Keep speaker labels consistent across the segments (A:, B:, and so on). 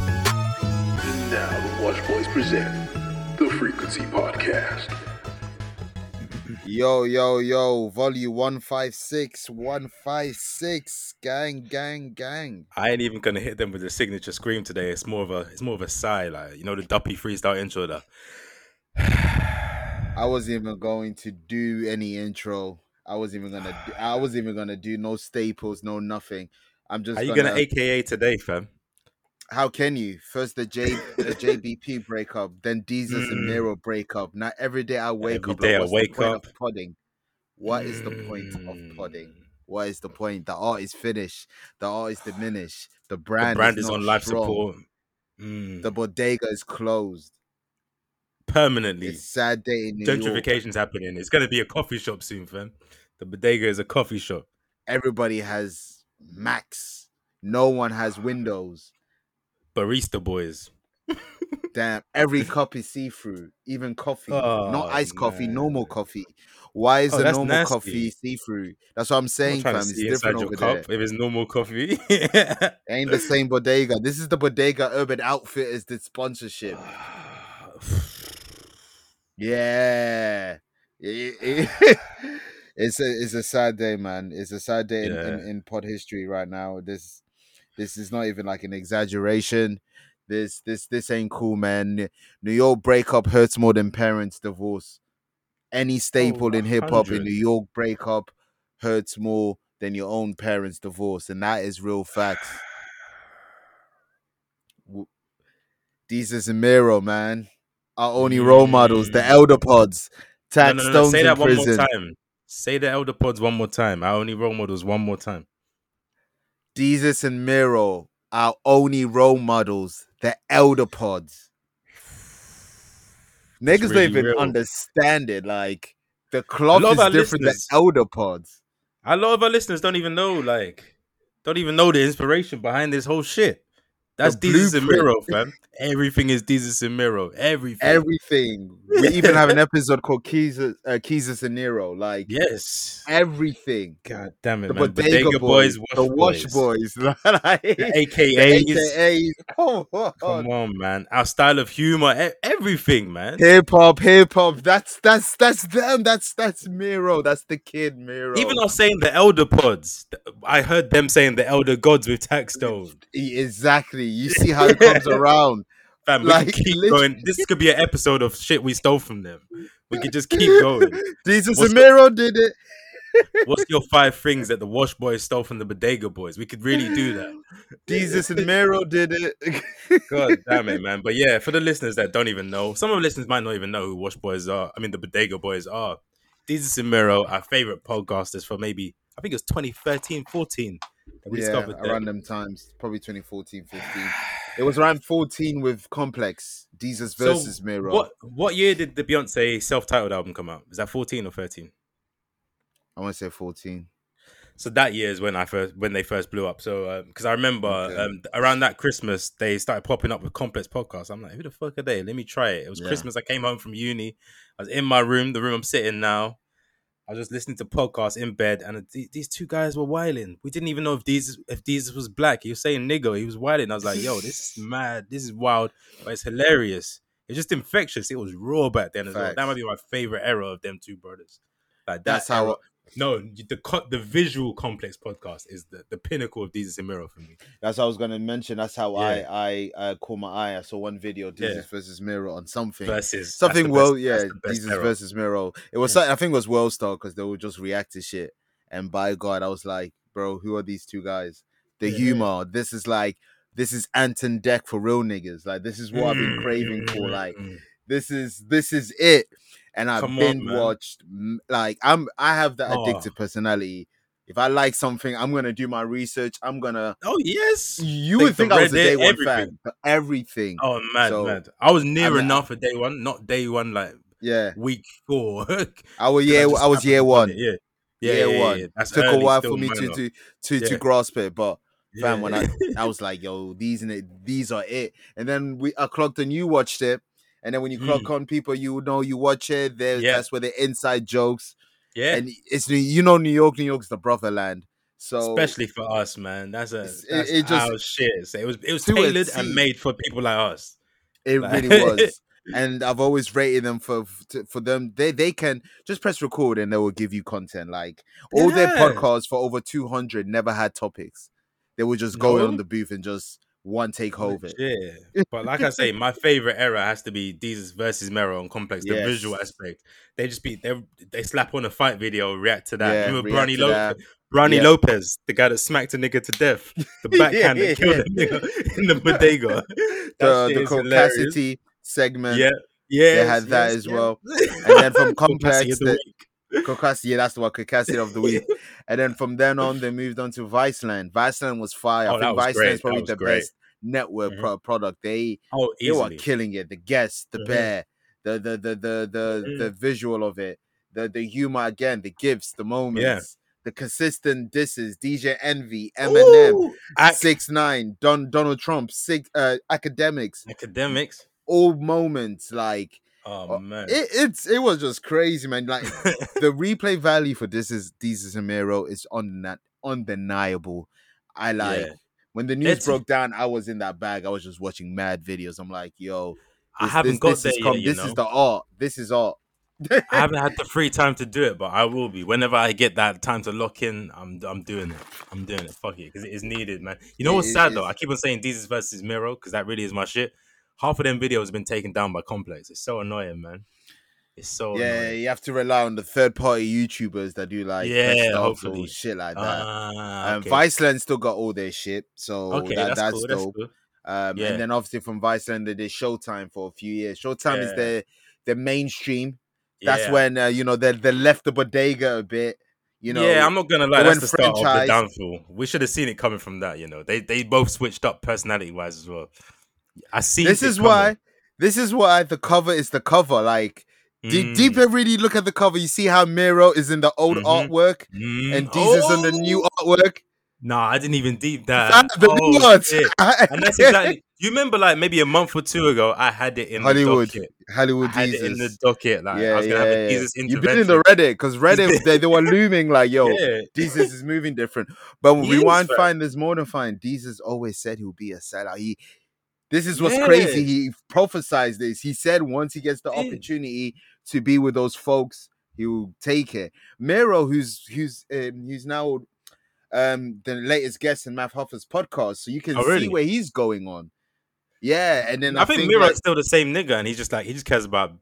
A: And now the Watch Boys present the Frequency Podcast.
B: Yo, yo, yo, volume 156, 156, gang, gang, gang.
C: I ain't even gonna hit them with a signature scream today. It's more of a it's more of a sigh, like you know the Duppy freestyle intro. The
B: I wasn't even going to do any intro. I wasn't even gonna do, I wasn't even gonna do no staples, no nothing. I'm just
C: are you
B: gonna,
C: gonna AKA today, fam?
B: how can you? First the J the JBP breakup, then Deezus and
C: Mm.
B: Miro breakup. Now every day I wake
C: Every
B: up,
C: day I
B: what's the
C: wake
B: point
C: up.
B: of podding? What is the point of
C: Mm.
B: podding? What is the point? The art is finished, the art is diminished, the brand,
C: the brand is,
B: not
C: on life
B: strong.
C: support Mm.
B: The bodega is closed.
C: permanently.
B: It's sad day in New York.
C: Gentrification's happening. It's gonna be a coffee shop soon, fam. The bodega is a coffee shop.
B: Everybody has Macs. No one has Windows.
C: Barista boys.
B: Damn, every cup is see through, even coffee. Not
C: Oh,
B: iced coffee, normal
C: man.
B: coffee. Why is
C: Oh,
B: the
C: that's
B: normal
C: nasty.
B: coffee see through? That's what I'm
C: I'm
B: saying,
C: not trying
B: fam.
C: to
B: It's
C: see inside
B: different
C: your
B: over
C: cup if it's normal coffee.
B: there. Ain't the same bodega. This is the bodega Urban Outfit as the sponsorship. Yeah. It-
C: Ah.
B: it- it- it's a it's a sad day, man. It's a sad day in, in,
C: Yeah.
B: in pod history right now. This this is not even like an exaggeration. This this this ain't cool, man. New York breakup hurts more than parents' divorce.
C: Oh,
B: Any staple in hip hop in
C: 100.
B: New York breakup hurts more than your own parents' divorce, and that is real facts. W- Jesus and Miro, man, are only role models. The
C: Mm.
B: elder pods,
C: No,
B: Tax
C: no, no, no.
B: Stones
C: Say
B: in
C: that one
B: prison.
C: more time. Say the elder pods one more time. I only role models one more time.
B: Jesus and Miro are only role models. The elder pods. Niggas
C: really
B: don't even
C: real.
B: understand it. Like the cloth
C: lot
B: is
C: of our
B: different
C: listeners-
B: than elder pods.
C: A lot of our listeners don't even know, like, don't even know the inspiration behind this whole shit. That's
B: The
C: Jesus and
B: blueprint.
C: Miro, fam. Everything is Jesus and Miro. Everything.
B: Everything. We even have an episode called Keezus, uh, Keezus and Nero. Like
C: yes.
B: everything.
C: God damn it,
B: The
C: man.
B: bodega, boys, the wash
C: boys.
B: boys, like,
C: The
B: the
C: AKAs.
B: AKAs. Oh,
C: Come on, man. Our style of humor. e- everything, man.
B: hip hop, hip hop. That's that's that's them. That's that's Miro. That's the kid Miro.
C: Even us saying the elder pods. th- I heard them saying the elder gods with tax stone.
B: E- exactly. You see how it comes around.
C: Fam,
B: Like,
C: we can keep
B: literally-
C: going. This could be an episode of shit we stole from them. We could just keep going.
B: Jesus
C: What's
B: and
C: the-
B: Miro did it.
C: What's your five things that the Wash Boys stole from the Bodega Boys? We could really do that.
B: Jesus and Mero did it.
C: God damn it, man. But yeah, for the listeners that don't even know, some of the listeners might not even know who Wash Boys are. I mean, the Bodega Boys are. Jesus and Miro, our favorite podcasters for maybe, I think it was 2013, 14 that we
B: yeah,
C: discovered them.
B: around them times, probably 2014, 15. It was around 14 with Complex, Jesus
C: So,
B: versus Mero.
C: What, what year did the Beyonce self titled album come out? Is that 14 or 13?
B: I want to say 14.
C: So that year is when I first when they first blew up. So because I remember
B: Okay.
C: um, around that Christmas they started popping up with complex podcasts. I'm like, who the fuck are they? Let me try it. It was
B: Yeah.
C: Christmas. I came home from uni. I was in my room, the room I'm sitting now. I was just listening to podcasts in bed, and th- these two guys were whiling. We didn't even know if these if these was black. He was saying nigger. He was whiling. I was like, yo, this is mad. This is wild, but it's hilarious. It's just infectious. It was raw back then as well.
B: Facts.
C: That might be my favorite era of them two brothers. Like that
B: That's how.
C: era- no, the co- the visual complex podcast is the, the pinnacle of Jesus and Miro for me.
B: That's what I was going to mention. That's how
C: Yeah.
B: I I uh, caught my eye. I saw one video,
C: Yeah.
B: Jesus versus Mero on something.
C: Versus that's
B: something
C: the
B: well,
C: best-
B: yeah,
C: that's the best
B: Jesus
C: era.
B: versus Miro. It was
C: Yeah.
B: some- I think it was Worldstar because they would just react to shit. And by God, I was like, bro, who are these two guys? The
C: Yeah.
B: humor. This is like this is Anton Deck for real niggas. Like this is what I've been
C: Mm,
B: craving for.
C: mm,
B: Like
C: mm.
B: this is this is it. And I've
C: Come on,
B: been
C: man.
B: watched m- like I'm I have that
C: Oh.
B: addictive personality. If I like something, I'm gonna do my research. I'm gonna
C: oh yes.
B: you
C: Think
B: would
C: the
B: think I was a
C: Reddit,
B: day one fan,
C: everything.
B: but everything.
C: Oh mad,
B: So,
C: mad. I was near
B: mean, I-
C: enough for day one, not day one like
B: Yeah.
C: week four. 'Cause
B: I was year
C: just
B: I was
C: happened
B: year
C: upon
B: one.
C: it, Yeah. Yeah,
B: year
C: yeah, yeah,
B: one.
C: yeah. That's
B: Took a
C: early
B: while
C: still
B: for me to
C: minor.
B: to to, to
C: Yeah.
B: grasp it, but fam. When I, I was like, yo, these and it, these are it. And then we, I clocked and you watched it. And then when you clock on people, you know you watch it. There,
C: Mm. Yeah.
B: that's where the inside jokes.
C: yeah,
B: And it's you know New York. New York's the brotherland. So
C: especially for us, man. That's a
B: It's- it-
C: that's
B: it just-
C: our shit. So it was it was
B: Do it,
C: tailored
B: see.
C: and made for people like us.
B: It
C: Like-
B: really was. And I've always rated them for to- for them. They they can just press record and they will give you content. Like all their
C: Yeah.
B: podcasts for over two hundred never had topics. They would just go in
C: No?
B: on the booth and just one take over.
C: Yeah, but like I say, my favorite era has to be Jesus versus Mero on Complex, the
B: Yes.
C: visual aspect. They just be they they slap on a fight video, react to that.
B: Yeah,
C: Remember
B: react
C: Bronny
B: to that.
C: Lopez? Bronny
B: Yeah.
C: Lopez, the guy that smacked a nigga to death, the backhand that killed a nigga in the bodega. That
B: The
C: shit
B: the
C: is
B: Cole
C: hilarious.
B: Cassidy segment.
C: Yeah, yeah,
B: had that as well. And then from Complex,
C: Complex,
B: the- Kokasi, yeah, that's the one, Kokasi of the week. And then from then on, they moved on to Viceland. Viceland was fire.
C: Oh,
B: I
C: that
B: think
C: was great.
B: Viceland's
C: That
B: probably
C: was
B: the
C: great.
B: best network
C: Mhm.
B: pro- product. They
C: oh,
B: they
C: easily.
B: were killing it. The guest, the
C: Mhm.
B: bear, the the the the the,
C: Mm-hmm.
B: the visual of it, the the humor again, the gifts, the moments, the consistent disses, DJ Envy, Eminem,
C: Ooh, ac-
B: Six Nine, Don Donald Trump, Six uh, Academics,
C: academics.
B: all moments like
C: Oh,
B: Oh,
C: man,
B: it, it's it was just crazy, man. Like the replay value for this is this is Amiro is undeni- undeniable. I like
C: Yeah.
B: when the news
C: It's-
B: broke down, I was in that bag. I was just watching mad videos. I'm like, yo,
C: I haven't got there
B: is
C: yet.
B: com-
C: you
B: this
C: know?
B: is the art. This is art.
C: I haven't had the free time to do it, but I will be. Whenever I get that time to lock in, I'm I'm doing it. I'm doing it. Fuck it, because it is needed, man. You know
B: It
C: what's
B: is-
C: sad though?
B: it's-
C: I keep on saying Jesus versus Miro because that really is my shit. Half of them videos have been taken down by Complex. It's so annoying, man. It's so
B: yeah,
C: annoying.
B: you have to rely on the third party YouTubers that do like
C: Yeah,
B: best of or
C: hopefully.
B: shit like that.
C: Ah,
B: Um,
C: okay.
B: Viceland still got all their shit, so
C: okay,
B: that,
C: that's,
B: that's,
C: cool.
B: dope.
C: That's cool.
B: Um,
C: Yeah.
B: And then obviously from Viceland, they did Showtime for a few years. Showtime is
C: Yeah.
B: their the mainstream. That's
C: yeah.
B: when uh, you know they they left the bodega a bit. You know,
C: yeah, I'm not gonna lie.
B: they
C: That's
B: went
C: the start of the
B: franchise.
C: downfall. We should have seen it coming from that. You know, they they both switched up personality wise as well. I see.
B: this is why. This is why the cover is the cover. Like d-
C: Mm.
B: deeper, really look at the cover. You see how Miro is in the old
C: Mhm.
B: artwork and Jesus in the
C: Mm.
B: new
C: oh!
B: artwork.
C: Nah, I didn't even deep
B: Ah,
C: that. Oh,
B: the nuance.
C: Uh, shit. And that's exactly. You remember, like maybe a month or two ago, I had it in
B: Hollywood,
C: the docket. I
B: Hollywood
C: had
B: Jesus.
C: it in the docket. Like
B: yeah,
C: I was gonna
B: yeah,
C: have a
B: yeah.
C: Jesus
B: You've been in the Reddit because Reddit they, they were looming like, yo,
C: yeah.
B: Jesus is moving different. But when
C: He is,
B: Rewind
C: fam.
B: Find is more than fine. Jesus always said he'll be a sellout. He this is what's
C: Yeah.
B: crazy. He prophesized this. He said once he gets the
C: Did.
B: opportunity to be with those folks, he will take it. Miro, who's who's um, who's now um the latest guest in Math Hoffa's podcast, so you can
C: Oh,
B: see
C: really?
B: where he's going on. Yeah, and then I,
C: I think,
B: think
C: Miro's
B: like,
C: still the same nigga, and he's just like he just cares about.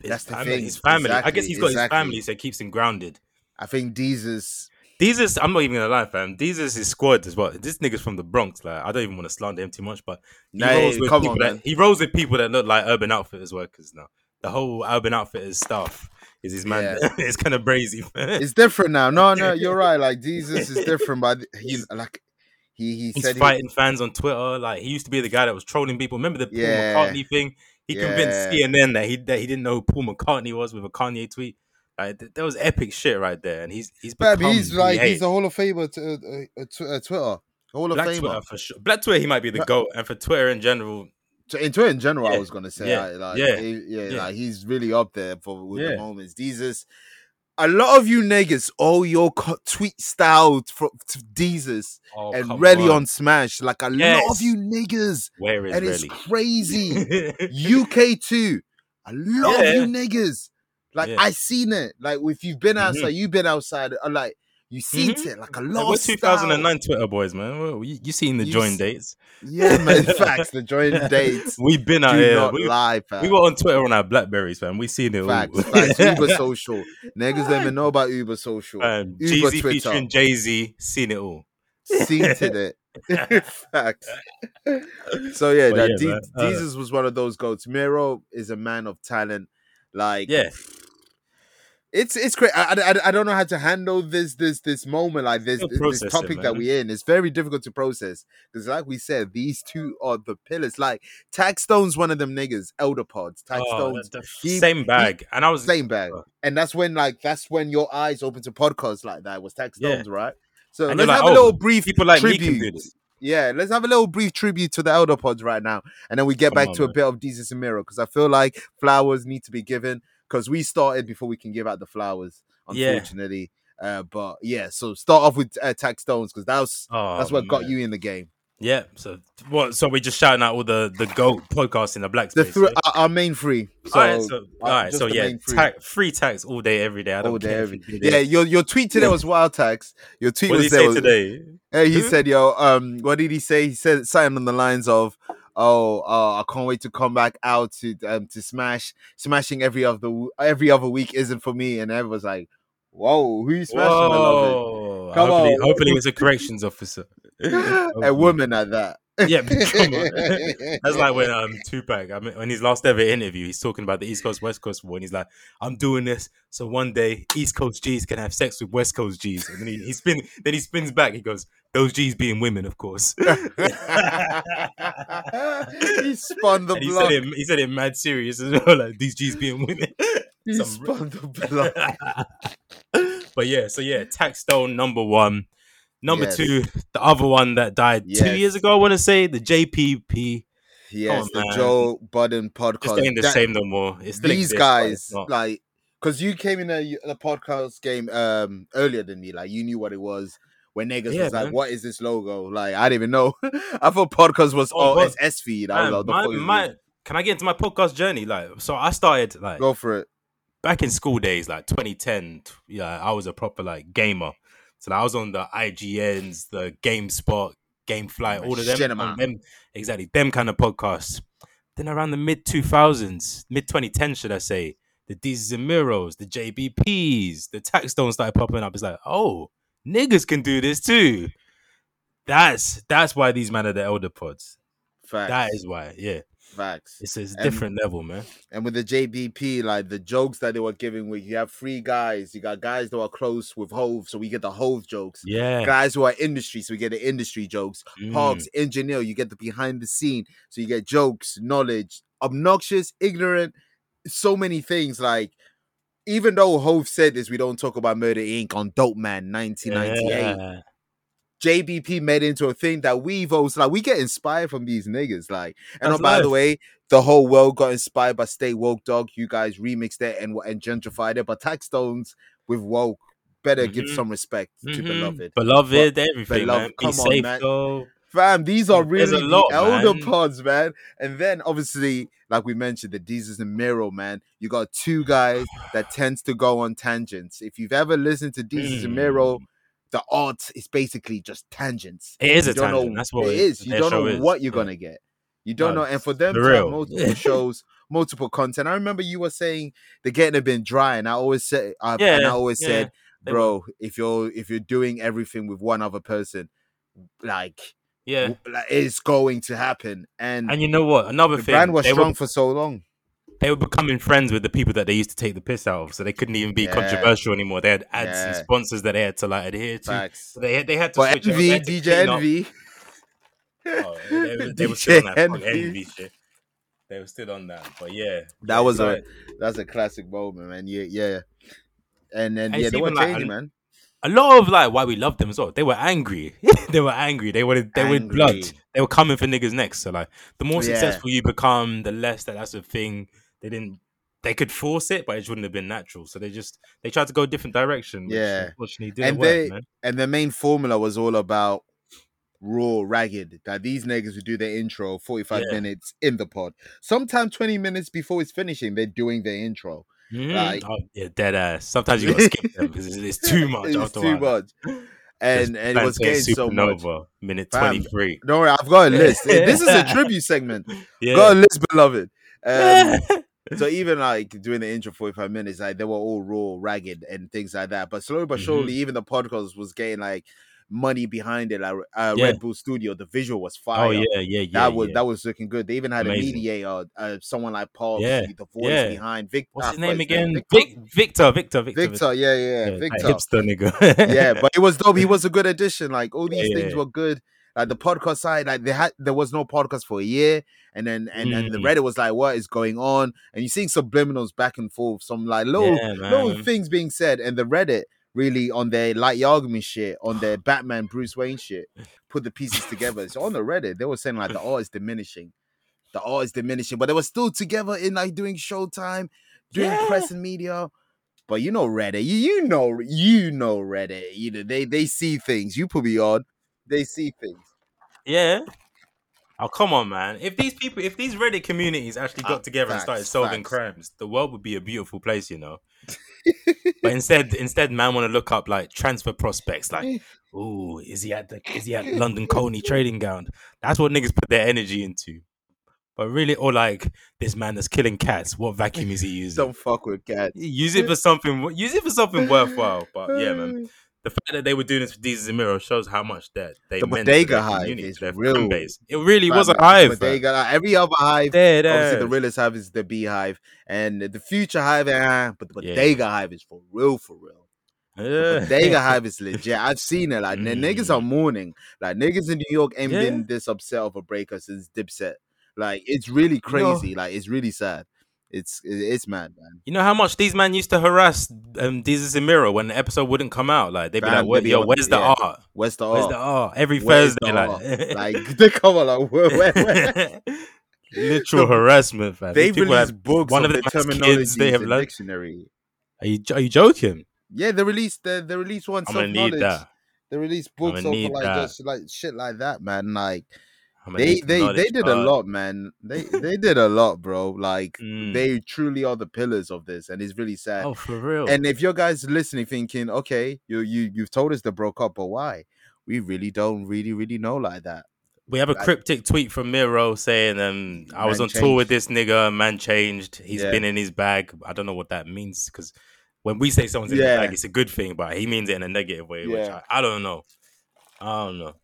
C: His
B: That's the
C: family,
B: thing,
C: His family. I guess
B: exactly,
C: he's got
B: exactly.
C: his family, so it keeps him grounded.
B: I think Jesus.
C: Jesus, I'm not even gonna lie, fam. Jesus is squad as well. This nigga's from the Bronx. Like, I don't even want to slander him too much, but he
B: Nah,
C: rolls with
B: come
C: people
B: on,
C: that
B: man.
C: he rolls with people that look like Urban Outfitters workers now. The whole Urban Outfitters stuff is his man. it's kind of brazy. man.
B: It's different now. No, no, you're right. Like Jesus is different, but you like he he
C: He's
B: said he-
C: fighting fans on Twitter. Like he used to be the guy that was trolling people. Remember the Paul
B: Yeah.
C: McCartney thing? He convinced
B: Yeah.
C: CNN that he that he didn't know who Paul McCartney was with a Kanye tweet. Like th- that was epic shit right there. And he's he's
B: Fam,
C: become
B: he's
C: who
B: like
C: he
B: he's a Hall of Famer to uh, uh, tw- uh, Twitter, Hall of
C: Black
B: Famer.
C: Twitter for sure. Black Twitter, he might be the
B: Black-
C: goat, and for Twitter in general,
B: T- in Twitter in general, I
C: Yeah,
B: was gonna say,
C: yeah,
B: like, like,
C: yeah,
B: he- yeah,
C: yeah.
B: like he's really up there for with the
C: Yeah.
B: moments. Jesus, a lot of you niggas, all your co- tweet styled from to Jesus
C: Oh,
B: and
C: come
B: really on. Smash, like a lot of
C: Yes.
B: you niggas,
C: Where is
B: and it's
C: really?
B: crazy. UK too. A lot
C: Yeah.
B: of you niggas. Like
C: Yeah.
B: I seen it. Like if you've been
C: Mhm.
B: outside, you've been outside. uh, Like you seen
C: Mhm.
B: it. Like a
C: Like,
B: lot
C: we're
B: of style.
C: 2009 Twitter boys, man. Well, You, you seen the
B: You
C: join
B: s-
C: dates?
B: Yeah, man. Facts. The joint dates.
C: We've been out
B: Do
C: here.
B: not
C: We,
B: lie, fam.
C: we were on Twitter on our Blackberries, man. We seen it all.
B: facts. Facts. Uber social. Niggas don't even know about Uber social.
C: Um,
B: Uber
C: Jeezy
B: Twitter.
C: featuring Jay Z, seen it all.
B: Seen to it. facts. So yeah,
C: But
B: that
C: yeah,
B: D-
C: man, uh,
B: Jesus was one of those goats. Miro is a man of talent. Like
C: Yeah,
B: it's it's great. I, I, I- I don't know how to handle this this this moment like this
C: Still
B: this
C: processing,
B: topic that
C: man.
B: we're in. It's very difficult to process because, like we said, these two are the pillars. Like Tag Stone's one of them niggas, Elder Pods, Tag
C: Oh,
B: Stone's
C: the- the
B: he-
C: same bag, and I was
B: same bag,
C: Oh.
B: and that's when like that's when your eyes open to podcasts like that was Tag
C: Yeah.
B: Stone's, right? So
C: And
B: let's
C: you're like,
B: have a
C: oh,
B: little brief
C: people like me can do
B: tribute.
C: this.
B: Yeah, let's have a little brief tribute to the Elder Pods right now, and then we get
C: Come
B: back
C: on,
B: to a
C: man.
B: bit of Jesus and Miro because I feel like flowers need to be given because we started before we can give out the flowers,
C: Yeah.
B: unfortunately. Uh, but yeah, so start off with uh, Tax Stones because that was
C: Oh,
B: that's what got
C: man.
B: you in the game.
C: Yeah. So what? So we just shouting out all the the goat podcasts in the black
B: The
C: space.
B: three,
C: yeah?
B: our, our main three. So, uh,
C: all right. So all right.
B: just
C: So
B: the
C: yeah,
B: main three.
C: ta- free tax all day, every day. I don't
B: all day,
C: care.
B: every-
C: if you do
B: yeah,
C: this.
B: your your tweet today was wild tax. Your tweet
C: What did
B: was
C: he
B: there
C: say
B: was-
C: today?
B: Hey, he
C: Huh?
B: said, "Yo, um, what did he say?" He said something on the lines of, "Oh, uh, I can't wait to come back out to um to smash smashing every other w- every other week isn't for me." And everyone's like, "Whoa, who you smashing, beloved?"
C: Whoa.
B: Come
C: hopefully,
B: on.
C: hopefully, it's a corrections officer.
B: A
C: Hopefully.
B: woman at that.
C: Yeah, but come on. That's like when um Tupac, I mean, in his last ever interview, he's talking about the East Coast West Coast war, and he's like, "I'm doing this so one day East Coast G's can have sex with West Coast G's." And then he, he spin, then he spins back. He goes, "Those G's being women, of course."
B: he spun the
C: and he
B: block.
C: said it. He said it mad serious as well, like these G's being women.
B: He
C: some-
B: spun the block.
C: but yeah, so yeah, Tax Stone number one, number
B: Yes.
C: two, the other one that died two
B: Yes.
C: years ago. I want to say the JPP.
B: Yes,
C: on,
B: the
C: man.
B: Joe Budden
C: It's
B: podcast.
C: ain't the
B: That-
C: same no more. It's still
B: these
C: exists, but
B: guys
C: it's not.
B: like because you came in a, a podcast game um earlier than me like you knew what it was when niggas
C: Yeah,
B: was like
C: man.
B: what is this logo like i didn't even know i thought podcast was
C: Oh,
B: all
C: but-
B: ss feed i was like the
C: Man, my-
B: fuck is
C: my-
B: this?
C: can I get into my podcast journey? Like, so I started like
B: go for it
C: back in school days, like 2010. t- Yeah, I was a proper like gamer. So like, I was on the IGNs, the GameSpot, GameFly, all of them,
B: Machinima.
C: on them exactly them kind of podcasts. Then around the mid 2000s, mid 2010, should I say, the D's and Miros, the JBPs, the tax stones started popping up. It's like, oh, niggas can do this too. That's that's why these men are the elder pods.
B: facts
C: That is why, yeah.
B: facts
C: It's it's a
B: And-
C: different level, man.
B: and with the jbp like the jokes that they were giving with you have three guys you got guys that are close with hove so we get the hove jokes
C: Yeah.
B: guys who are industry so we get the industry jokes
C: Mm.
B: Hogs, engineer. You get the behind the scene, so you get jokes, knowledge, obnoxious, ignorant, so many things. Like even though Hove said this, we don't talk about Murder Inc. on Dope Man 1998.
C: Yeah.
B: JBP made it into a thing that we've also like we get inspired from these niggas. Like, and
C: That's
B: oh, by the
C: life.
B: way, the whole world got inspired by Stay Woke Dog. You guys remixed it and and gentrified it, but Tax Stones with woke. Better give
C: Mhm.
B: some respect to
C: Mhm.
B: beloved.
C: Beloved, everything,
B: beloved,
C: man. Be
B: come on,
C: safe,
B: man.
C: though.
B: Fam, these are
C: There's a
B: really
C: lot,
B: the elder
C: man.
B: pods, man. And then obviously, like we mentioned, the Jesus and Miro, man. You got two guys that tends to go on tangents. If you've ever listened to Jesus and Miro, the art is basically just tangents.
C: Hmm. It is
B: You
C: a
B: don't
C: tangent.
B: know
C: That's what
B: it is. You
C: their
B: don't
C: show
B: know
C: is.
B: what you're
C: Yeah.
B: gonna get. You don't
C: No,
B: know. And for them
C: for
B: to have
C: real.
B: multiple shows, multiple content. I remember you were saying the getting have been dry, and I always said, I, and I
C: Yeah,
B: always
C: yeah,
B: said,
C: they were.
B: bro, if you're if you're doing everything with one other person, like
C: Yeah.
B: w- like, it's going to happen. And,
C: And you know what? Another
B: the
C: thing,
B: brand was
C: they,
B: strong
C: were,
B: for so long.
C: they were becoming friends with the people that they used to take the piss out of, so they couldn't even be
B: Yeah.
C: controversial anymore. They had ads and
B: Yeah.
C: sponsors that they had to like adhere to.
B: Facts.
C: So they had they had to
B: But
C: switch. it up.
B: Envy,
C: They had to
B: DJ
C: clean up.
B: Envy,
C: Oh, they, were- they were
B: DJ
C: still on that fucking
B: Envy.
C: envy shit. They were still on that, but yeah,
B: that was
C: like,
B: a that's a classic moment, man. Yeah, yeah. And then
C: And
B: yeah,
C: it's
B: they were
C: even like
B: changing,
C: an-
B: man.
C: a lot of like why we love them as well. They were angry. they were angry. They wanted they wanted blood.
B: Angry.
C: They were coming for niggas next. So like the more
B: Yeah.
C: successful you become, the less that that's a thing. They didn't they could force it, but it wouldn't have been natural. So they just they tried to go a different direction. Which
B: Yeah.
C: unfortunately didn't
B: And
C: work,
B: they-
C: man.
B: And the main formula was all about raw, ragged. That these niggas would do their intro 45
C: Yeah.
B: minutes in the pod. Sometimes 20 minutes before it's finishing, they're doing their intro.
C: Mhm.
B: like-
C: oh, yeah, dead ass. Sometimes you gotta skip them because it's, it's too much.
B: It's
C: after a
B: too
C: while.
B: much. And and it
C: Plantain
B: was getting so much.
C: supernova, minute
B: Fam.
C: twenty three.
B: Don't worry, I've got a list. Eh, this is a tribute segment. Got
C: Yeah.
B: a list, beloved. Um, so even like doing the intro 45 minutes like they were all raw ragged and things like that but slowly but
C: Mhm.
B: surely even the podcast was getting like money behind it like uh,
C: Yeah.
B: red bull studio the visual was fire
C: oh yeah, yeah, yeah.
B: that was
C: yeah.
B: that was looking good they even had a
C: Amazing.
B: mediator uh, someone like paul
C: Yeah,
B: the voice
C: yeah.
B: behind Vic-
C: What's
B: ah,
C: his name
B: what is
C: again?
B: Victor?
C: Vic, Victor, Victor, Victor.
B: victor yeah yeah,
C: that
B: victor
C: hipster nigga.
B: yeah, but it was dope. He was a good addition. Like all
C: Yeah,
B: these
C: yeah,
B: things
C: yeah.
B: were good. Like the podcast side, like they had there was no podcast for a year, and then and then the
C: Mm.
B: Reddit was like, what is going on? And you're seeing subliminals back and forth, some like little
C: Yeah, man.
B: little things being said, and the Reddit really on their Light Yagami shit, on their Batman Bruce Wayne shit, put the pieces together. So on the Reddit, they were saying like the art is diminishing, the art is diminishing, but they were still together in like doing Showtime, doing
C: Yeah.
B: press and media. But you know Reddit, you, you know you know Reddit. You know they they see things. You put me on, they see things.
C: Yeah. Oh come on, man! If these people, if these Reddit communities actually got
B: Ah,
C: together and
B: facts,
C: started solving
B: facts.
C: crimes, the world would be a beautiful place, you know. but instead, instead, man, want to look up like transfer prospects.
B: Eh.
C: Like, ooh, is he at the is he at London Coney trading ground? That's what niggas put their energy into. But really, or like this man that's killing cats. What vacuum is he using?
B: Don't fuck with cats.
C: Use it for something. Use it for something worthwhile. But yeah, man, the fact that they were doing this for Deezus and Miro shows how much that they
B: The
C: meant to their
B: bodega hive
C: community,
B: is
C: to their
B: real.
C: fan base. It really was a
B: Batman,
C: hive.
B: But they
C: man.
B: got every other hive.
C: There,
B: Obviously,
C: there.
B: the realest hive is the beehive, and the future hive, eh, but the
C: Yeah.
B: bodega hive is for real, for real. The
C: Yeah.
B: bodega hive is legit. I've seen it. Like the niggas are mourning. Like niggas in New York ain't
C: Mm. Yeah.
B: been this upset of a breakup since Dipset. Like it's really crazy. Like it's really sad. It's it- it's mad, man.
C: You know how much these men used to harass um, Deezus and Miro when the episode wouldn't come out. Like they'd be
B: Fan
C: like, "Where,
B: video,
C: yo, where's the
B: yeah.
C: art?
B: Where's the
C: Where's
B: art?
C: the art?" Every
B: Where's the
C: Thursday, like,
B: art? like they come on like where, where, where?
C: literal
B: The-
C: harassment. Man.
B: They
C: These people
B: release
C: have-
B: books
C: one
B: of
C: of
B: the
C: them has kids,
B: terminologies
C: they have
B: and
C: learned-
B: dictionary.
C: are you jo- are you joking?
B: Yeah, they released the they released one
C: I'm
B: self
C: gonna need
B: knowledge.
C: that.
B: They released books
C: I'ma
B: over
C: need
B: like
C: that.
B: just like shit like that, man. Like
C: I'm gonna
B: they
C: need the
B: they they
C: knowledge,
B: did a
C: bro.
B: lot, man. They they did a lot, bro. Like
C: Mm.
B: they truly are the pillars of this, and it's really sad.
C: Oh, for real.
B: And if your guys listening thinking, okay, you you you've told us they broke up, but why? We really don't really really know like that.
C: we have a
B: like-
C: cryptic tweet from Miro saying, um, "I was
B: Man
C: on tour with
B: changed.
C: this nigga. Man changed. He's
B: Yeah.
C: been in his bag. I don't know what that means because when we say someone's in
B: Yeah.
C: his bag, it's a good thing, but he means it in a negative way, which
B: Yeah.
C: I, I don't know. I don't know.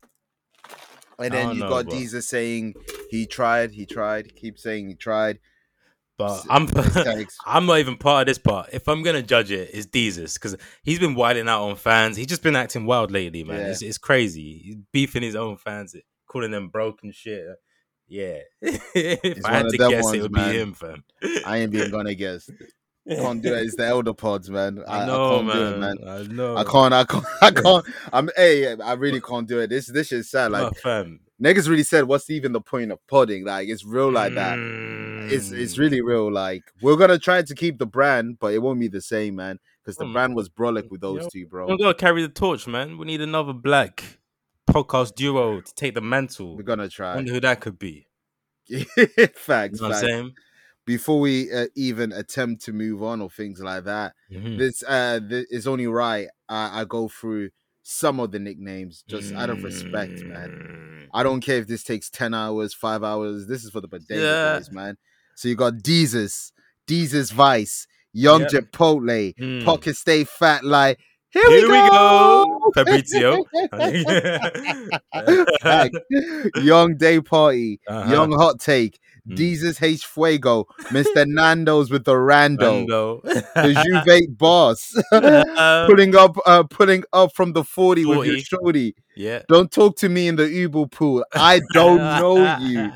B: And
C: I
B: then
C: don't
B: you
C: know,
B: got
C: bro.
B: Deezer saying he tried, he tried, keep saying he tried.
C: But
B: S-
C: I'm
B: mistakes.
C: I'm not even part of this part. If I'm gonna judge it, it's Deezus because he's been wilding out on fans. He's just been acting wild lately, man.
B: Yeah.
C: It's, it's crazy. He's beefing his own fans, calling them broken shit. Yeah. if I
B: one
C: had
B: of
C: to
B: them
C: guess,
B: ones,
C: it would
B: man.
C: be him, fam.
B: I ain't even gonna guess. Can't do that. It's the elder pods, man. I, I
C: know,
B: can't do it, man.
C: I know.
B: I can't, I can't, I can't. I'm, hey, I really can't do it. This, this shit's sad. Like
C: Oh, fam.
B: niggas really said, what's even the point of podding? Like it's real like that. It's, it's
C: Mm.
B: really real. Like we're gonna try to keep the brand, but it won't be the same, man. Because the
C: Mm.
B: brand was brolic with those
C: Yo,
B: two,
C: We
B: bro.
C: gotta carry the torch, man. We need another black podcast duo to take the mantle.
B: We're gonna
C: I
B: try.
C: wonder who that could be. You
B: facts,
C: know what
B: facts.
C: I'm saying?
B: Before we uh, even attempt to move on or things like that,
C: Mhm.
B: this uh th- it's only right I, I go through some of the nicknames just out of respect
C: Mm.
B: man i don't care if this takes 10 hours 5 hours this is for the bodega
C: Yeah.
B: boys man so you got Deezus, Deezus vice young
C: Yep.
B: chipotle
C: Mm.
B: pocket stay fat like here,
C: Here
B: we go,
C: Fabrizio.
B: Back. young day party
C: Uh-huh.
B: young hot take
C: Mm.
B: Deezus h fuego mr nando's with the rando
C: Rando.
B: the Juve boss
C: Uh,
B: pulling up, uh, pulling up from the forty with your
C: 40.
B: shorty.
C: yeah.
B: Don't talk to me in the Uber pool. I don't know you.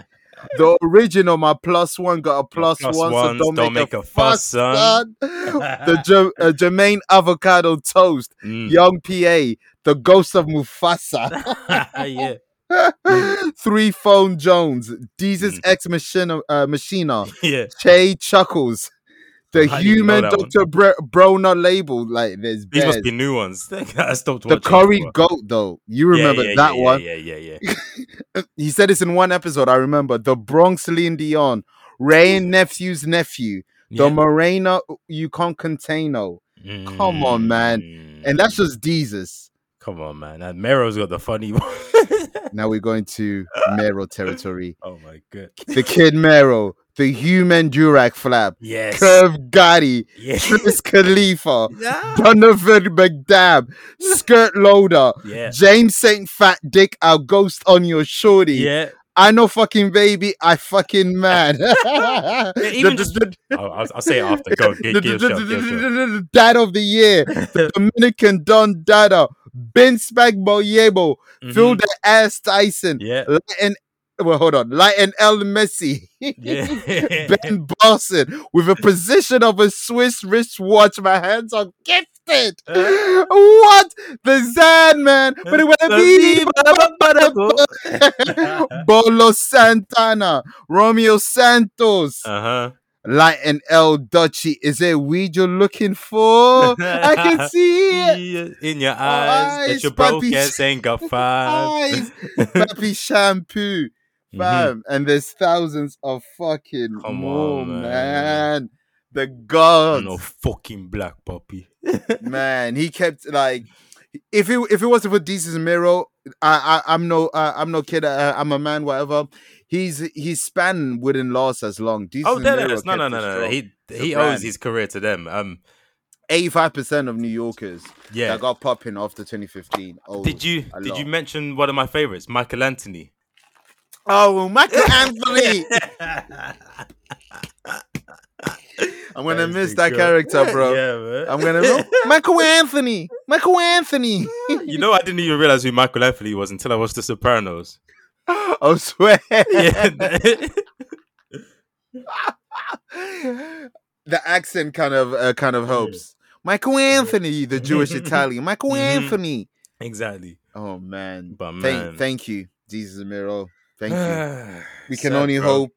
B: The original, my plus one got a plus
C: plus
B: one,
C: ones,
B: so don't, make, a fuss, son.
C: son. Ah.
B: the J- uh, Jermaine avocado toast,
C: Mm.
B: young PA, the ghost of Mufasa,
C: yeah.
B: three phone Jones, Jesus
C: Mm.
B: ex machina, uh, machina,
C: Yeah.
B: Che Chuckles, the
C: I didn't know
B: human
C: that one.
B: Dr. Bre- Brona label. Like there's
C: These
B: bears.
C: must be new ones. I stopped
B: the
C: watching.
B: curry
C: bro.
B: goat though. You
C: Yeah,
B: remember
C: yeah,
B: that
C: yeah,
B: one?
C: Yeah, yeah, yeah.
B: He said this in one episode. I remember the Bronx Celine Dion, Ray
C: Hmm.
B: nephew's nephew,
C: yeah.
B: the Moreno you can't containo, come on,
C: Mm.
B: man. and that's just Jesus.
C: come on, man. And Mero's got the funny one.
B: Now we're going to Mero territory.
C: oh my god.
B: The kid Mero, the human Durak flap,
C: Yes.
B: Curve Gotti,
C: Yes.
B: Chris Khalifa,
C: Yeah.
B: Donovan McDab, Skirt Loader,
C: Yeah.
B: James Saint Fat Dick, our ghost on your shorty.
C: Yeah.
B: I know fucking baby, I fucking man.
C: even just- I'll, I'll, I'll say it after. Go. Get, get your shot. Get your shot.
B: Dad of the year, the Dominican Don Dada, Ben Spag Boyebo, Phil
C: Mhm.
B: the Ass Tyson,
C: Mm-hmm. Yeah.
B: Lion, well, hold on, Lion L Messi,
C: Yeah.
B: Ben Boston, with a position of a Swiss wristwatch. My hands are gifted. busted.
C: Uh-huh.
B: what the Zen man? But it went Bolo Santana, Romeo Santos,
C: Uh-huh.
B: Light and El Duchy. Is it weed you're looking for? I can see it.
C: In your eyes, that
B: Eyes,
C: your bro
B: papi.
C: can't sing a five.
B: Eyes, Pappy shampoo,
C: Mhm.
B: fam, and there's thousands of fucking
C: Come
B: more,
C: on, man.
B: man. The
C: I'm
B: gods,
C: no fucking black puppy.
B: man. He kept like, if it if it wasn't for Jesus Miro, I, I I'm no uh, I'm no kid. Uh, I'm a man, whatever. He's his span wouldn't last as long. Jesus
C: Oh, no, no,
B: Miro
C: no, no, no,
B: kept it
C: no.
B: strong.
C: He he
B: brand.
C: owes his career to them. Um,
B: 85% of New Yorkers
C: yeah.
B: that got popping after 2015. Oh,
C: Did you
B: a
C: did
B: lot.
C: you mention one of my favorites, Michael Anthony?
B: Oh, Michael Anthony. I'm gonna
C: That is
B: miss
C: the
B: that
C: goat.
B: character, bro.
C: yeah, man.
B: I'm gonna miss Michael Anthony. Michael Anthony.
C: You know, I didn't even realize who Michael Anthony was until I watched The Sopranos.
B: I swear.
C: Yeah.
B: the accent kind of uh, kind of helps. Michael Anthony, the Jewish Italian. Michael
C: Mhm.
B: Anthony.
C: exactly.
B: Oh man.
C: But man,
B: Thank, thank you, Jesus Amiro. Thank you.
C: you.
B: We can only hope,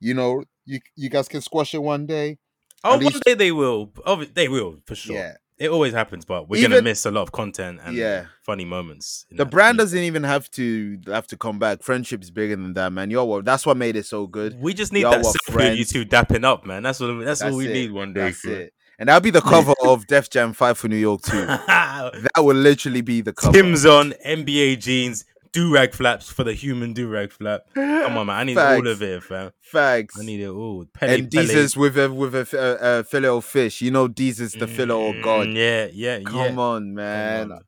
B: you know, you you guys can squash it one day.
C: Oh,
B: at
C: one
B: least-
C: day they will. Oh, they will for sure.
B: Yeah.
C: It always happens, but we're gonna
B: Even-
C: miss a lot of content and
B: Yeah.
C: funny moments. in
B: The
C: that
B: brand
C: piece.
B: doesn't even have to have to come back. Friendship's bigger than that, man. Yo, well, that's what made it so good.
C: We just need
B: Y'all were
C: that selfie of you
B: friends.
C: two dapping up, man. That's what. That's, all
B: That's
C: we
B: it.
C: need one day.
B: That's
C: bro.
B: it. And that'll be the cover of Def Jam 5 for New York too. That will literally be the cover.
C: Tim's on NBA jeans, do rag flaps for the human do rag flap. Come on, man. I need all
B: Facts.
C: of it, fam.
B: Facts.
C: I need it all. Pele,
B: and Jesus with a with a f- uh, uh, fillet of fish. You know Jesus the fillet of God.
C: Mm, Yeah, yeah, yeah.
B: Come on, man.
C: on.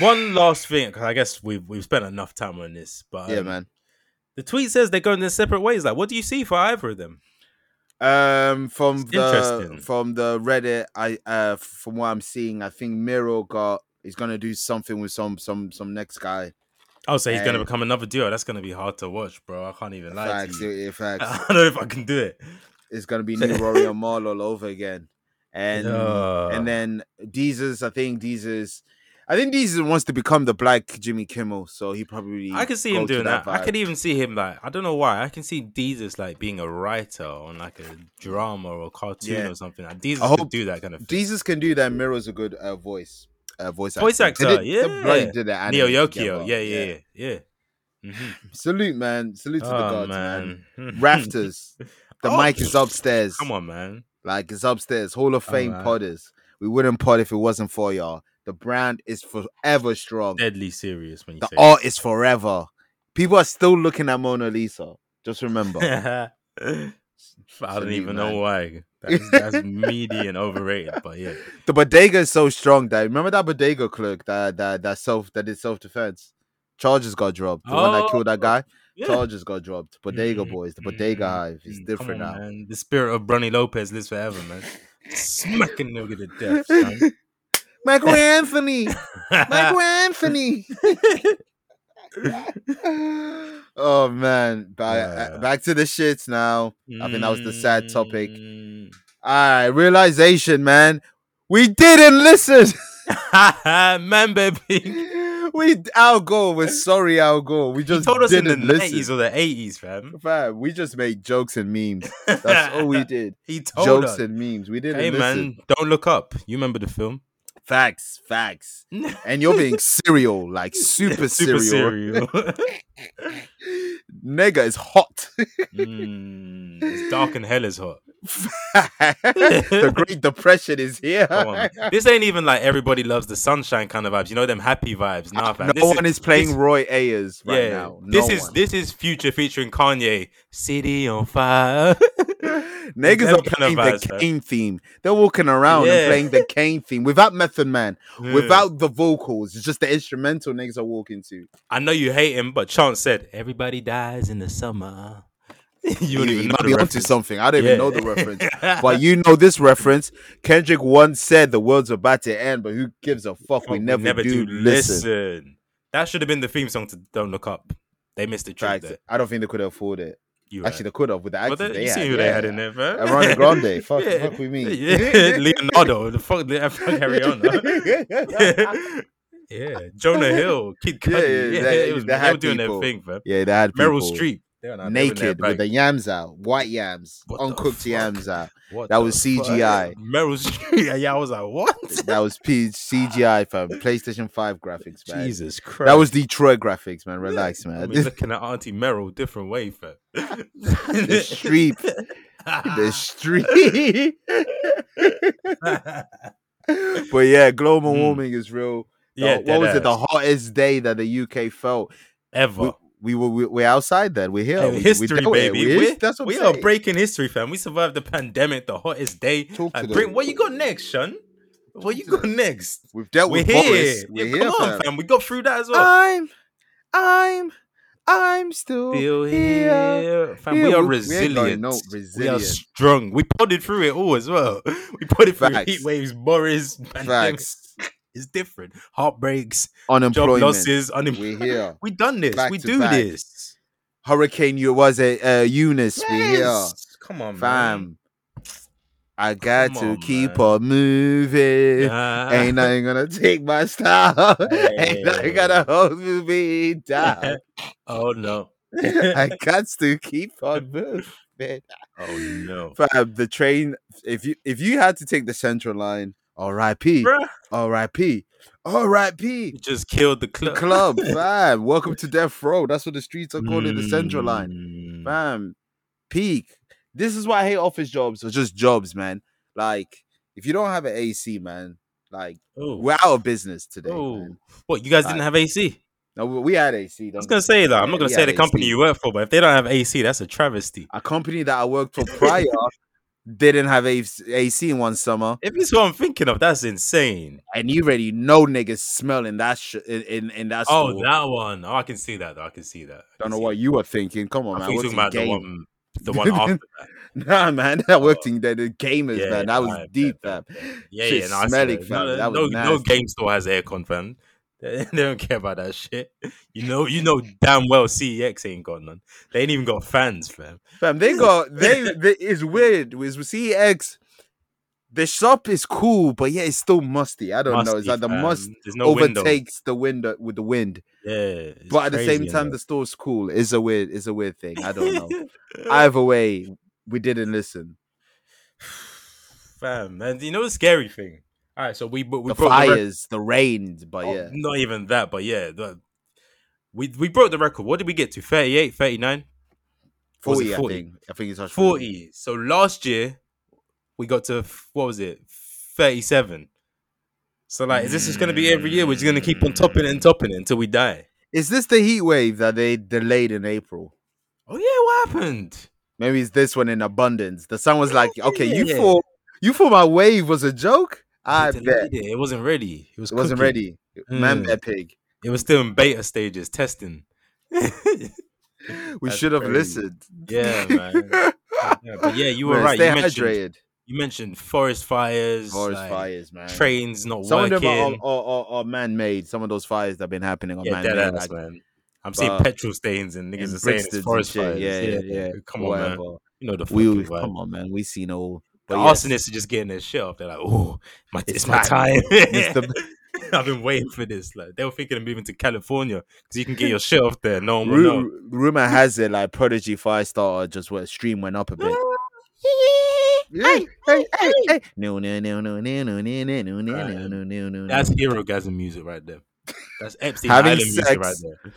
C: One last thing, because I guess we've we've spent enough time on this, but
B: Yeah,
C: um,
B: man.
C: The tweet says they're going their separate ways. Like, what do you see for either of them?
B: Um, from
C: It's
B: the
C: interesting.
B: from the Reddit, I uh, from what I'm seeing, I think Miro got he's gonna do something with some some some next guy.
C: Oh, so he's going to
B: Hey.
C: become another duo. That's going to be hard to watch, bro. I can't even lie
B: Facts,
C: to you.
B: yeah, yeah, facts.
C: I don't know if I can do it.
B: it's gonna be new Rory and Marl all over again. And
C: Yeah.
B: and then Jesus, I think Jesus, I think Jesus wants to become the black Jimmy Kimmel, so he probably
C: I can see him
B: go to
C: doing that. I
B: vibe.
C: could even see him like I don't know why. I can see Jesus like being a writer on like a drama or a cartoon
B: Yeah.
C: or something. Like Jesus
B: I
C: could
B: hope
C: do that kind of thing.
B: Jesus can do that. Miro's a good uh, voice, uh, voice
C: Voice actor,
B: They did- they bloody
C: yeah.
B: did that anime
C: Neo
B: together.
C: Yokio, yeah, yeah, yeah. yeah. Mhm.
B: Salute, man. Salute to the
C: Oh,
B: gods, man.
C: man,
B: Rafters. The
C: Oh,
B: mic is upstairs.
C: Come on, man.
B: Like it's upstairs. Hall of
C: Oh,
B: Fame
C: man.
B: podders. We wouldn't pod if it wasn't for y'all. The brand is forever strong.
C: Deadly serious when you
B: The
C: say
B: art is forever. People are still looking at Mona Lisa. Just remember.
C: that. I don't
B: Salute,
C: even
B: man.
C: know why. That's, that's meaty and overrated, but yeah.
B: the bodega is so strong that remember that bodega clerk that that that self that did self defense. Charges got dropped. The one that killed that guy.
C: Oh, yeah.
B: Charges got dropped. Bodega
C: Mm,
B: boys. The
C: mm,
B: bodega hive is
C: mm,
B: different
C: come on,
B: now.
C: Man. The spirit of Bronny Lopez lives forever, man. Smacking nigga to death, son.
B: Michael Anthony. Michael Anthony. oh man. Ba-
C: Yeah.
B: back to the shits now. I think that was the sad topic.
C: Mm.
B: Alright, realization, man. We didn't listen.
C: man, baby.
B: we Al Gore was sorry, Al Gore. We
C: He
B: just
C: told us in
B: didn't
C: the nineties
B: listen.
C: or the eighties, fam.
B: Fam, we just made jokes and memes. That's all we did.
C: he told
B: jokes
C: us.
B: and memes. We didn't
C: Hey,
B: listen.
C: man, don't look up. You remember the film?
B: Facts, facts. And you're being serial, like super,
C: Super
B: serial.
C: serial.
B: Nigga is hot.
C: Mm, it's dark and hell is hot.
B: the Great Depression is here.
C: Come on, man. This ain't even like everybody loves the sunshine kind of vibes. You know them happy vibes. Nah, fam.
B: No
C: this
B: one is playing
C: this-
B: Roy Ayers right now. No
C: this is
B: one.
C: this is future featuring Kanye. City on fire.
B: Niggas
C: them
B: are
C: kind of
B: playing the
C: vibes, man.
B: Kane theme. They're walking around
C: Yeah.
B: and playing the Kane theme without Method Man,
C: Yeah.
B: without the vocals. It's just the instrumental niggas are walking to.
C: I know you hate him, but Chance said everybody dies in the summer. you
B: You-
C: don't even
B: you
C: know
B: might
C: the
B: be
C: reference.
B: onto something. I don't even know the
C: Yeah.
B: reference, but you know this reference. Kendrick once said the world's about to end, but who gives a fuck?
C: Fuck,
B: we never, do, listen.
C: That should have been the theme song to Don't Look Up. They missed the trick
B: Facts.
C: there.
B: I don't think they could afford it.
C: You
B: Actually, they could have with the
C: right.
B: accent
C: but they,
B: they
C: you
B: had.
C: see who they
B: yeah.
C: had in there, bro.
B: Ariana Grande. Fuck,
C: Yeah.
B: fuck with me.
C: Yeah, Leonardo, the fuck, the fuck Ariana. yeah, Jonah Hill, Kid
B: Yeah,
C: Cudi. Yeah,
B: yeah,
C: they,
B: they-
C: it was,
B: they
C: they,
B: had
C: were doing
B: people.
C: their thing, man.
B: yeah, they had
C: Meryl
B: people
C: Streep, they were not- they were in their
B: naked with
C: bag.
B: the yams out, white yams,
C: What the
B: uncooked
C: fuck?
B: yams out.
C: What
B: that
C: the
B: was
C: fuck?
B: CGI.
C: Meryl Streep. Yeah, yeah, I was like, what?
B: That was P- CGI fam, PlayStation Five graphics, man.
C: Jesus Christ.
B: That was Detroit graphics, man. Relax,
C: I
B: man.
C: mean, looking at Auntie Meryl different way, fam.
B: the street, the street. but yeah, global
C: Mm.
B: warming is real. The-
C: yeah,
B: what was it? The
C: deadass.
B: hottest day that the UK felt.
C: ever?
B: We were we, we're outside then. We're here.
C: Hey,
B: We- we
C: history,
B: dealt with it.
C: baby.
B: We're-
C: We're-
B: that's what I'm
C: we
B: saying.
C: are breaking history, fam. We survived the pandemic, the hottest day.
B: Talk to
C: Like,
B: them.
C: bring, what you got next, Sean? What you got next?
B: We've dealt
C: We're
B: with
C: here.
B: Boris.
C: Yeah,
B: We're
C: come
B: here.
C: on,
B: fam.
C: fam. We got through that as well.
B: I'm, I'm, I'm still,
C: Still
B: here.
C: here. Fam,
B: Oh, Yeah,
C: we are
B: we- we ain't
C: resilient.
B: going no
C: We are
B: resilient.
C: strong. We plodded through it all as well. We plodded through
B: Facts.
C: heat waves, Boris, pandemics. It's different. Heartbreaks, job
B: Unemployment.
C: losses, unemployment.
B: We're here.
C: We done this.
B: Back
C: we
B: to
C: do
B: back.
C: this.
B: Hurricane you was it uh, Eunice. We're here.
C: Yes. Come on, man.
B: Fam. I got
C: Come
B: to
C: on,
B: keep
C: man.
B: on moving.
C: Ah.
B: Ain't nothing gonna take my style. Ain't nothing
C: Hey.
B: gonna hold me down.
C: oh no.
B: I got to keep on moving.
C: Oh no.
B: Fam, the train. If you if you had to take the central line, R.I.P.
C: Bruh,
B: R.I.P. R.I.P.
C: you just killed the club.
B: Club, fam. Welcome to death row. That's what the streets are calling the central line,
C: Mm.
B: fam. Peak. This is why I hate office jobs or just jobs, man. Like if you don't have an AC, man, like
C: Oh.
B: we're out of business today.
C: Oh.
B: man.
C: What you guys didn't
B: Like-
C: have AC?
B: No, we we had AC.
C: I
B: Don't
C: was gonna say that. I'm not
B: Yeah,
C: gonna
B: we
C: say
B: had
C: the company
B: AC.
C: you work for, but if they don't have AC, that's a travesty.
B: a company that I worked for prior didn't have a- AC in one summer,
C: If it's what I'm thinking of, that's insane.
B: and you already know niggas smelling that sh- in, in in that
C: Oh,
B: store.
C: that one. Oh, I can see that. Though. I can see that. I
B: Don't
C: can
B: know
C: see
B: what you were thinking. Come
C: that.
B: on,
C: I
B: man.
C: think you're
B: What's
C: talking
B: in
C: about the
B: game?
C: one, the one after that.
B: Nah, man. That worked in the, the gamers,
C: Yeah,
B: man. That was
C: I bet,
B: deep,
C: bet,
B: fam.
C: Yeah,
B: Shit
C: yeah. No, I see
B: smelling,
C: that.
B: fam.
C: no,
B: That
C: no,
B: was
C: no
B: nasty.
C: game store has aircon, fam. They they don't care about that shit. You know, you know damn well CEX ain't got none. They ain't even got fans, fam.
B: Fam, they got they, they it's weird. With with CX, the shop is cool, but yeah, it's still musty. I don't know. It's
C: Musty,
B: like the
C: fam.
B: must
C: There's no window.
B: overtakes the window with the wind.
C: Yeah, it's
B: but at the
C: crazy
B: same
C: in
B: time,
C: there.
B: the store's cool. It's a weird, it's a weird thing. I don't know. Either way, we didn't listen.
C: fam. And you know the scary thing. All right, so we but we
B: The
C: broke the rec-
B: fires, the rains, but
C: oh,
B: yeah.
C: not even that, but yeah, the- we we broke the record. What did we get to? 38, 39, Or was
B: 40,
C: it
B: I
C: 40?
B: think. I think it's
C: 40. So last year we got to f- what was it? 37. So like, is this just gonna be every year? We're just gonna keep on topping it and topping it until we die.
B: Is this the heat wave that they delayed in April?
C: Oh yeah, what happened?
B: Maybe it's this one in abundance. The sun was like, okay, you
C: Yeah.
B: thought you thought my wave was a joke? I
C: They
B: bet
C: delayed It. it wasn't ready. It was
B: it wasn't
C: cooking.
B: ready. Man,
C: Mm.
B: that pig.
C: It was still in beta stages, testing.
B: We
C: That's
B: should have
C: crazy.
B: listened.
C: yeah, man. Yeah, but yeah, you were
B: Man,
C: right.
B: Stay
C: You mentioned,
B: hydrated.
C: you mentioned forest fires,
B: Forest
C: like,
B: fires, man.
C: trains not
B: Some of
C: working.
B: them are, are, are, are man-made. Some of those fires that have been happening are
C: yeah,
B: man-made.
C: dead ass,
B: like
C: man. I'm seeing
B: but-
C: petrol stains and niggas
B: in
C: are saying
B: Brixton's
C: it's
B: and
C: forest
B: shit.
C: fires.
B: Yeah, yeah, yeah.
C: Come on, man.
B: Whatever.
C: You know the
B: We
C: fucking vibe.
B: come on, man. We seen all.
C: The
B: But yes,
C: arsonists are just getting their shit off. They're like, "Oh, my, it's,
B: It's
C: my time.
B: time. It's the-
C: I've been waiting for this." Like they were thinking of moving to California because you can get your shit off there. No one will know.
B: ru- rumor has it like Prodigy Firestarter just where stream went up a bit. Hey, hey, hey, hey. No, no, no, no, no, no, no, no, no, no, no, no, no, no.
C: That's
B: no.
C: erogasm music right there. That's Epstein
B: Having
C: Island music
B: sex
C: right there.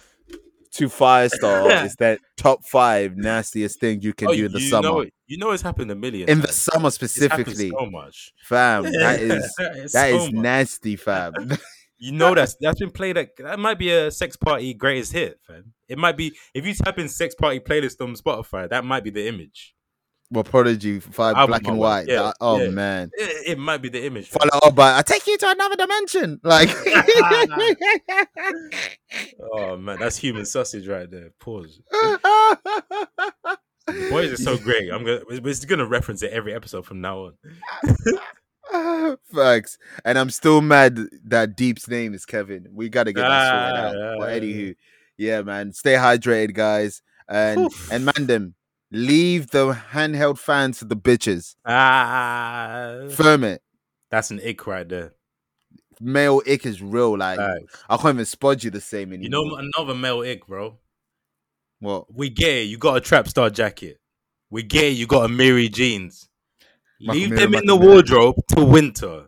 B: to Firestar is that top five nastiest thing you can do in the
C: Oh, you
B: summer.
C: Know it, you know it's happened a million.
B: in the
C: times.
B: summer
C: It's happened
B: specifically,
C: so much.
B: fam. That is
C: It's
B: that
C: so
B: is
C: much.
B: nasty, fam.
C: You know that's that's been played at that might be a sex party greatest hit, fam. It might be if you type in sex party playlist on Spotify, that might be the image.
B: Well, Prodigy five,
C: Album
B: black and
C: artwork,
B: white.
C: yeah,
B: that- oh
C: yeah.
B: man.
C: It, it might be the image. fam.
B: Follow up by I take you to another dimension. Like
C: Oh man, that's human sausage right there. Pause. The boys are so great. I'm gonna we're just gonna reference it every episode from now on.
B: Facts. And I'm still mad that Deep's name is Kevin. We gotta get that sorted
C: Ah,
B: out. But
C: yeah, yeah.
B: anywho, yeah, man. Stay hydrated, guys. And
C: Oof.
B: and man them. Leave the handheld fan to the bitches.
C: Ah,
B: Firm it.
C: that's an ick right there.
B: Male ick is real. Like
C: Facts.
B: I can't even spot you the same anymore.
C: You know another male ick, bro.
B: what?
C: We gay, you got a trap star jacket. We gay, you got a Miri jeans.
B: Michael
C: Leave
B: Mira,
C: them in the
B: Michael Mira.
C: wardrobe till winter.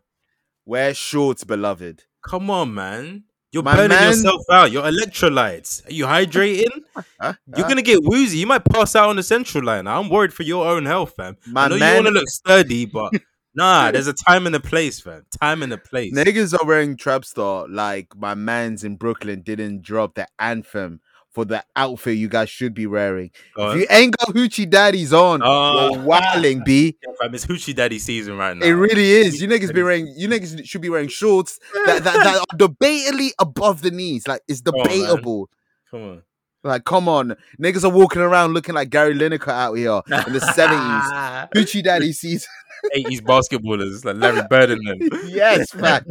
B: Wear shorts, beloved.
C: Come on, man. You're
B: My
C: burning
B: man-
C: yourself out. Your electrolytes. Are you hydrating?
B: Huh?
C: You're gonna get woozy. You might pass out on the central line. I'm worried for your own health, fam.
B: My
C: I know
B: man-
C: you want to look sturdy, but nah, there's a time and a place, fam. Time and a place.
B: Niggas are wearing trap star like my man's in Brooklyn didn't drop the anthem for the outfit you guys should be wearing.
C: Go on.
B: If you ain't got hoochie daddies on,
C: Oh.
B: you're wilding, b.
C: Yeah, fam, it's hoochie daddy season right now.
B: It really is. You niggas
C: It
B: be
C: is.
B: wearing. You niggas should be wearing shorts that that, that are debatably above the knees. Like it's
C: on, Oh, man.
B: debatable.
C: Come on.
B: like come on, niggas are walking around looking like Gary Lineker out here in the seventies. Gucci Daddy season.
C: 80s basketballers like Larry Bird and them.
B: yes, man.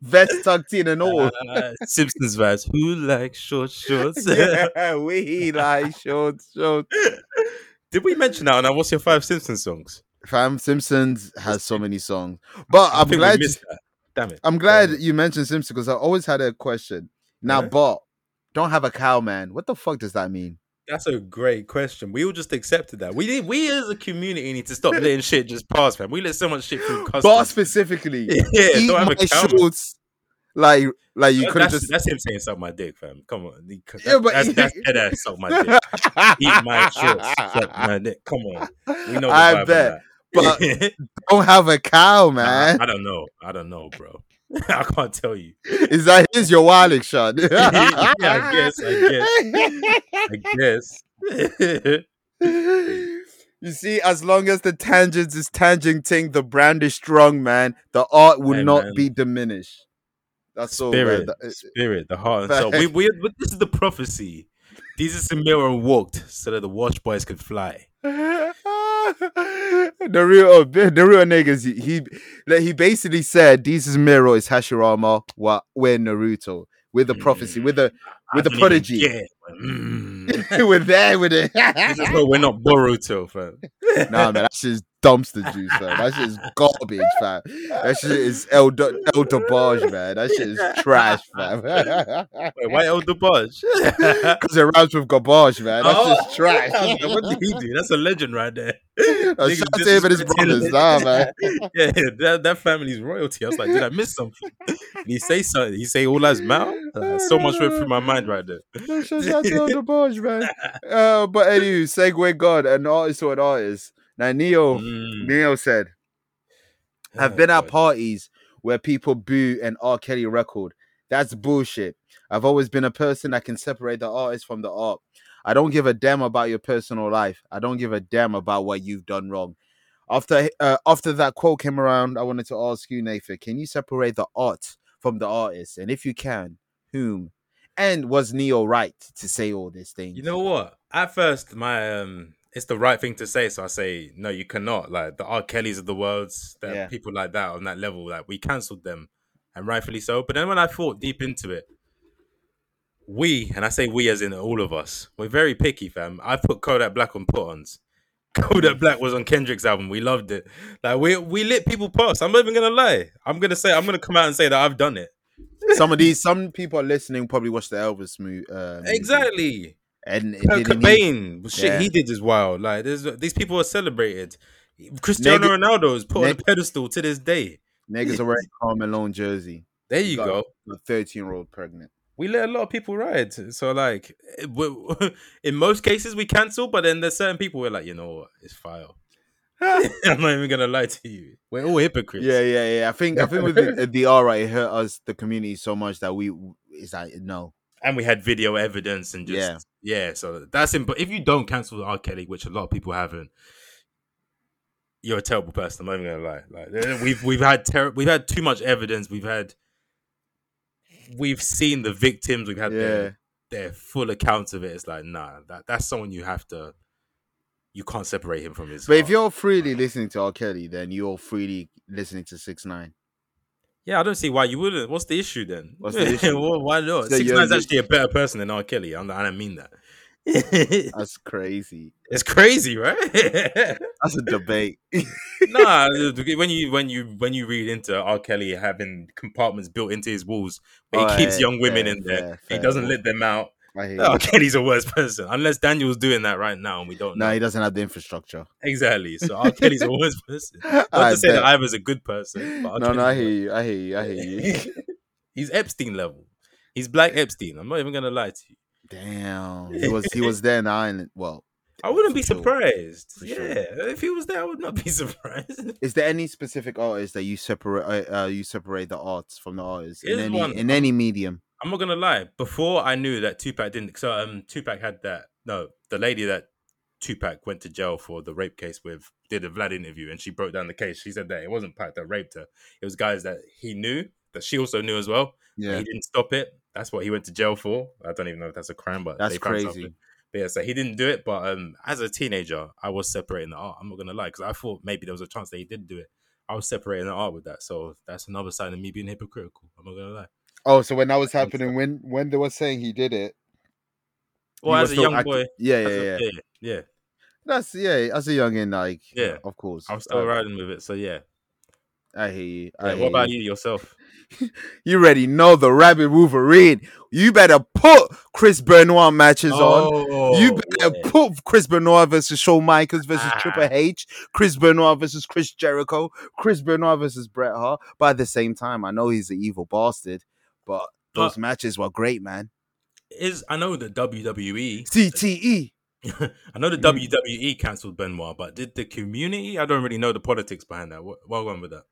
B: Vest tucked in and all.
C: Uh, Simpsons vibes. Who likes short shorts?
B: yeah, we like shorts, shorts.
C: Did we mention that? Now, what's your five Simpsons songs?
B: Fam Simpsons has so many songs, but I'm
C: think we
B: glad.
C: missed that. Damn it.
B: I'm glad
C: Damn it.
B: you mentioned Simpsons because I always had a question. Now,
C: Yeah.
B: but don't have a cow, man. What the fuck does that mean?
C: That's a great question. We all just accepted that. We need, we as a community need to stop letting shit just pass, man. We let so much shit through customs.
B: Bar specifically.
C: yeah,
B: Eat
C: don't have
B: my
C: a count.
B: shorts. Like, like you
C: That-
B: could have
C: that's,
B: just.
C: that's him saying suck my dick, fam. Come on, He-
B: Yeah, but-
C: that's, that's dead ass suck my dick. Eat my shorts, suck my dick. Come on, we know. The vibe
B: I bet.
C: on that.
B: But don't have a cow,
C: Nah,
B: man.
C: I don't know. I don't know, bro. I can't tell you.
B: Is that here's your wallet shot?
C: Yeah, I guess, I I guess.
B: You see, as long as the tangents is tangenting, the brand is strong, man. The art will
C: Hey,
B: not
C: man.
B: be diminished. That's all. man.
C: Spirit,
B: That-
C: spirit, the heart and soul. We, we, but this is the prophecy. Jesus and Mira walked so that the watch boys could fly.
B: the real, oh, the real niggas. He, he, like, he basically said, "This is Miro, is Hashirama, we're, we're Naruto, we're the prophecy, we're the,
C: Mm. I
B: we're the
C: don't even
B: prodigy,
C: get it. Mm.
B: we're there with it."
C: this is why we're not Boruto, fam.
B: Nah, man, that shit's dumpster juice, fam. That shit is garbage, fam. That shit is El, Do- El Dabage, man. That shit is trash, fam. Because
C: Wait, why El Dabaj?
B: it rhymes with garbage, man. That's
C: Oh.
B: just trash.
C: I was like, what did he do? That's a legend right there.
B: Uh,
C: Niggas
B: shout out to him and his
C: disrespecting
B: brothers,
C: it.
B: nah, man.
C: yeah, that, that family's royalty. I was like, did I miss something? Did he say something? Did he say all that's mouth? Uh, so much went through my mind right there.
B: Shout out to El Dabage, man. Uh, but anyway, segue God, an artist to an artist. Now, Neo,
C: Mm.
B: Neo said, Oh, I've
C: Oh,
B: been at
C: God.
B: parties where people boo an R. Kelly record. That's bullshit. I've always been a person that can separate the artist from the art. I don't give a damn about your personal life. I don't give a damn about what you've done wrong. After uh, after that quote came around, I wanted to ask you, Nathan, can you separate the art from the artist? And if you can, whom? And was Neo right to say all these things?
C: You know what? At first, my um, it's the right thing to say, so I say no, you cannot. Like the R. Kellys of the worlds, that
B: Yeah.
C: people like that on that level, like we cancelled them, and rightfully so. But then when I thought deep into it, we and I say we as in all of us, we're very picky, fam. I put Kodak Black on put-ons. Kodak Black was on Kendrick's album. We loved it. Like we we let people pass. I'm not even gonna lie. I'm gonna say I'm gonna come out and say that I've done it.
B: some of these, some people are listening probably watched the Elvis movie. Uh, movie,
C: Exactly.
B: And it
C: Kurt
B: didn't need-
C: Cobain, shit
B: Yeah.
C: he did is wild. Like there's, these people are celebrated. Cristiano
B: Neg-
C: Ronaldo is put on
B: neg-
C: a pedestal to this day.
B: Niggas are wearing Carl Malone jersey.
C: There you
B: Got-
C: go.
B: A 13 year old pregnant.
C: We let a lot of people ride. So like, it- we- in most cases we cancel, but then there's certain people we're like, you know what, it's fire. I'm not even gonna lie to you. We're all hypocrites.
B: Yeah, yeah, yeah. I think I think with the, the all right, it hurt us the community so much that we it's like no.
C: and we had video evidence and just yeah. so that's it. But if you don't cancel R. Kelly, which a lot of people haven't, you're a terrible person. I'm not even gonna lie. Like eh, we've we've had ter- we've had too much evidence. We've had we've seen the victims. We've had their their full accounts of it. It's like nah, that that's someone you have to. You can't separate him from his.
B: But if
C: art.
B: you're freely listening to R. Kelly, then you're freely listening to Six Nine.
C: yeah, I don't see why you wouldn't. What's the issue then?
B: What's the issue?
C: Why- why not?
B: So
C: Six
B: you're-
C: Nine's actually a better person than R. Kelly. I'm, I don't mean that. it's
B: That's crazy.
C: crazy, right?
B: That's a debate.
C: nah, when you when you when you read into R. Kelly having compartments built into his walls, but he
B: Oh,
C: keeps
B: yeah,
C: young women
B: fair,
C: in there.
B: fair,
C: he
B: fair.
C: doesn't let Oh, them out.
B: I hear
C: R.
B: you.
C: Kelly's a worse person, unless Daniel's doing that right now, and we don't know
B: No, he doesn't have the infrastructure.
C: exactly. So R. Kelly's a worse person. Not
B: I
C: to say that
B: bet.
C: Ivor's a good person. But R.
B: No, no, I
C: Kelly's
B: hear
C: worse.
B: you. I hear you. I hear you.
C: He's Epstein level. He's black Epstein. I'm not even gonna lie to you.
B: Damn, he was he was there in Ireland. Well,
C: I wouldn't
B: for
C: be
B: sure.
C: surprised.
B: For
C: yeah,
B: sure.
C: if he was there, I would not be surprised.
B: Is there any specific artist that you separate uh, uh, you separate the arts from the artist in
C: Here's
B: any
C: one.
B: in any medium?
C: I'm not gonna lie. Before I knew that Tupac didn't, so um, Tupac had that. No, the lady that Tupac went to jail for the rape case with did a Vlad interview, and she broke down the case. She said that it wasn't Pac that raped her; it was guys that he knew that she also knew as well.
B: Yeah,
C: He didn't stop it. That's what he went to jail for. I don't even know if that's a crime, but
B: that's
C: they found something.
B: crazy.
C: But yeah, so he didn't do it. But um, as a teenager, I was separating the art. I'm not gonna lie, because I thought maybe there was a chance that he did do it. I was separating the art with that, so that's another sign of me being hypocritical. I'm not gonna lie.
B: Oh, so when that was
C: That's
B: happening, when when they were saying he did it, you
C: Well,
B: were
C: as a
B: still
C: young
B: acti-
C: boy,
B: yeah, yeah,
C: as a-
B: yeah,
C: yeah, yeah.
B: That's yeah, as a youngin, like
C: Yeah.
B: of course.
C: I was still
B: Uh,
C: riding with it, so yeah.
B: I hear you. I
C: Yeah,
B: hear
C: what about
B: you?
C: you yourself?
B: You already know the rabbit Wolverine. You better put Chris Benoit matches on. You better
C: Oh, yeah.
B: put Chris Benoit versus Shawn Michaels versus
C: Ah.
B: Triple H, Chris Benoit versus Chris Jericho, Chris Benoit versus Bret Hart. But at the same time, I know he's an evil bastard, but those
C: But-
B: matches were great, man.
C: is I know the WWE.
B: CTE.
C: I know the
B: Mm.
C: WWE cancelled Benoit, but did the community? I don't really know the politics behind that. What, what went with that?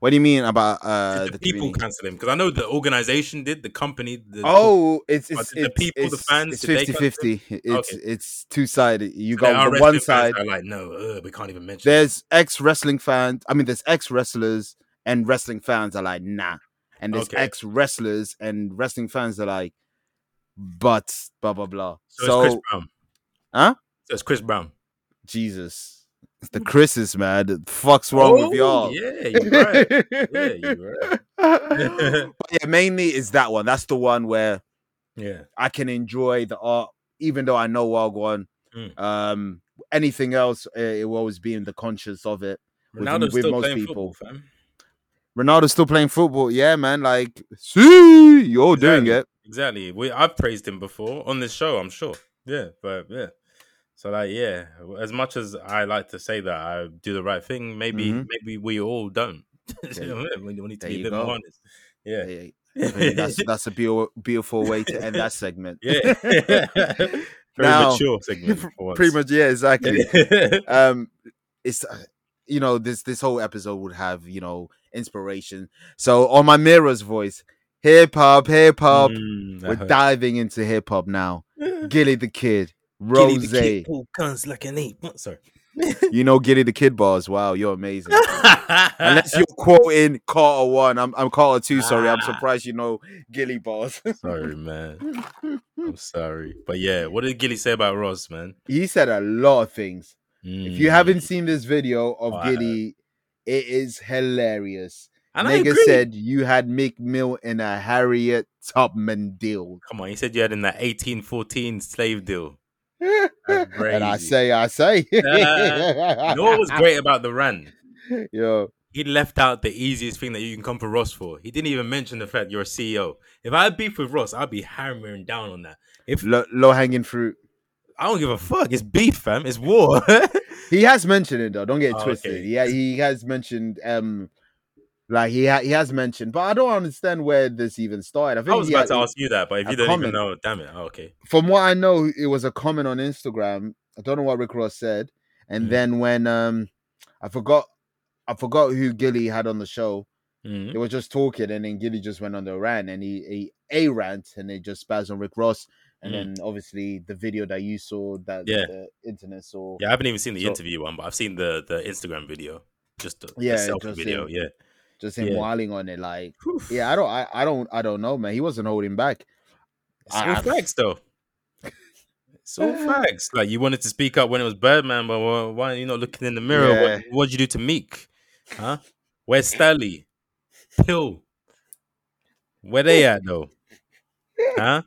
B: What do you mean about uh, the
C: did the, people
B: community?
C: cancel him because I know the organization did, the company. The,
B: Oh, it's
C: Or
B: it's,
C: did the
B: it's
C: people, the
B: it's-
C: fans,
B: It's
C: did they
B: 50 50. It's
C: Okay.
B: it's two sided. You
C: and there are
B: got the
C: wrestling
B: one
C: fans
B: side.
C: that are like, no, uh, we can't even mention. it.
B: There's ex wrestling fans. I mean, there's ex wrestlers and wrestling fans are like, nah. And there's
C: Okay.
B: ex wrestlers and wrestling fans are like, but blah blah blah.
C: So,
B: So,
C: it's Chris Brown.
B: Huh?
C: So it's Chris Brown.
B: Jesus, It's the Chris's man. Fuck's wrong
C: Oh,
B: with y'all.
C: Yeah, you're right. yeah, you're right.
B: but yeah, mainly it's that one. That's the one where
C: Yeah.
B: I can enjoy the art, even though I know Wagwan.
C: Mm.
B: Um, anything else, uh, it will always be in the conscience of it. With-
C: Ronaldo's
B: with
C: still
B: most
C: playing
B: people.
C: football, fam.
B: Ronaldo's still playing football, yeah, man. Like, see, you're doing
C: Exactly.
B: it.
C: Exactly. We I've praised him before on this show, I'm sure. Yeah, but yeah. So like yeah, as much as I like to say that I do the right thing, maybe
B: Mhm.
C: maybe we all don't. you
B: There
C: know
B: you-
C: what I mean? we, we need to
B: there
C: be a
B: you
C: bit more
B: go.
C: honest. Yeah.
B: Hey, hey, that's that's a beau- beautiful way to end that segment.
C: yeah. Very
B: Now-
C: mature segment for once.
B: pretty much, yeah, exactly.
C: yeah.
B: um, it's uh, you know this this whole episode would have you know inspiration. So on my mirror's voice, hip hop, hip hop.
C: Mm,
B: We're
C: that hurt.
B: diving into hip hop now.
C: Yeah.
B: Gilly the Kid,
C: Gilly
B: Rose.
C: the kid pull guns like an ape. Oh, Sorry.
B: You know Giddy the Kid bars. Wow, you're amazing. Unless you're quoting Carter one, I'm I'm Carter two. Sorry, I'm
C: Ah.
B: surprised you know Gilly bars.
C: sorry, man. I'm sorry. But yeah, what did Gilly say about Ross, man?
B: he said a lot of things. If you
C: Mm.
B: haven't seen this video of
C: Oh, I heard.
B: Gilly, it is hilarious.
C: and I
B: Nigga
C: agree.
B: said you had Mick Mill in a Harriet Tubman deal,
C: Come on, he said you had in that 1814 slave deal. That's
B: and I
C: crazy.
B: say, I say, Ah,
C: You know what was great about the run?
B: Yo,
C: He left out the easiest thing that you can come for Ross for. He didn't even mention the fact you're a CEO. If I had beef with Ross, I'd be hammering down on that. If
B: low, low hanging fruit.
C: I don't give a fuck, it's beef, fam. It's war.
B: He has mentioned it though. Don't get it
C: Oh,
B: twisted.
C: okay.
B: Yeah, he has mentioned um, like he ha- he has mentioned, but I don't understand where this even started. I think
C: I was
B: he
C: about to
B: had-
C: ask you that, but if
B: a
C: you don't even
B: comment.
C: know, damn it. Oh, okay.
B: from what I know, it was a comment on Instagram. I don't know what Rick Ross said, and
C: Mhm.
B: then when um, I forgot. I forgot who Gilly had on the show.
C: Mhm.
B: They were just talking, and then Gilly just went on the rant, and he, he a rant, and they just spazzed on Rick Ross, and
C: Mm.
B: then obviously the video that you saw, that
C: Yeah.
B: the internet saw,
C: Yeah, I haven't even seen the
B: So-
C: interview one, but I've seen the the Instagram video. Just the, the
B: Yeah,
C: selfie
B: just
C: video.
B: him.
C: Yeah.
B: just him
C: Yeah.
B: whiling on it, like
C: Whew.
B: Yeah, I don't, I, I don't, I don't know, man. He wasn't holding back.
C: It's all
B: Ah.
C: facts, though. It's all facts. Like you wanted to speak up when it was Birdman, but why, why are you not looking in the mirror? What what'd you do to Meek? Huh? Where's Stanley? Pill. Where they at though? Huh?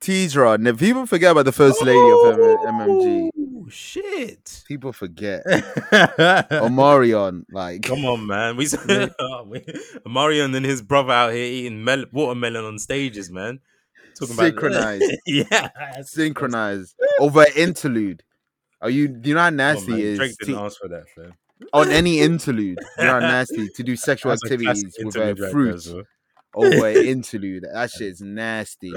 B: Tidra. Now, people forget about the first lady of M- MMG.
C: Oh, shit.
B: People forget. Omarion, like
C: Come on, man. We Marion and his brother out here eating mel- watermelon on stages, man. Talking
B: synchronized,
C: about yeah,
B: synchronized over interlude. Are you? You know how nasty
C: Come on, man.
B: is
C: Drake didn't
B: to-
C: ask for that, fam.
B: on any interlude. You know how nasty to do sexual
C: That's a classic
B: activities with a
C: interlude right there,
B: fruit
C: so.
B: over an interlude. That shit's nasty.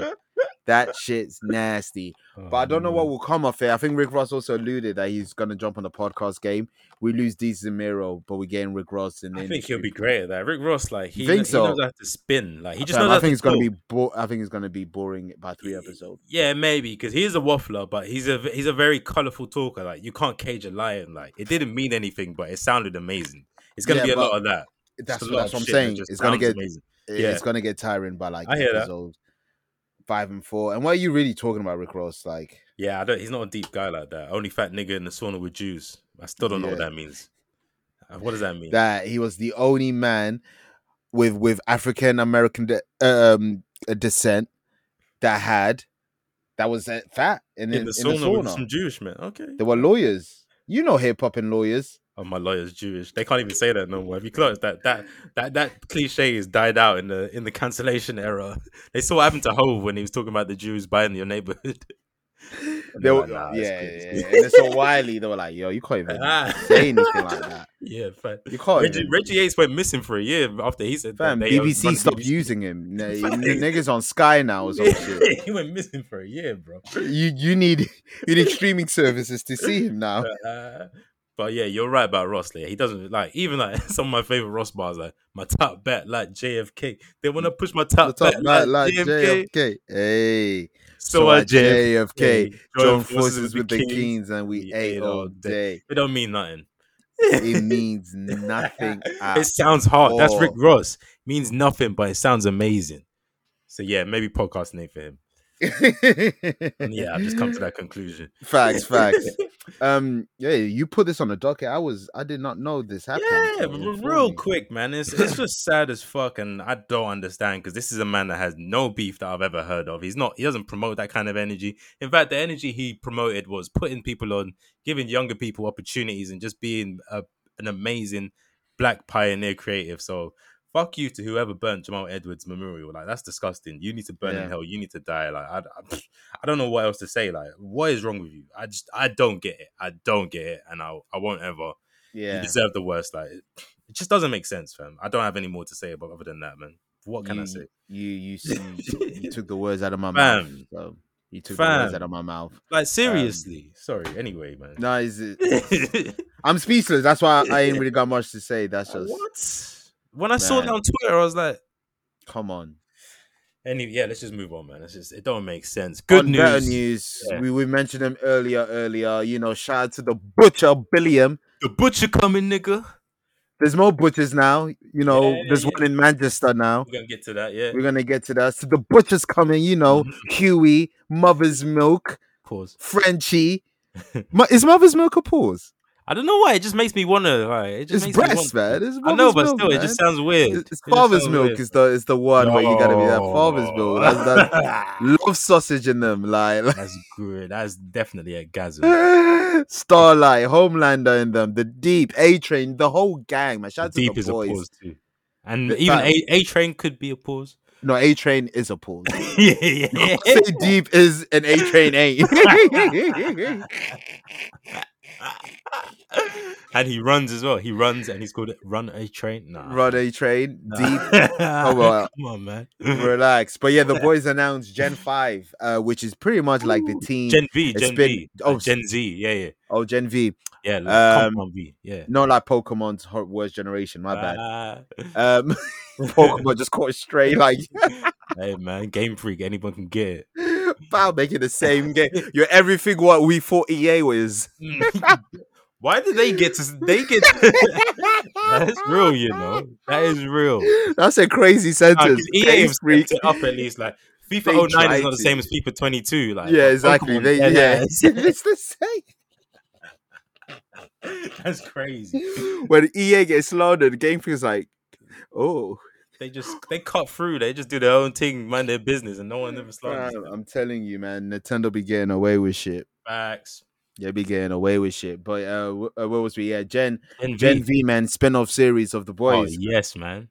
B: That shit's nasty. But I don't know
C: Oh.
B: what will come of it. I think Rick Ross also alluded that he's gonna jump on the podcast game. We lose D Zemiro, but we're getting Rick Ross in the
C: I think he'll
B: industry.
C: be great at that. Rick Ross, like he,
B: You think
C: kn-
B: so?
C: he knows how to spin. Like he just
B: Fam,
C: knows.
B: I
C: how
B: think
C: to
B: it's gonna
C: talk.
B: be. Bo- I think it's gonna be boring by three episodes.
C: Yeah, maybe because he is a waffler, but he's a he's a very colorful talker. Like you can't cage a lion. Like it didn't mean anything, but it sounded amazing. It's gonna
B: Yeah,
C: be a lot
B: but
C: of that.
B: That's,
C: Just a
B: what,
C: lot
B: that's
C: of
B: what I'm
C: shit that
B: saying.
C: just
B: It's gonna
C: sounds
B: get.
C: amazing. yeah.
B: It's gonna get tiring by like
C: I hear that.
B: episodes five and four. And what are you really talking about, Rick Ross? Like,
C: Yeah, I don't. He's not a deep guy like that. Only fat nigga in the sauna with Jews. I still don't know what
B: Yeah.
C: that means. Uh, What does that mean?
B: that he was the only man with with African American de- um descent that had that was uh, fat and in,
C: in the
B: in
C: sauna,
B: the sauna.
C: with some Jewish men. Okay.
B: They were lawyers. You know hip hop and lawyers.
C: Oh, my lawyer's Jewish. They can't even say that no more. Have you closed that? That that that cliche is died out in the in the cancellation era. They saw what happened to Hove when he was talking about the Jews buying your neighborhood.
B: They
C: Nah,
B: were,
C: nah, it's
B: yeah,
C: good, it's
B: yeah,
C: good.
B: yeah. And it's so wily. They were like, yo, you can't even
C: Ah.
B: say anything like that.
C: Yeah, fam.
B: You can't.
C: Reggie,
B: even.
C: Reggie Yates went missing for a year after he said
B: Oh, Fam,
C: that. They- uh, I was
B: BBC
C: running
B: stopped
C: BBC.
B: using him. Nah, you-
C: Fam.
B: Niggas on Sky now or some shit.
C: he went missing for a year, bro.
B: You you need you need streaming services to see him now.
C: Uh, but yeah, you're right about Ross. Like, he doesn't like even like some of my favorite Ross bars, like my top bet, like JFK. They want to push my
B: The
C: top,
B: top
C: bet,
B: like,
C: like,
B: like
C: JFK.
B: JFK. Hey,
C: So, I JFK.
B: JFK. Join
C: Join
B: forces with the Kings and we
C: We
B: ate all day.
C: It don't mean nothing.
B: It means nothing.
C: it
B: at
C: sounds hard. That's Rick
B: all.
C: Ross. Means nothing, but it sounds amazing. So yeah, maybe podcast name for him. And yeah, I've just come to that conclusion.
B: Facts, facts. Um, yeah, you put this on the docket. I was, I did not know this happened.
C: Yeah,
B: so
C: but
B: inform
C: real
B: me.
C: quick, man. It's it's just sad as fuck, and I don't understand because this is a man that has no beef that I've ever heard of. He's not. He doesn't promote that kind of energy. In fact, the energy he promoted was putting people on, giving younger people opportunities, and just being a, an amazing black pioneer creative. So. Fuck you to whoever burnt Jamal Edwards Memorial. Like that's disgusting. You need to burn
B: Yeah.
C: in hell. You need to die. Like I, I, I don't know what else to say. Like what is wrong with you? I just I don't get it. I don't get it, and I I won't ever you
B: Yeah,
C: deserve the worst. Like it it just doesn't make sense, fam. I don't have any more to say about other than that, man. What can I
B: You-
C: say?
B: you, you, s- you, you took the words out of my mouth.
C: Fam.
B: So you took the words
C: Fam.
B: out of my mouth.
C: Like seriously. Um, Sorry. Anyway, man.
B: No, is it? I'm speechless. That's why I ain't really got much to say. That's just
C: what? When I saw that
B: Man.
C: on Twitter, I was like,
B: come on.
C: anyway, yeah, let's just move on, man. It's just it don't make sense. Good
B: On
C: news.
B: Better news.
C: Yeah.
B: We we mentioned them earlier. Earlier, you know, shout out to the butcher Billiam.
C: The butcher coming, nigga.
B: There's more butchers now. You know,
C: Yeah,
B: there's
C: yeah.
B: one in Manchester now.
C: We're gonna get to that, yeah.
B: We're gonna get to that. So the butcher's coming, you know, Huey, Mother's Milk,
C: Pause.
B: Frenchie. Mo- is Mother's Milk a pause?
C: I don't know why. It just makes me wonder. Like, it
B: It's
C: just makes
B: breast,
C: me wonder.
B: man. It's
C: I know,
B: mother's
C: but
B: milk,
C: still, it
B: man.
C: just sounds weird.
B: It's-
C: It
B: It's
C: just
B: father's
C: sounds
B: milk
C: weird.
B: is the is the one where you gotta be that father's milk. That's that love sausage in them, like, like
C: That's good. That's definitely a gasm.
B: Starlight, Homelander in them, the Deep, A Train, the whole gang, man. Shout out to
C: Deep
B: the
C: is a
B: boys.
C: pause too. And
B: The
C: even
B: fact-
C: a, a train could be a pause.
B: No, A Train is a pause.
C: yeah, yeah, yeah.
B: Say Deep is an A Train ain't.
C: and he runs as well. He runs and he's called it Run a Train. Nah.
B: Run A Train, Deep,
C: oh,
B: well. uh,
C: Come on, man.
B: relax. But yeah, the boys announced Gen Five, uh, which is pretty much like the team.
C: Gen V,
B: It's
C: Gen
B: been-
C: V.
B: oh,
C: Oh, Gen Z. Yeah, yeah.
B: oh, Gen V,
C: Yeah, like
B: Um,
C: Compound V. Yeah.
B: not like Pokemon's ho- worst generation. My bad.
C: Ah.
B: Um, Pokemon just caught straight like
C: hey, man. Game Freak. Anyone can get it.
B: wow, making the same game. You're everything what we thought EA was.
C: Why did they get to? They get. To, that's real, you know. That is real.
B: That's a crazy
C: Nah, 'cause E
B: sentence.
C: EA
B: Game
C: have
B: Freak.
C: stepped it up at least. Like
B: They
C: FIFA 09
B: tried
C: is not the
B: to.
C: same as FIFA 22. Like
B: Yeah,
C: like,
B: exactly.
C: Pokemon
B: They-
C: dead
B: yeah,
C: ass.
B: it's the same.
C: that's crazy.
B: E When EA gets slaughtered, Game Freak's like, oh,
C: They just they cut through. They just do their own thing, mind their business, and no one ever
B: Man,
C: slams.
B: um, I'm telling you, man, Nintendo be getting away with shit.
C: Facts.
B: They be getting away with shit. But uh, wh- uh where was we? Yeah, Gen
C: And
B: Gen
C: V-
B: V man spin-off series of the
C: Oh
B: boys.
C: yes, man.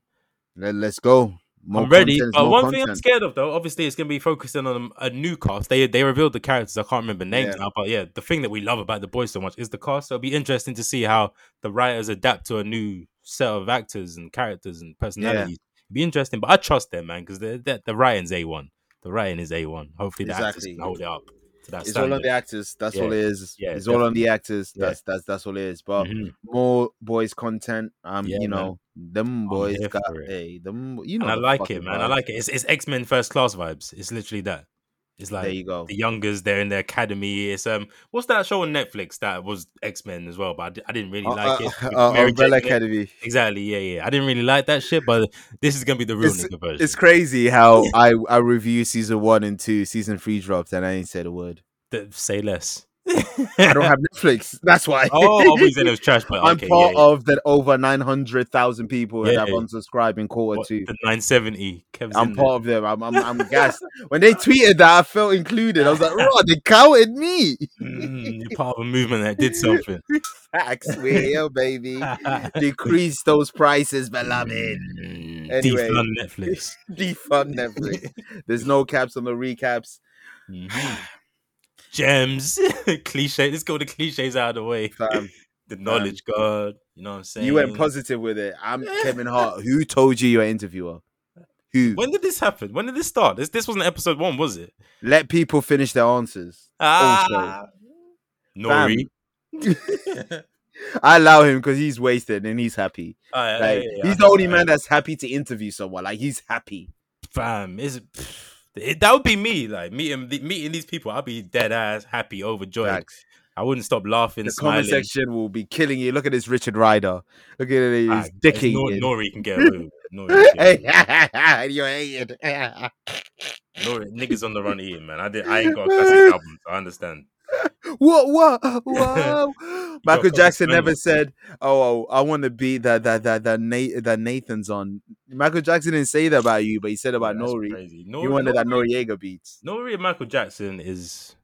B: Let, let's go. More
C: I'm ready.
B: content,
C: but
B: more
C: one thing I'm
B: content.
C: scared of, though, obviously, it's going to be focusing on a new cast. They they revealed the characters. I can't remember names
B: Yeah.
C: now, but yeah, the thing that we love about the boys so much is the cast. So it'll be interesting to see how the writers adapt to a new set of actors and characters and personalities. It'd be interesting, but I trust them, man, because the the the writing's a one. The writing is a one. Hopefully, the actors
B: Exactly.
C: can hold it up to that
B: It's all on
C: standard.
B: the actors. That's
C: Yeah.
B: all it is.
C: Yeah,
B: it's all on the actors.
C: Yeah.
B: That's that's that's all it is. But
C: Mhm.
B: more boys content. Um,
C: Yeah,
B: you
C: man.
B: know, them boys
C: here
B: got
C: for it.
B: hey, them. You know,
C: And I
B: the
C: like it,
B: fucking
C: man. I
B: vibes.
C: like it. It's, it's X Men First Class vibes. It's literally that. It's like
B: There you go.
C: the youngers they're in the academy it's um what's that show on netflix that was x-men as well but i, di- I didn't really
B: Uh,
C: like
B: uh,
C: it with
B: uh,
C: Mary
B: Umbrella
C: Jane in it.
B: Academy.
C: exactly yeah yeah i didn't really like that shit but this is gonna be the real nigga version
B: It's crazy how I I review season one and two, season three dropped, and I ain't said a word.
C: Th- say less
B: I don't have Netflix. That's why.
C: oh i was in it was trash but
B: I'm
C: okay yeah,
B: part
C: yeah.
B: of that over nine hundred thousand people that
C: Yeah.
B: have unsubscribed in quarter
C: What,
B: two.
C: the 970 Kev's
B: I'm
C: in there.
B: part of them. I'm, I'm, I'm gassed. When they tweeted that, I felt included. I was like, "Rod, they counted me."
C: Mm, you're part of a movement that did something
B: Facts, we're here, baby. Decrease those prices, beloved.
C: Mm,
B: Anyway.
C: defund netflix
B: Defund Netflix. There's no caps on the recaps.
C: Mhm. gems cliche let's go the cliches out of the way
B: Fam,
C: the knowledge guard. You know what I'm saying?
B: Um, you went positive with it. I'm Kevin Hart. Who told you you're an interviewer? Who?
C: When did this happen? When did this start? This this wasn't episode one, was it?
B: Let people finish their answers.
C: Ah, Nori.
B: I allow him because he's wasted and he's happy.
C: Aye, aye,
B: Like,
C: aye, aye,
B: he's the only
C: aye.
B: man that's happy to interview someone. Like he's happy.
C: Fam, is it, that would be me. Like meeting the- meeting these people, I'd be dead ass happy, overjoyed.
B: Facts.
C: I wouldn't stop laughing,
B: The
C: smiling.
B: comment section will be killing you. Look at this Richard Ryder. Look at it. He's
C: Aye, there's
B: dicking.
C: Nor-
B: you.
C: Nori can get away with it. Nori, can get away with it.
B: hey, you're hated.
C: Nori, niggas on the run eating, man. I did. I ain't got a classic album, so I understand.
B: Whoa, whoa, whoa. Michael
C: couple
B: Jackson never
C: singles.
B: said, oh, oh, I want to be that that that that, Na- that Nathan's on. Michael Jackson didn't say that about you, but he said about
C: That's
B: Nori.
C: crazy.
B: You wanted that Noriega beats.
C: Nori and Michael Jackson is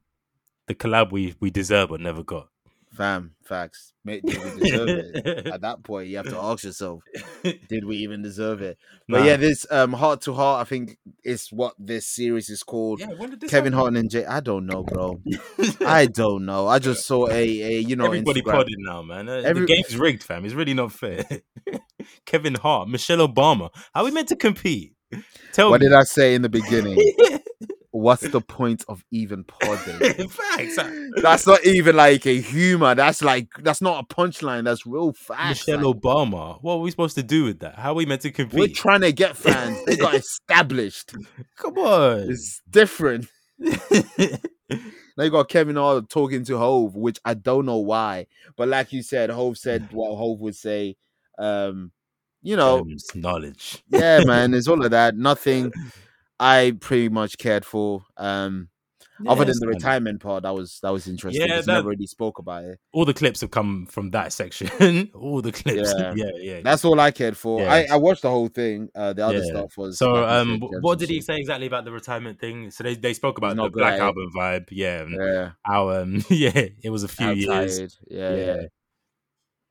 C: the collab we, we deserve but never got.
B: Fam, facts. Mate, did we deserve it? At that point, you have to ask yourself, did we even deserve it? But
C: Nah.
B: yeah, this um heart to heart, I think is what this series is called.
C: Yeah, when did this
B: Kevin
C: happen?
B: Hart and Jay. I don't know, bro. I don't know. I just saw a, a you know
C: Everybody
B: Instagram.
C: podded now, man. Uh,
B: Every-
C: The game's rigged, fam. It's really not fair. Kevin Hart, Michelle Obama. How are we meant to compete? Tell
B: What
C: me.
B: did I say in the beginning? What's the point of even podding?
C: Facts.
B: that's not even like a humor. That's like that's not a punchline. That's real facts.
C: Michelle
B: Like,
C: Obama. What are we supposed to do with that? How are we meant to compete?
B: we're trying to get fans. They got established.
C: Come on.
B: It's different. They got Kevin Hart talking to Hove, which I don't know why. But like you said, Hove said what Hove would say. Um, you know,
C: Gems, knowledge.
B: yeah, man, it's all of that. Nothing I pretty much cared for. Um, other than
C: Yes,
B: the
C: man.
B: retirement part, that was that was interesting.
C: Yeah,
B: Yeah,
C: that-
B: never really spoke about it.
C: All the clips have come from that section. All the clips.
B: Yeah.
C: Yeah, yeah. yeah.
B: That's all I cared for.
C: Yeah.
B: I, I watched the whole thing. Uh, the other
C: Yeah.
B: stuff was
C: So,
B: like you said,
C: um, wh- what
B: gems
C: did he
B: and
C: say exactly about the retirement thing? So they, they spoke about
B: not
C: the
B: good
C: Black
B: at it.
C: Album vibe, yeah. and
B: shit. Yeah,
C: How um, yeah, it was a few
B: how
C: years.
B: tired. Yeah, yeah.
C: Yeah.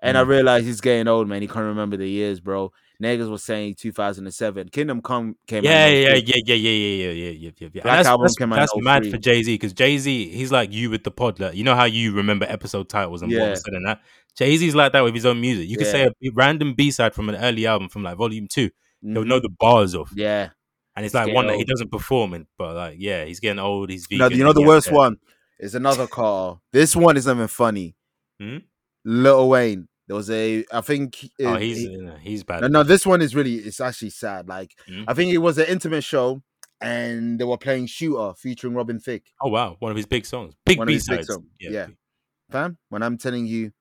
B: And I
C: Mm.
B: realized he's getting old, man. He can't remember the years, bro. Niggas was saying 2007. Kingdom Come came
C: Yeah,
B: out. in
C: yeah,
B: 03.
C: yeah, yeah, yeah, yeah, yeah, yeah, yeah, yeah. yeah. And
B: Black
C: that's
B: Album
C: that's,
B: came out in
C: that's mad
B: 03.
C: for Jay Z because Jay Z, he's like you with the pod. Like, you know how you remember episode titles and what
B: Yeah.
C: was said and that. Jay Z's like that with his own music. You could say
B: Yeah.
C: a b- random B side from an early album from like Volume Two. He'll
B: Mhm.
C: know the bars of,
B: Yeah.
C: and it's like
B: getting
C: one that he
B: old.
C: doesn't perform in. But like, yeah, he's getting old. He's vegan.
B: No, you know
C: he
B: the
C: has
B: worst
C: hair.
B: one is another car. This one is even funny.
C: Hmm?
B: Lil Wayne. There was a, I think.
C: Oh,
B: uh,
C: he's
B: he-
C: he's bad.
B: No, no, this one is really it's actually sad. Like
C: Mm.
B: I think it was an intimate show and they were playing shooter featuring Robin Thicke.
C: Oh wow, one of his big songs, big
B: One of
C: B
B: his big
C: sides.
B: song- yeah. Fam, when I'm telling you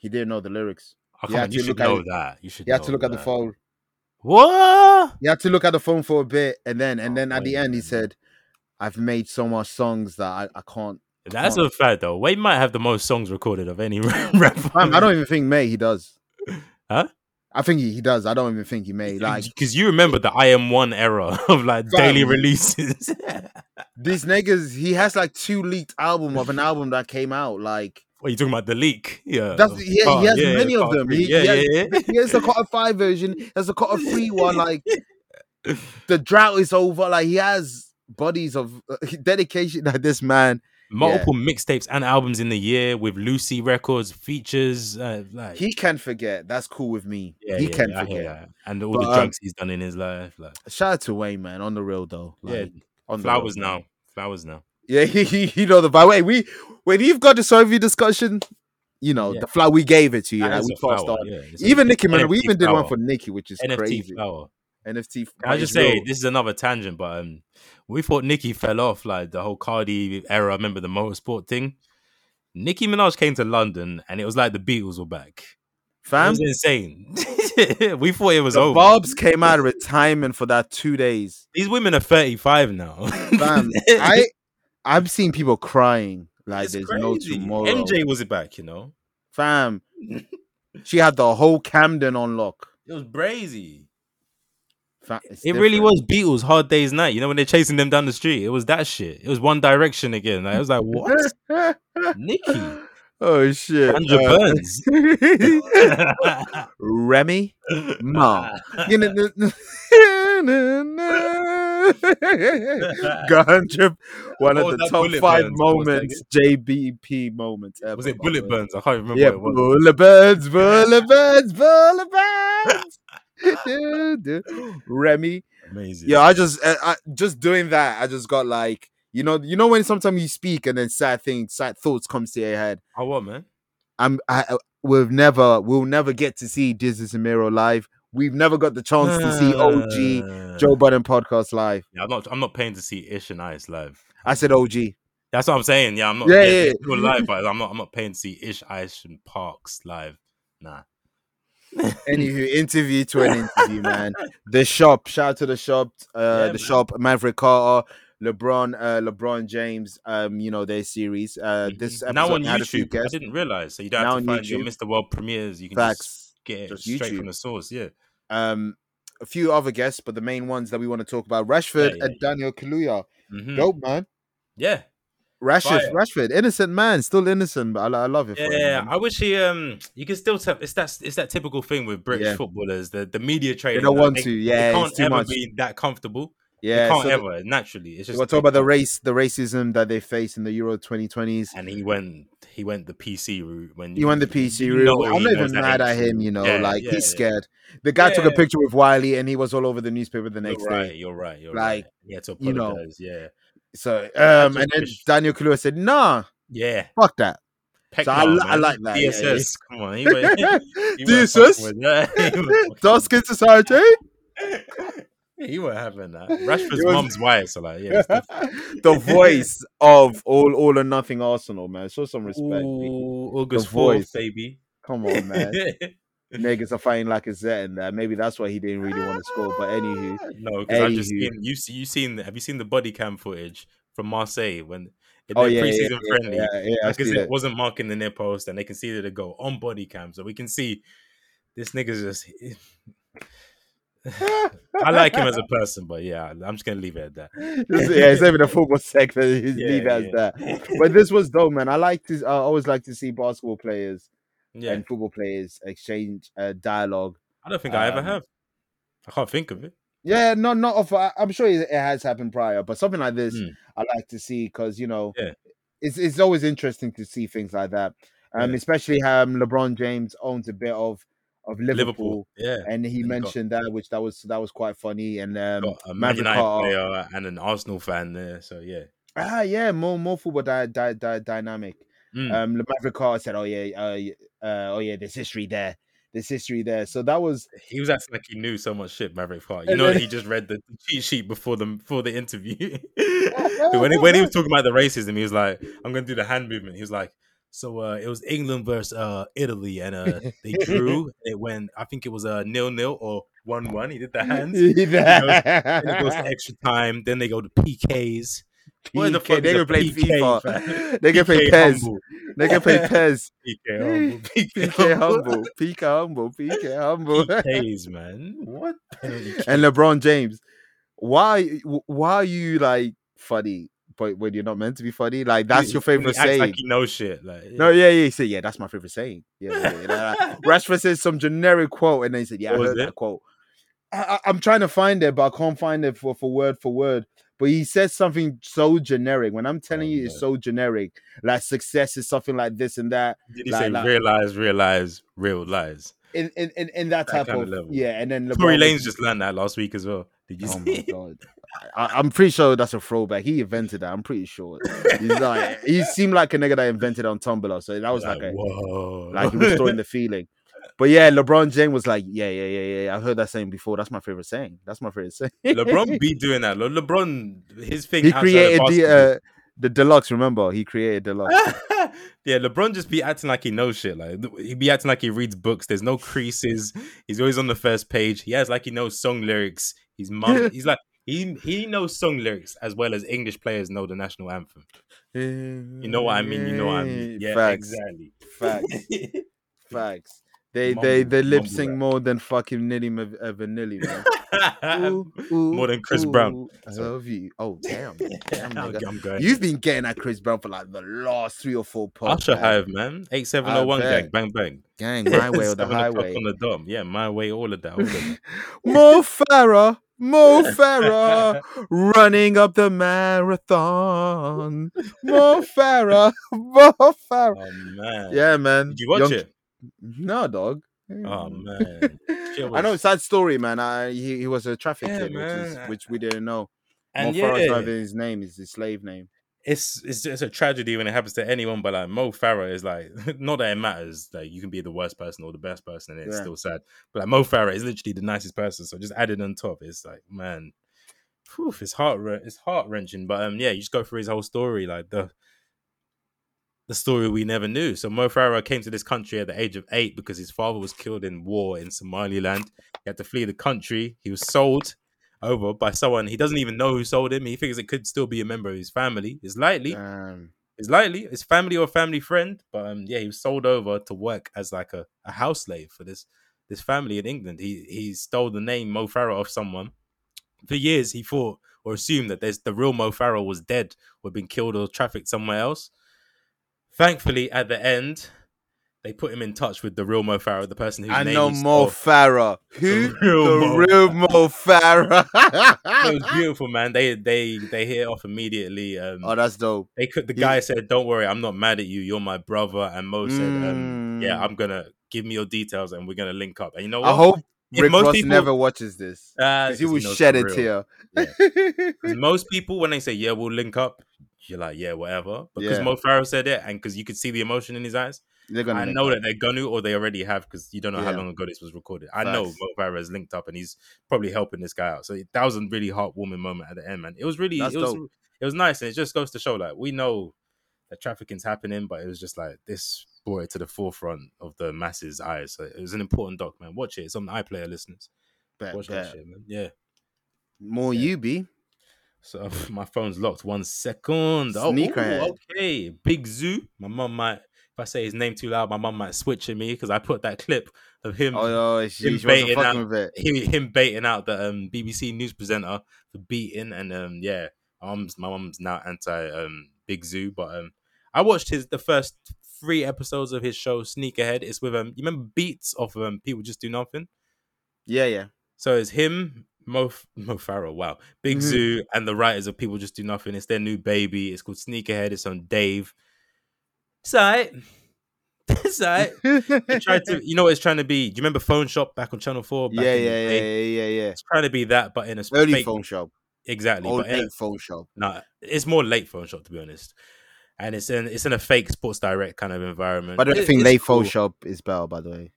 B: he didn't know the lyrics.
C: I
B: You
C: can't-
B: had
C: you
B: to
C: should
B: look at
C: know
B: it.
C: that. You should.
B: He had to
C: know
B: look at the
C: that.
B: phone.
C: What?
B: He had to look at the phone for a bit and then and
C: Oh,
B: then at the
C: Wayne,
B: end he
C: man.
B: said, I've made so much songs that I, I can't
C: That's
B: Come on.
C: a fact, though. Wayne might have the most songs recorded of any rapper.
B: Fam, I don't even think May he does.
C: Huh?
B: I think he, he does. I don't even think he may. Like
C: because you remember the I am one era of like
B: Fam.
C: daily releases.
B: these niggas, he has like two leaked album of an album that came out. Like
C: what are you talking about? The leak? Yeah.
B: That's-
C: of
B: yeah, he
C: Car-
B: has many of
C: Car
B: them.
C: Three.
B: He-
C: yeah,
B: he has-
C: yeah, yeah.
B: here's the Carter Five version. There's the Carter Three one. Like the drought is over. Like he has bodies of uh, dedication that this man.
C: Multiple mixtapes and albums in the year with Lucy Records features. Uh, like,
B: He can forget. That's cool with me.
C: yeah,
B: he
C: yeah,
B: can
C: yeah, I hear
B: forget.
C: that. and all
B: But,
C: the
B: um,
C: drugs he's done in his life. Like,
B: Shout out to Wayne, man. On the real though.
C: Yeah,
B: Like, on the
C: flowers
B: real.
C: now, flowers now.
B: Yeah, he, he, he know the vibe. Wait, we when you've got the Soviet discussion, you know
C: Yeah.
B: the flower we gave it to you.
C: That
B: Like,
C: is
B: we
C: a
B: passed
C: flower,
B: on.
C: yeah, it's a
B: Even Nicki, man, we
C: NFT
B: even did one
C: flower.
B: for Nicki, which is
C: NFT
B: crazy.
C: flower.
B: NFT.
C: Can I
B: it's
C: just say
B: real.
C: this is another tangent, but um, we thought Nicki fell off like the whole Cardi era. I remember the motorsport thing. Nicki Minaj came to London, and it was like the Beatles were back. It
B: fam?
C: was insane. we thought it was
B: The
C: over.
B: Bobs came out of retirement for that two days.
C: These women are thirty-five now.
B: Fam, I I've seen people crying like
C: It's
B: there's
C: crazy.
B: no tomorrow.
C: MJ was it back, you know.
B: Fam, she had the whole Camden on lock.
C: It was brazy.
B: Fam, it's
C: It really
B: different.
C: was Beatles Hard Day's Night. You know when they're chasing them down the street, it was that shit. It was One Direction again. Like, I was like, what, Nicki,
B: oh shit.
C: Sandra
B: Uh,
C: Burns,
B: Remy Ma. Ganja, one
C: What was
B: of the
C: Oh, that
B: top
C: Bullet
B: five
C: Burns? What was that
B: moments, JBP moments ever.
C: Was it
B: by the
C: Bullet
B: way.
C: Burns? I can't remember
B: uh, Yeah,
C: what it was.
B: Bullet Burns, Bullet Burns, Bullet Burns. Do, do. Remy.
C: Amazing.
B: Yeah, I just, uh, I, I, just doing that, I just got like, you know, you know when sometimes you speak and then sad things, sad thoughts comes to your head.
C: I Oh, what, man?
B: I'm I I- we've never we'll never get to see Jesus and Miro live. We've never got the chance to see OG Joe Budden podcast live.
C: Yeah, I'm not. I'm not paying to see Ish and Ice live.
B: I said OG.
C: That's what I'm saying. Yeah, I'm not.
B: Yeah,
C: Yeah,
B: yeah,
C: yeah,
B: yeah.
C: live, but I'm not. I'm not paying to see Ish, Ice, and Parks live. Nah.
B: Anywho, interview to an interview, man. The shop. Shout out to the shop. Uh
C: Yeah,
B: the
C: man.
B: shop, Maverick Carter, LeBron, uh LeBron James, um, you know, their series. Uh this
C: Mhm.
B: episode
C: now on
B: had a few
C: YouTube. I
B: guests.
C: didn't realize, so you don't
B: Now
C: have to
B: on
C: find your
B: YouTube.
C: Mr. World premieres. You can just
B: Facts.
C: get it
B: Just
C: straight
B: YouTube.
C: from the source. Yeah.
B: Um a few other guests, but the main ones that we want to talk about, Rashford
C: yeah,
B: and Daniel Kaluuya.
C: Mhm.
B: Dope, man.
C: Yeah.
B: Rashford,
C: Fire.
B: Rashford, innocent man, still innocent, but I, I love it. for him,
C: Yeah,
B: man.
C: I wish he um. You can still tell it's that it's that typical thing with British
B: Yeah.
C: footballers. The the media training.
B: they don't
C: like,
B: want to.
C: They
B: Yeah,
C: can't
B: it's too
C: ever
B: much.
C: be that comfortable.
B: yeah,
C: they can't
B: so
C: ever. Naturally, it's
B: They
C: just.
B: were talking about the race, the racism that they face in the Euro 2020s.
C: And he went. He went the PC route when
B: You won the PC
C: you
B: rule.
C: know
B: I'm
C: he
B: not
C: knows
B: even
C: that
B: mad
C: ain't
B: at him,
C: true.
B: you know.
C: Yeah,
B: like
C: yeah,
B: he's
C: yeah.
B: scared. The guy took a
C: Yeah.
B: picture with Wiley, and he was all over the newspaper the
C: You're
B: next
C: right.
B: day.
C: You're right. You're
B: Like,
C: right. Yeah, to
B: you know,
C: apologize. yeah.
B: So, um, and
C: just
B: then
C: wish-
B: Daniel Kaluuya said, "Nah,
C: Yeah.
B: fuck that."
C: Peck
B: So I
C: now,
B: li- I
C: man.
B: like that, yeah, yeah, yeah.
C: DSS. Come on. He went, he weren't fucking
B: DSS?
C: with that.
B: Dark skin society.
C: He weren't having that. Rashford's
B: It was-
C: mum's wife. So like, yeah. it's different.
B: the voice of all, all or nothing Arsenal, man. Show some respect. people.
C: Ooh, August
B: The
C: fourth,
B: voice.
C: baby.
B: Come on, man. Niggas are fighting like a Zet in there. Maybe that's why he didn't really want to score. But anywho,
C: No, because I've just
B: Anywho.
C: seen you. See, you seen? Have you seen the body cam footage from Marseille when in
B: oh
C: their
B: yeah, yeah,
C: preseason
B: yeah,
C: friendly?
B: yeah, yeah, I
C: because
B: see
C: it
B: that.
C: wasn't marking the near post, and they conceded a goal on body cam. So we can see this nigga's just. I like him as a person, but yeah, I'm just gonna leave it at that.
B: Just- yeah, it's not even a football segment. His leave as that. But this was dope, man. I like to. I always like to see basketball players
C: yeah,
B: and football players exchange uh, dialogue.
C: I don't think I ever
B: um,
C: have. I can't think of it.
B: Yeah, no, not of. I- I'm sure it it has happened prior, but something like this,
C: Mm.
B: I like to see because you know,
C: Yeah.
B: it's it's always interesting to see things like that. Um,
C: Yeah.
B: especially how um, LeBron James owns a bit of of Liverpool,
C: Liverpool, yeah,
B: and he
C: and got-
B: mentioned that, which that was that was quite funny. And um,
C: got a Man
B: Maverick
C: United
B: Carter-
C: player and an Arsenal fan there, so yeah.
B: Ah, yeah, more more football di- di- di- dynamic.
C: Mm.
B: Um, Le- Maverick Carter said, "Oh yeah, uh, y- uh, oh yeah, there's history there, there's history there." So that was
C: he was acting like he knew so much shit, Maverick Park. You
B: And
C: know,
B: then-
C: he just read the cheat sheet before the before the interview. But when he when he was talking about the racism, he was like, "I'm gonna do the hand movement." He was like, "So uh, it was England versus uh, Italy, and uh, they drew. and it went, I think it was a uh, nil nil or one one. He did the hands. Then it goes to extra time. Then they go to PKs. What the fuck
B: They
C: is a
B: can play
C: PK,
B: FIFA.
C: fam?
B: They can play
C: PK
B: PES.
C: humble.
B: They can play E PES.
C: PK humble.
B: PK humble. PK humble. PK humble.
C: PKs, man. What penalty kick?
B: and LeBron James. Why? Why are you like funny? But when you're not meant to be funny, like that's
C: He-
B: your favorite
C: he acts
B: saying.
C: Like he knows shit. Like,
B: No, yeah, yeah. He said, yeah, that's my favorite saying. Yeah, yeah, yeah. Like, Rashford says some generic quote, and then he said, yeah, I
C: What was
B: heard
C: it?
B: that quote. I, I, am trying to find it, but I can't find it for, for word for word. But he says something so generic. When I'm telling
C: Oh,
B: you, it's so generic. Like success is something like this and that.
C: Did he
B: Like-
C: say
B: like-
C: realize, realize, real lies?
B: In in in, in that,
C: That
B: type
C: kinda
B: of
C: level.
B: yeah. And then
C: Tory
B: LeBron
C: Lane's just learned that last week as well. Did you
B: Oh my
C: see?
B: god! I, I'm pretty sure that's a throwback. He invented that. I'm pretty sure. He's like, he seemed like a nigga that invented on Tumblr. So that was like, a
C: whoa.
B: like he was throwing the feeling. But yeah, LeBron James was like, yeah, yeah, yeah, yeah. I heard that saying before. That's my favorite saying. That's my favorite saying.
C: LeBron be doing that. Le- LeBron, his thing.
B: he
C: outside of
B: created
C: basketball-
B: the uh, the deluxe. Remember, he created deluxe.
C: yeah, LeBron just be acting like he knows shit. Like th- he be acting like he reads books. There's no creases. He's always on the first page. He has like he knows song lyrics. He's mum. he's like he he knows song lyrics as well as English players know the national anthem. You
B: you
C: know what I mean? You know what I mean? Yeah,
B: facts,
C: exactly.
B: facts, facts. They
C: Mumble-
B: they they lip
C: mumble
B: sync
C: rap.
B: more than fucking Nitty Ma- uh, Vanilli, man. Ooh,
C: More
B: ooh,
C: than Chris Brown. Oh,
B: ooh, I
C: Sorry.
B: love you. Oh damn, damn
C: I'm
B: nigga.
C: I'm going.
B: You've been getting at Chris Brown for like the last three or four podcasts.
C: Usher Hive, man. 8701
B: I
C: gang. Bang, bang.
B: Gang, my way or the
C: Seven o'clock
B: highway.
C: On the dom. Yeah, my way, all of that. All of that.
B: Mo Farah, Mo Farah, running up the marathon. Mo Farah, Mo
C: oh,
B: Farah.
C: man.
B: Yeah, man.
C: Did you watch
B: Young- Mm.
C: it?
B: No, dog.
C: Oh, man. Shit
B: I know,
C: was-
B: sad story, man. I, he, he was a traffic
C: Yeah,
B: kid, which, is,
C: man.
B: which we didn't know.
C: And
B: Mo Farah's not
C: yeah,
B: even his name, it's his slave name.
C: it's, it's it's a tragedy when it happens to anyone, but like Mo Farah is like, not that it matters. Like, you can be the worst person or the best person, and it's
B: Yeah.
C: still sad. But like, Mo Farah is literally the nicest person. So just added on top, it's like, man, phew, it's heart wren- it's heart wrenching. But um, yeah, you just go through his whole story, like the the story we never knew. So Mo Farah came to this country at the age of eight because his father was killed in war in Somaliland. He had to flee the country. He was sold over by someone he doesn't even know who sold him. He figures it could still be a member of his family. It's likely.
B: Um,
C: It's likely. It's family or a family friend. But um, yeah, he was sold over to work as like a, a house slave for this this family in England. He he stole the name Mo Farah off someone. For years, he thought or assumed that there's the real Mo Farah was dead or been killed or trafficked somewhere else. Thankfully, at the end, they put him in touch with the real Mo Farah, the person whose
B: I
C: name
B: know
C: he
B: Mo
C: stole.
B: Farah. Who? The
C: real Mo
B: real Mo Farah.
C: it was beautiful, man. They they they hit it off immediately. Um,
B: oh, that's dope.
C: they could. The
B: he-
C: guy said, "Don't worry, I'm not mad at you. You're my brother." And Mo said, um, "Yeah,
B: Mm.
C: I'm gonna give me your details, and we're gonna link up." And you know what?
B: I hope
C: If
B: Rick
C: most
B: Ross
C: people-
B: never watches this.
C: uh,
B: Because he
C: it's
B: will
C: no
B: shed a tear.
C: thrill. 'Cause most people, when they say, "Yeah, we'll link up," you're like, "Yeah, whatever." Because
B: Yeah.
C: Mo Farah said it, and because you could see the emotion in his eyes,
B: They're gonna
C: I
B: link
C: know
B: up.
C: that they're gonna or they already have because you don't know how
B: Yeah.
C: long ago this was recorded. I know
B: Facts.
C: Mo Farah has linked up, and he's probably helping this guy out. So that was a really heartwarming moment at the end, man. It was really,
B: That's
C: it was,
B: dope.
C: it was nice, and it just goes to show, like we know that trafficking's happening, but it was just like this brought it to the forefront of the masses' eyes. So it was an important doc, man. Watch it. It's on the iPlayer listeners.
B: Bet,
C: Watch
B: bet.
C: that shit, man. Yeah.
B: More
C: Yeah.
B: you be.
C: So my phone's locked. One second. Oh,
B: Sneakerhead.
C: ooh, okay. Big Zoo. My mum might, if I say his name too loud, my mum might switch at me because I put that clip of him,
B: Oh, no, she,
C: him
B: she wasn't
C: baiting
B: fucking with it.
C: he, him baiting out the um, BBC news presenter for beating, and um, yeah, arms. My mum's now anti um, Big Zoo, but um, I watched his the first three episodes of his show Sneakerhead. It's with um, you remember Beats of um, people just do nothing.
B: Yeah, yeah.
C: So it's him, Mo, Mo Farah, wow, Big
B: Mhm.
C: Zoo, and the writers of People Just Do Nothing. It's their new baby. It's called Sneakerhead. It's on Dave. It's all right. It's all right. It tried to, you know, what it's trying to be. Do you remember Phone Shop back on Channel Four? Back
B: yeah, yeah,
C: in the
B: yeah,
C: day?
B: yeah, yeah, yeah.
C: It's trying to be that, but in a
B: Early
C: fake-
B: phone shop.
C: exactly.
B: Old
C: But in a-
B: late phone shop.
C: nah, it's more late Phone Shop to be honest. And it's in it's in a fake Sports Direct kind of environment.
B: But I don't
C: It-
B: think
C: it's
B: late
C: cool.
B: phone shop is better, by the way.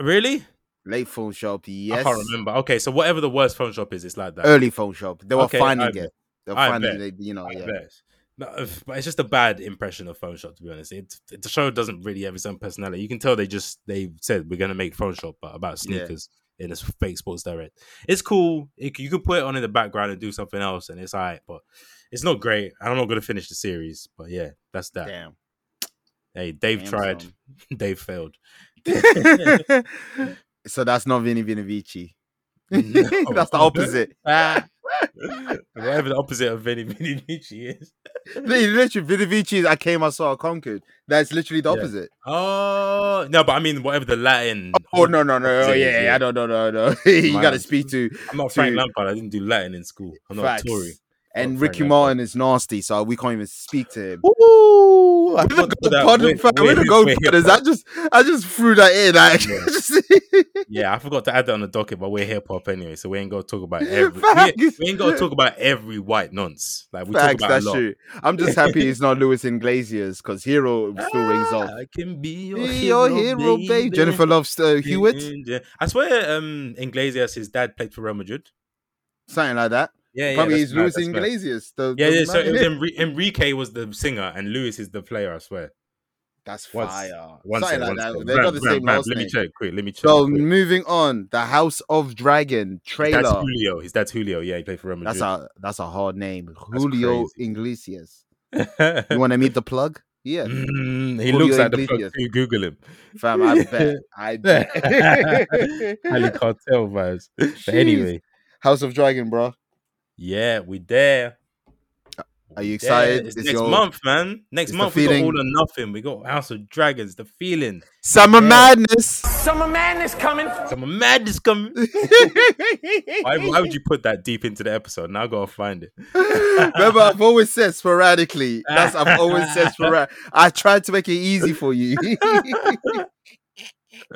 C: Really?
B: Late phone shop, yes.
C: I can't remember. Okay, so whatever the worst Phone Shop is, it's like that.
B: Early phone shop. They were
C: Okay,
B: finding
C: I
B: it. They were
C: I
B: finding
C: bet.
B: it, you know.
C: I
B: yeah.
C: bet. No, if- but it's just a bad impression of Phone Shop, to be honest. It, it- the show doesn't really have its own personality. You can tell they just they said we're gonna make Phone Shop, but about
B: Yeah.
C: sneakers. in this fake Sports Direct. It's cool. It, you could put it on in the background and do something else, and it's alright. But it's not great. I'm not gonna finish the series. But yeah, that's that.
B: Damn.
C: Hey, Dave
B: Damn
C: tried. Dave failed.
B: so that's not Vinny Vinovici.
C: No.
B: that's the opposite.
C: Whatever the opposite of Vinny Vinny Vici is.
B: literally, Vinovici is I came, I saw, I conquered. That's literally the
C: Yeah.
B: opposite.
C: Oh no, but I mean whatever the Latin.
B: Oh no, no, no! Oh
C: Opposite,
B: yeah,
C: yeah.
B: I don't, no, no, no. you
C: Man.
B: gotta speak to
C: I'm not Frank
B: to-
C: Lampard. I didn't do Latin in school. I'm not
B: facts.
C: a Tory.
B: And
C: fair
B: Ricky
C: enough.
B: Martin is nasty, so we can't even speak to him.
C: Ooh, I
B: We're the
C: thought
B: gold
C: that
B: pod-
C: with-
B: fam, we're the
C: with-
B: gold
C: with-
B: podders. I just, I just threw that in. Like,
C: Yeah.
B: just-
C: Yeah, I forgot to add that on the docket, but we're hip hop anyway, so we ain't gonna talk about every. we,
B: Facts.
C: ain't, we ain't gonna talk about every white nonce. Like we
B: facts,
C: talk about
B: that's
C: a lot.
B: true. I'm just happy it's not Lewis Iglesias because Hero still rings off.
C: Ah, I can be your,
B: Be
C: hero, baby.
B: Jennifer loves uh, Hewitt,
C: Yeah. I swear, um, Iglesias, his dad played for Real Madrid.
B: something like that.
C: Yeah, yeah,
B: Probably
C: that's
B: it's
C: mad,
B: Luis
C: that's mad.
B: Iglesias. The,
C: Yeah,
B: the
C: yeah. So
B: man-
C: it was Enri- Enrique was the singer, and Lewis is the player. I swear.
B: that's
C: Once-
B: fire.
C: One
B: something like
C: second, one
B: that.
C: second.
B: They
C: Bam,
B: got the
C: bam,
B: same
C: bam.
B: last
C: Let me
B: name.
C: check quick. Let me check.
B: So
C: quick.
B: moving on, the House of Dragon trailer.
C: That's Julio. His dad's Julio. Yeah, he played for Real
B: That's
C: Madrid.
B: a that's a hard name, Julio
C: crazy.
B: Iglesias. You want to meet the plug? Yeah,
C: Mm, he
B: Julio
C: looks like the
B: Iglesias.
C: fuck you Google him.
B: fam. I bet. I
C: Ali
B: bet.
C: Cartel vibes. But
B: Jeez.
C: anyway,
B: House of Dragon, bro.
C: yeah, we there.
B: Are you
C: We there.
B: excited?
C: It's
B: It's
C: next
B: your-
C: month, man. Next
B: it's the
C: month we got
B: feeling.
C: all or nothing. We got House of Dragons. The feeling.
B: Summer
C: Yeah.
B: madness.
D: Summer madness coming.
C: Some madness coming. Why, why would you put that deep into the episode? Now I gotta find it.
B: Remember, I've always said sporadically. That's I've always said sporadic. I tried to make it easy for you. but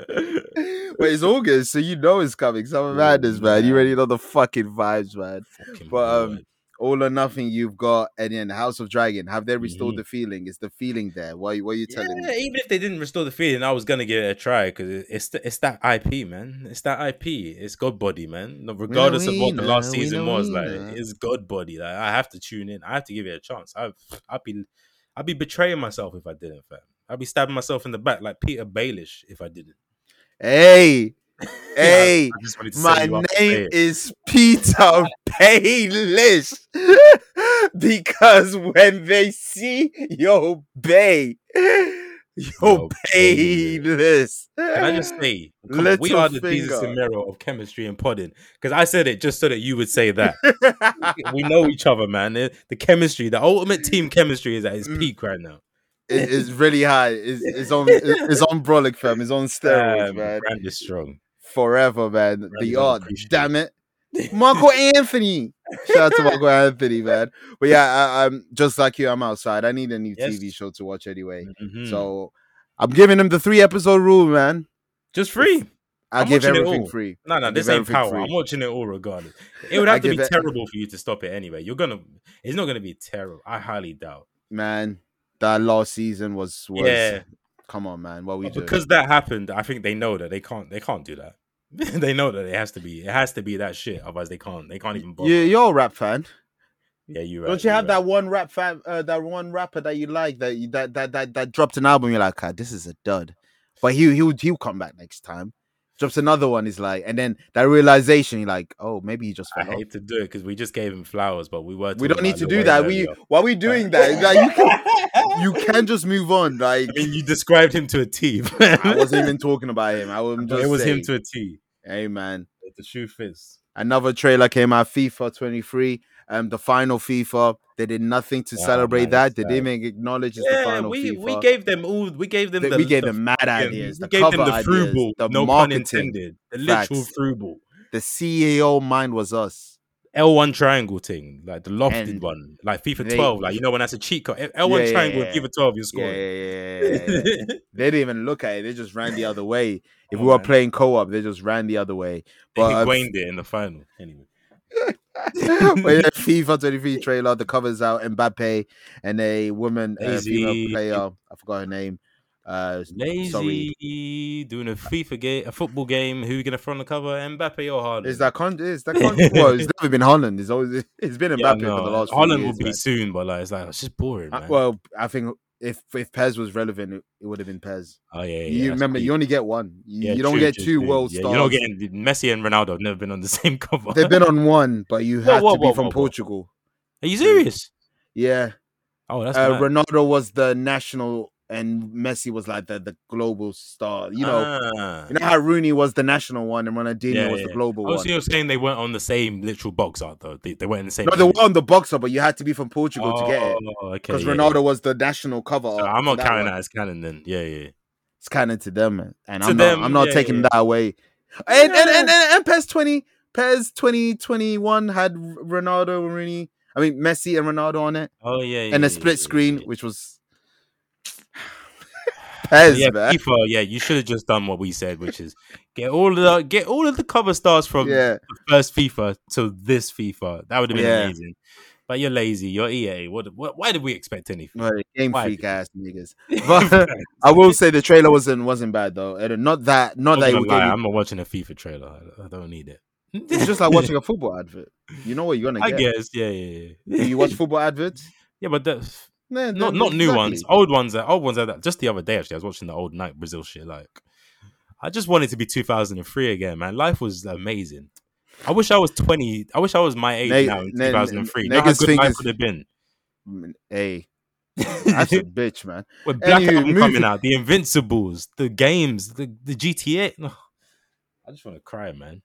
B: it's August, so you know it's coming. Summer
C: Oh,
B: madness, man. You
C: man.
B: already know the fucking vibes, man.
C: Fucking
B: But
C: lord.
B: um, all or nothing you've got, and then House of Dragon. Have they restored
C: Mhm.
B: the feeling? Is the feeling there? What, what are you telling
C: yeah,
B: me?
C: even if they didn't restore the feeling, I was gonna give it a try because it's th- it's that IP, man. It's that IP. It's God Body, man. No, regardless of
B: we
C: what the last
B: know, we
C: season
B: know,
C: was,
B: we
C: like
B: know.
C: it's God Body. Like I have to tune in. I have to give it a chance. I I'd be I'd be betraying myself if I didn't, fam. I'd be stabbing myself in the back like Peter Baelish if I didn't.
B: Hey,
C: I-
B: hey.
C: I just wanted to set
B: My
C: you up to say
B: name
C: it.
B: is Peter Baelish because when they see your bay, your
C: Yo,
B: Baelish.
C: Can I just say, come on, we
B: Little
C: are the Jesus and
B: finger.
C: Mero of chemistry and podding because I said it just so that you would say that. we know each other, man. The the chemistry, the ultimate team chemistry is at its
B: Mm.
C: peak right now.
B: It- it's really high. It's, it's on. It's on brolic, fam. It's on steroids,
C: Um,
B: man.
C: Brand is strong.
B: Forever, man.
C: Randy's
B: The
C: on
B: art.
C: the crease.
B: Damn it, Marco Anthony. Shout out to Marco Anthony, man. But yeah, I, I'm just like you. I'm outside. I need a new
C: Yes.
B: TV show to watch anyway.
C: Mhm.
B: So I'm giving him the three episode rule, man.
C: just free.
B: I
C: I'm
B: give
C: watching it
B: everything
C: all.
B: free.
C: No, no,
B: Give
C: this ain't
B: everything
C: power.
B: free.
C: I'm watching it all regardless. It would
B: I
C: have to be
B: give it-
C: terrible for you to stop it anyway. You're gonna. It's not gonna be terrible. I highly doubt.
B: Man, that last season was was
C: Yeah.
B: come on, man. What we
C: But
B: do.
C: because that happened, I think they know that they can't. They can't do that. they know that it has to be. It has to be that shit. Otherwise, they can't. They can't even bother.
B: you, you're a rap fan.
C: yeah you.
B: Don't you have that one rap fan, uh, that one rapper that you like that you, that, that that that dropped an album? You're like, ah, this is a dud, but he he'll he'll come back next time. Drops another one, is like, and then that realization, you're like, oh, maybe he just
C: I
B: fell off.
C: hate to do it because we just gave him flowers, but we were.
B: We
C: talking
B: don't need
C: about
B: to
C: Lil
B: do
C: Wayne
B: that. We
C: earlier.
B: why are we doing that? Like, you can you can just move on. Like
C: I mean, you described him to a T.
B: I wasn't even talking about him. I was
C: But
B: just
C: it was him
B: saying,
C: to a T.
B: Hey man,
C: The shoe fits.
B: another trailer came out, FIFA 23, um, the final FIFA. They did nothing to
C: Oh,
B: celebrate
C: man,
B: that. They
C: sad.
B: didn't even acknowledge it's the
C: Yeah,
B: final
C: we,
B: FIFA.
C: we gave them all. We gave them.
B: They-
C: the,
B: we gave
C: the
B: them mad
C: fucking-
B: ideas,
C: We
B: the
C: gave them
B: cover
C: the through
B: ideas,
C: ball.
B: the
C: no
B: marketing.
C: pun intended. The literal
B: Facts.
C: through ball.
B: The CEO mind was us.
C: L one triangle thing, like the lofted
B: And
C: one, like FIFA
B: they- twelve,
C: twelve, like you know when that's a cheat code. L
B: Yeah,
C: one
B: yeah,
C: triangle,
B: yeah.
C: FIFA twelve, you're
B: Yeah,
C: scoring.
B: yeah, yeah, yeah, yeah. they didn't even look at it. They just ran the other way. If we
C: Come
B: were
C: on, Oh, man.
B: playing co-op, they just ran the other way. But, uh,
C: Wayne did in the final. Anyway,
B: but yeah, FIFA 23 trailer. The covers out. Mbappe and a woman, uh, female
C: Lazy.
B: player. I forgot her name. Uh,
C: lazy
B: Sorry.
C: doing a FIFA game, a football game. Who you gonna front the cover? Mbappe or Harden?
B: Is that con? Is that con? well, it's never been Holland. It's always it's been Mbappe for the last. few
C: Holland
B: years,
C: will be
B: man.
C: soon, but like it's like it's just boring,
B: Uh,
C: man.
B: well, I think if if Pez was relevant, it, it would have been Pez.
C: Oh yeah, yeah
B: you
C: that's
B: remember,
C: deep.
B: you only get one. You,
C: Yeah,
B: you don't
C: true,
B: get
C: true,
B: two
C: true.
B: world
C: Yeah,
B: stars.
C: You're not getting Messi and Ronaldo have never been on the same cover.
B: They've been on one, but you
C: Whoa,
B: had
C: whoa,
B: to be
C: whoa,
B: from
C: whoa, whoa.
B: Portugal.
C: Are you serious?
B: Yeah,
C: Oh, that's
B: uh,
C: mad.
B: Ronaldo was the national, and Messi was like the, the global star. You know,
C: Ah.
B: you know how Rooney was the national one, and Ronaldinho
C: Yeah,
B: was
C: yeah.
B: the global
C: Oh,
B: one.
C: so you're saying they weren't on the same literal box art though? They, they weren't in the same.
B: No, they
C: image.
B: were on the box art, but you had to be from Portugal to get it
C: Oh, okay,
B: because
C: yeah, yeah.
B: Ronaldo was the national cover
C: So
B: art.
C: I'm
B: for
C: not counting
B: one.
C: that as canon then. Yeah, yeah.
B: It's canon to them, man. and
C: To
B: I'm
C: them,
B: not. I'm not
C: yeah,
B: taking
C: yeah.
B: that away. And and and and,
C: Yeah.
B: and Pez twenty, Pez twenty twenty one had Ronaldo, Rooney. I mean Messi and Ronaldo on it,
C: Oh yeah. yeah
B: and
C: yeah,
B: a split
C: yeah,
B: screen,
C: yeah.
B: which was Pez,
C: yeah,
B: man.
C: FIFA. Yeah, you should have just done what we said, which is get all of the get all of the cover stars from
B: Yeah,
C: the first FIFA to this FIFA. That would have been
B: Yeah.
C: amazing. But you're lazy. You're EA. What? what why did we expect anything?
B: well, game
C: Why?
B: freak ass niggas. But I will say the trailer wasn't wasn't bad though. And Not that, not that it
C: I'm,
B: would get you-
C: I'm not watching a FIFA trailer. I, I don't need it.
B: It's just like watching a football advert. You know what you're gonna
C: I
B: get.
C: guess. Yeah, yeah, yeah.
B: Do you watch football adverts?
C: yeah, but that's
B: Nah,
C: not
B: they're-
C: not new
B: exactly.
C: ones. Oh. Old ones. That old ones. That just the other day actually, I was watching the old night Brazil shit. Like, I just wanted to be 2003 again, man. Life was amazing. I wish I was 20. I wish I was my age
B: Neg-
C: now in
B: neg-
C: 2003. Know how
B: niggas
C: good
B: think
C: life
B: it's-
C: would have been.
B: Mm, Hey, that's a bitch, man.
C: With Black
B: Anywho,
C: Adam
B: moving-
C: coming out, the Invincibles, the games, the, the GTA. Ugh. I just want to cry, man.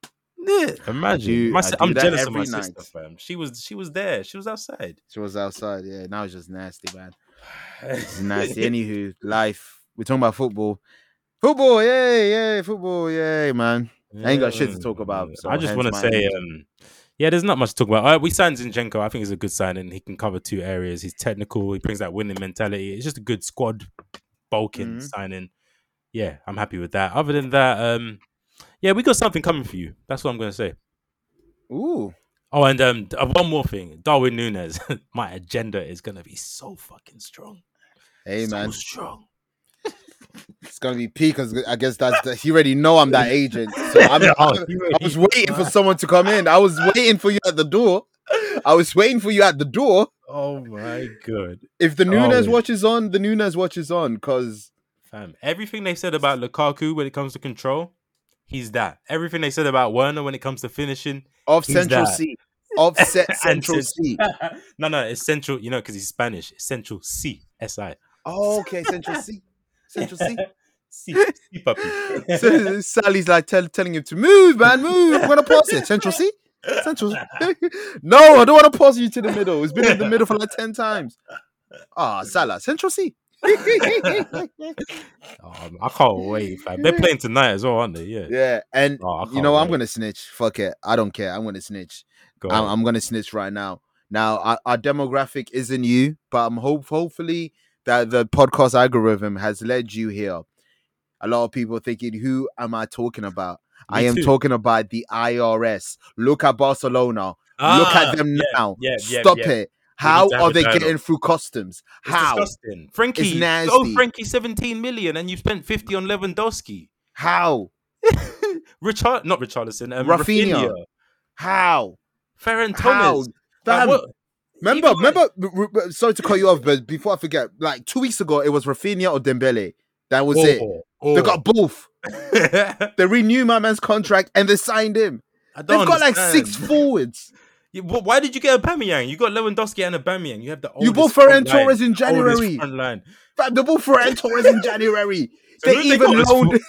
C: Imagine.
B: do-
C: my,
B: I
C: si-
B: do
C: I'm
B: that
C: jealous of my
B: every
C: sister, fam. She was she was there. She was outside.
B: She was outside. Yeah, now it's just nasty, man. It's nasty. Anywho, life. We're talking about football. Football, yay, yay, football, yay, man. I ain't got shit to talk about,
C: Yeah.
B: so
C: I just
B: hence
C: want to
B: my
C: say,
B: end.
C: um, yeah, there's not much to talk about. Uh, we signed Zinchenko. I think he's a good signing. He can cover two areas. He's technical. He brings that winning mentality. It's just a good squad bulking
B: Mhm.
C: signing. Yeah, I'm happy with that. Other than that, um, yeah, we got something coming for you. That's what I'm going to say.
B: Ooh,
C: Oh, and um, uh, one more thing, Darwin Nunes. My agenda is going to be so fucking strong.
B: hey,
C: so
B: man.
C: strong.
B: It's gonna be peak because I guess that's the, he already know I'm that agent. So I'm, I,
C: Oh, you
B: I
C: already-
B: was waiting for someone to come in. I was waiting for you at the door. I was waiting for you at the door.
C: oh my god.
B: If the
C: Oh,
B: Nunes
C: yeah.
B: watch is on, the Nunes watch is on because
C: Fam, everything they said about Lukaku when it comes to control, he's that. Everything they said about Werner when it comes to finishing,
B: off
C: Who's
B: Central
C: that?
B: C, offset
C: And
B: Central
C: since-
B: C.
C: no, no, it's central. You know, because he's Spanish. It's central C S I.
B: Oh, okay, Central C, Central C.
C: C, C puppy.
B: so Sally's like tell, telling him to move, man, move. I'm gonna pause it. Central C, Central. no, I don't want to pause you to the middle. It's been in the middle for like ten times. Ah, Salah, Central C.
C: Oh, I can't wait, fam. They're playing tonight as well, aren't they? Yeah.
B: yeah, and
C: Oh, I
B: you
C: can't
B: know what? I'm
C: wait.
B: gonna snitch. Fuck it, I don't care. I'm gonna snitch.
C: Go
B: I'm,
C: on.
B: I'm gonna snitch right now. Now our, our demographic isn't you, but I'm hope hopefully that the podcast algorithm has led you here. A lot of people thinking, who am I talking about?
C: Me
B: I am
C: too.
B: talking about the IRS. Look at Barcelona. Look
C: Ah,
B: at them
C: yeah,
B: now.
C: yeah, yeah,
B: Stop
C: yeah.
B: it. How
C: to have
B: are
C: a
B: they
C: dialogue.
B: getting through customs?
C: It's
B: How?
C: disgusting. Frankie, oh
B: nasty.
C: Frankie, 17 million, and you spent 50 on Lewandowski.
B: How?
C: Richard, not Richarlison, um,
B: Rafinha.
C: Rafinha.
B: How?
C: Ferran
B: How?
C: Torres.
B: Damn.
C: Like, what-
B: Remember,
C: Even
B: remember. r- r- Sorry to cut you off, but before I forget, like two weeks ago, it was Rafinha or Dembele. That was it.
C: Oh,
B: They got both. They renewed my man's contract and they signed him.
C: I
B: They've
C: don't
B: got like six
C: understand.
B: forwards.
C: You- wh- Why did you get a Bamiyang? You got Lewandowski and a Bamiyang. You have the
B: You bought
C: oldest
B: Ferran
C: front line.
B: Torres in
C: Oldest
B: January.
C: front line.
B: Fam, They bought Ferran Torres in January.
C: So
B: they
C: who have
B: even
C: got as
B: loaned
C: for-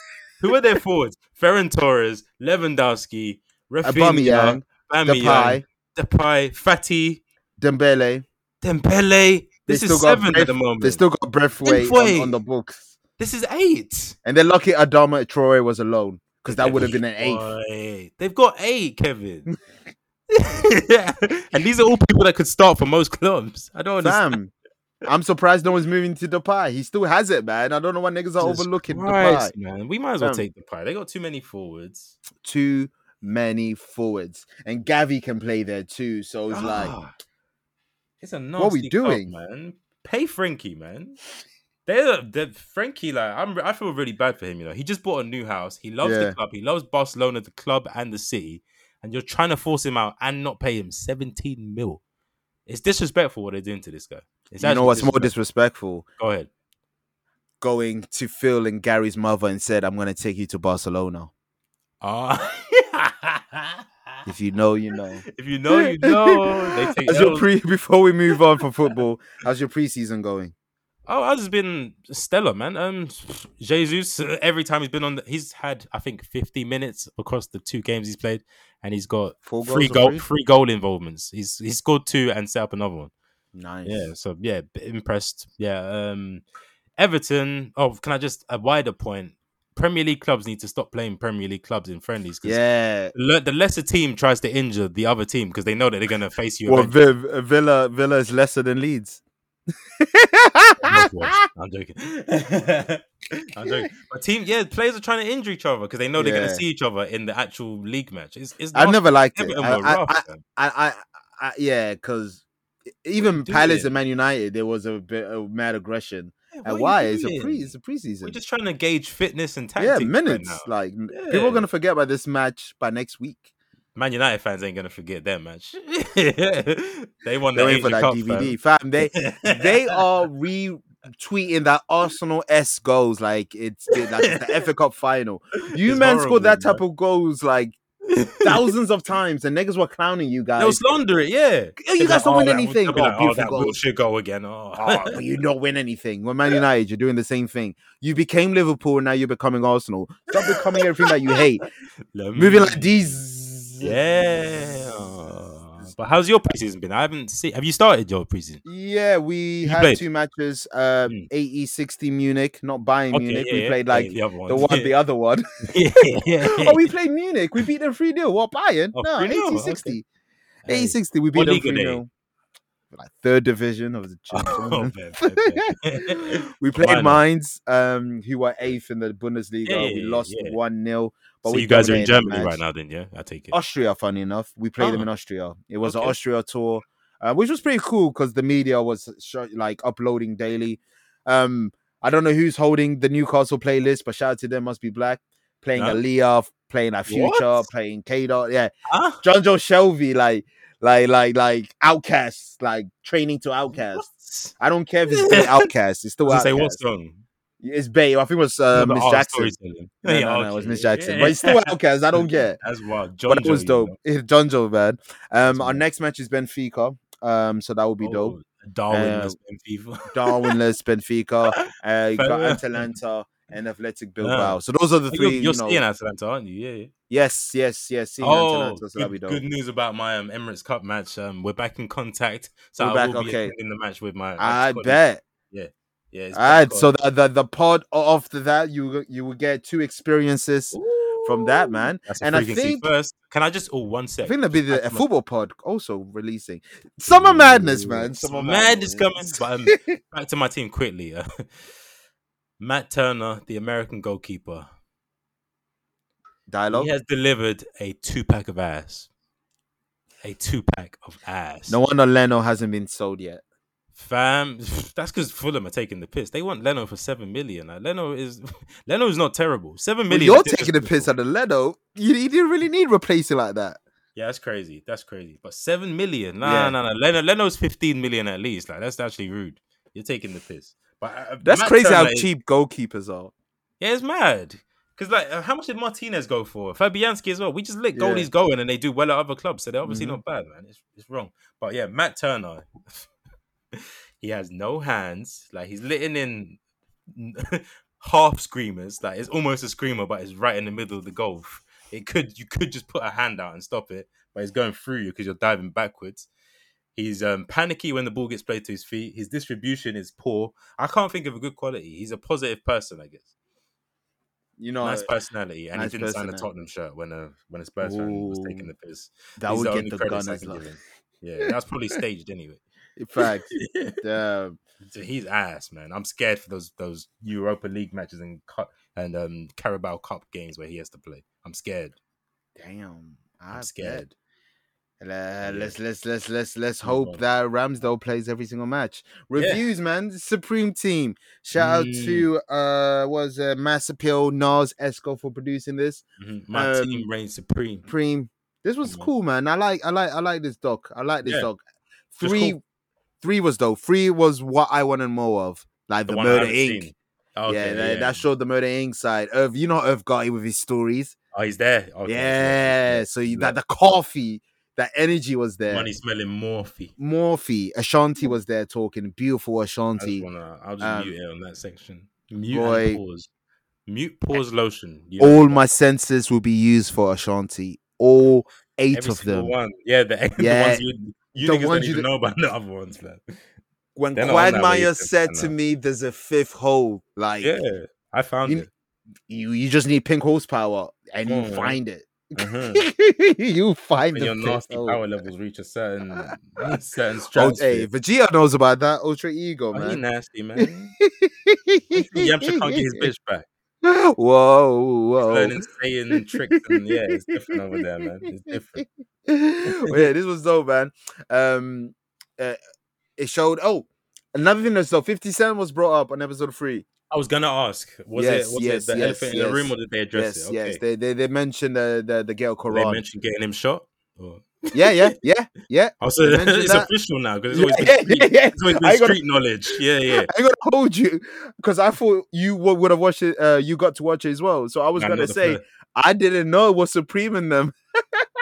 C: Who are their forwards? Ferran Torres, Lewandowski, Rafinha,
B: Aubameyang,
C: Bamiyang,
B: Depay,
C: Depay, Fati,
B: Dembele.
C: Dembele. This
B: they
C: is
B: still got
C: seven
B: Bref-
C: at the moment.
B: They still got Breathway on,
C: Braithwaite.
B: on the books.
C: This is eight.
B: And they're lucky Adama Traore was alone because that would have been an eighth.
C: eight. They've got eight, Kevin. and these are all people that could start for most clubs. I don't understand.
B: Damn. I'm surprised no one's moving to Depay. He still has it, man. I don't know why niggas are
C: Jesus
B: overlooking
C: Christ,
B: Depay.
C: man. We might as well
B: Fam.
C: take the pie. They got too many forwards.
B: Too many forwards. And Gavi can play there too. So it's like,
C: Ah. it's a nasty
B: what we
C: club,
B: doing?
C: man? Pay Frankie, man. They're, they're Frankie. Like I'm, I feel really bad for him. You know, he just bought a new house. He loves
B: Yeah.
C: the club. He loves Barcelona, the club, and the city. And you're trying to force him out and not pay him 17 mil. It's disrespectful what they're doing to this guy. It's
B: you know
C: actually
B: what's more
C: disrespectful.
B: disrespectful
C: Go ahead.
B: going to Phil and Gary's mother and said, "I'm going to take you to Barcelona.
C: Ah.
B: If you know, you know."
C: if you know, you know. They take
B: as your
C: L's.
B: pre before we move on for football, how's your preseason going?
C: Oh, ours has been stellar, man. Um, Jesus, uh, every time he's been on, the, he's had I think 50 minutes across the two games he's played, and he's got
B: Four
C: three
B: goals or
C: goal,
B: three?
C: three goal involvements. He's he scored two and set up another one.
B: Nice.
C: Yeah, so yeah, b- impressed. Yeah, um, Everton. Oh, can I just a wider point? Premier League clubs need to stop playing Premier League clubs in friendlies. 'cause
B: Yeah.
C: le- the lesser team tries to injure the other team because they know that they're going to face you.
B: Well,
C: eventually.
B: Viv, uh, Villa Villa is lesser than Leeds.
C: Oh I'm joking. I'm joking. But team, yeah, players are trying to injure each other because they know they're going
B: Yeah.
C: to see each other in the actual league match. It's, it's
B: I've
C: nasty.
B: never liked it.
C: Everton
B: I,
C: were
B: I,
C: rough,
B: I,
C: man.
B: I, I, I yeah, because even
C: you
B: Palace
C: doing?
B: and Man United, there was a bit of mad aggression. And
C: Yeah, what are you
B: why? It's a
C: doing?
B: pre, it's a
C: We're
B: preseason.
C: just trying to gauge fitness and tactics.
B: yeah,
C: right
B: minutes.
C: now.
B: Like m- people are
C: Yeah.
B: gonna forget about this match by next week.
C: Man United fans ain't going to forget that match. they won
B: They're
C: the
B: waiting
C: Asia
B: for that
C: Cup,
B: DVD, fam. They
C: fam.
B: they are retweeting that Arsenal S goals like it's like it's the FA Cup final. You
C: It's
B: man
C: horrible,
B: scored that type
C: man.
B: of goals like thousands of times, and niggas were clowning you guys.
C: They'll slander it, yeah.
B: Oh, you
C: They'll be
B: guys
C: like,
B: don't win
C: that-
B: anything.
C: they'll be
B: Oh,
C: like,
B: beautiful
C: that
B: goal.
C: Wilshere goal again. Oh.
B: oh, but you don't win anything. When Man United, you're doing the same thing. You became Liverpool, now you're becoming Arsenal. Stop becoming everything that you hate.
C: Let me-
B: Moving like these.
C: Mm. Yeah. But how's your preseason been? I haven't seen. Have you started your preseason?
B: Yeah, we had
C: played?
B: two matches. Uh,
C: Mm.
B: AE sixty Munich, not Bayern Munich. we played
C: yeah,
B: like
C: the other one.
B: the one, the other one.
C: yeah, yeah,
B: oh, we played Munich. We beat them three 0 What Bayern?
C: Oh,
B: no,
C: 3-0,
B: eighty
C: okay.
B: sixty.
C: Hey.
B: Eighty sixty. We beat
C: What
B: them
C: league are
B: three
C: they?
B: 0 Like third division of the
C: Oh,
B: championship.
C: fair, fair, fair.
B: we played
C: Final.
B: Mainz, um, who were eighth in the Bundesliga.
C: Yeah,
B: we
C: yeah,
B: lost
C: yeah.
B: one 0 But
C: so
B: we
C: you guys are in
B: dominated that
C: Germany
B: match. Oh,
C: right now, then? Yeah, I take it.
B: Austria, funny enough. We played them in Austria. It was an
C: okay.
B: Austria tour, uh, which was pretty cool because the media was sho- like uploading daily. Um, I don't know who's holding the Newcastle playlist, but shout out to them. Must be black playing
C: Huh?
B: Aaliyah, playing our future,
C: What?
B: playing K Dot. Yeah,
C: Huh?
B: John Joe Shelby, like, like, like, like Outcast, like training to Outcast. I don't care if it's Bay Outcast. It's still
C: What? I was gonna say what
B: Outcast.
C: song?
B: It's Bay. I think it was uh,
C: No,
B: Miss
C: oh,
B: Jackson.
C: storytelling.
B: No,
C: Yeah,
B: no, no,
C: okay.
B: it was Miss Jackson.
C: Yeah.
B: But it's still Outcast. I don't care
C: That's wild. John
B: but that was dope. It's John Joe, man. Um, our
C: mad.
B: next match is Benfica. Um, so that will be dope.
C: Oh, Darwin
B: Uh,
C: has been FIFA.
B: Darwinless Benfica. Uh, you got
C: Fair.
B: Atalanta and Athletic Bilbao. So those are the 3
C: You're, you're
B: you know.
C: seeing Atalanta, aren't you? Yeah. yeah.
B: Yes, yes, yes. Seeing
C: Oh,
B: Atalanta, so that'll be dope.
C: good, good news about my um, Emirates Cup match. Um, we're back in contact, so
B: We're
C: I
B: back,
C: will be
B: okay.
C: attending the match with my.
B: I
C: colleague.
B: bet.
C: Yeah. it's
B: All right.
C: back
B: So
C: on.
B: the, the the pod after that, you you will get two experiences from that,
C: Ooh.
B: man.
C: That's
B: And
C: a
B: I
C: frequency
B: think-
C: first. Can I just? Oh, one sec.
B: I think there'll be the, a
C: That's my-
B: football pod also releasing. Summer madness, man. Summer
C: Some madness coming. But um, back to my team quickly. Uh, Matt Turner, the American goalkeeper,
B: Dialogue.
C: he has delivered a two pack of ass. A two pack of ass.
B: No wonder Leno hasn't been sold yet.
C: Fam, that's because Fulham are taking the piss. They want Leno for seven million. Like, Leno is Leno is not terrible. Seven
B: Well,
C: million.
B: you're
C: is
B: taking the piss
C: disrespectful.
B: out of Leno. You, you didn't really need replacing like that.
C: Yeah, that's crazy. That's crazy. But seven million? Nah,
B: Yeah.
C: nah, nah. Leno Leno's fifteen million at least. Like that's actually rude. You're taking the piss. But uh,
B: That's
C: Matt
B: crazy how
C: Turner is-
B: cheap goalkeepers are.
C: Yeah, it's mad. Because like, uh, how much did Martinez go for? Fabianski as well. We just let
B: Yeah.
C: goalies go in and they do well at other clubs, so they're obviously
B: Mhm.
C: not bad, man. It's, it's wrong. But yeah, Matt Turner, he has no hands. Like he's litting in half screamers. Like it's almost a screamer, but it's right in the middle of the goal. It could you could just put a hand out and stop it, but it's going through you because you're diving backwards. He's um, panicky when the ball gets played to his feet. His distribution is poor. I can't think of a good quality. He's a positive person, I guess
B: You know,
C: nice personality, and
B: nice
C: he didn't sign a
B: personality.
C: Tottenham shirt when a when a Spurs fan was taking
B: Ooh.
C: the piss.
B: that
C: These
B: would
C: are
B: get
C: only
B: the
C: credits I
B: Gunners.
C: can
B: Like,
C: give him. Yeah, that's probably staged anyway.
B: in fact, um,
C: So he's ass, man. I'm scared for those those Europa League matches and cup and um, Carabao Cup games where he has to play. I'm scared.
B: damn, I'm
C: scared.
B: Uh, let's let's let's let's let's
C: Move
B: hope
C: on.
B: that Ramsdale plays every single match. Reviews, man, Supreme Team. Shout
C: Mm.
B: out to uh, was uh, Mass Appeal, Nas Esco for producing this.
C: Mhm. My
B: Um,
C: team reigns supreme.
B: Supreme. This was
C: Mhm.
B: cool, man. I like, I like, I like this doc. I like this
C: Yeah.
B: doc.
C: Just
B: Three,
C: cool.
B: three was dope. Three was what I wanted more of, like the,
C: one I
B: Murder
C: haven't
B: Inc.
C: seen. Okay,
B: yeah, that, that showed the Murder Inc. side. Irv, you know Irv Gotti with his stories.
C: oh, he's there. Okay,
B: yeah, so you, that the coffee, that energy was there.
C: Money smelling Morphe.
B: Morphe, Ashanti was there talking. Beautiful
C: I just
B: Ashanti.
C: wanna, I'll just
B: Um,
C: mute it on that section. Mute
B: boy.
C: and pause. Mute pause lotion. You know,
B: All my senses will be used for Ashanti. All eight
C: every
B: of
C: single
B: them.
C: One. Yeah, the,
B: Yeah,
C: the ones you, you
B: the
C: niggas
B: ones
C: don't
B: you
C: even
B: don't-
C: know about the other ones, man.
B: When
C: They're not on that
B: Quagmire
C: wavelength,
B: said
C: I
B: to
C: know.
B: me, "There's a fifth hole," like
C: Yeah, I found
B: You-
C: it.
B: you, you just need pink horsepower, and
C: Come
B: you
C: on,
B: find it.
C: Uh-huh.
B: you find
C: when
B: the
C: your
B: fifth
C: nasty
B: hole.
C: power levels reach a certain certain
B: Oh,
C: stratosphere.
B: hey, Vegeta knows about that. Ultra ego,
C: Oh, he
B: man.
C: nasty, man. Yamcha can't get his bitch back.
B: Whoa, whoa.
C: Learning saying tricks and yeah, it's different over there, man. It's different.
B: Well, yeah, this was dope, man. Um, uh, it showed. Oh, another thing that's dope. Fifty Cent was brought up on episode three.
C: I was gonna ask, was
B: Yes,
C: it was
B: yes,
C: it the
B: yes,
C: elephant in
B: yes.
C: the room or did they address
B: yes,
C: it? Okay.
B: yes. They, they they mentioned the the, the girl
C: They
B: Quran.
C: mentioned getting him shot. Or...
B: yeah, yeah, yeah, yeah.
C: Also,
B: They mentioned
C: it's
B: that.
C: official now because it's
B: Yeah,
C: always been
B: yeah, yeah,
C: street,
B: yeah.
C: It's always
B: I
C: been
B: ain't gonna-
C: street knowledge. Yeah, yeah.
B: I gotta hold you because I thought you would have watched it. Uh, you got to watch it as well. So I was
C: Nah,
B: gonna
C: not the
B: say
C: first.
B: I didn't know what supreme in them.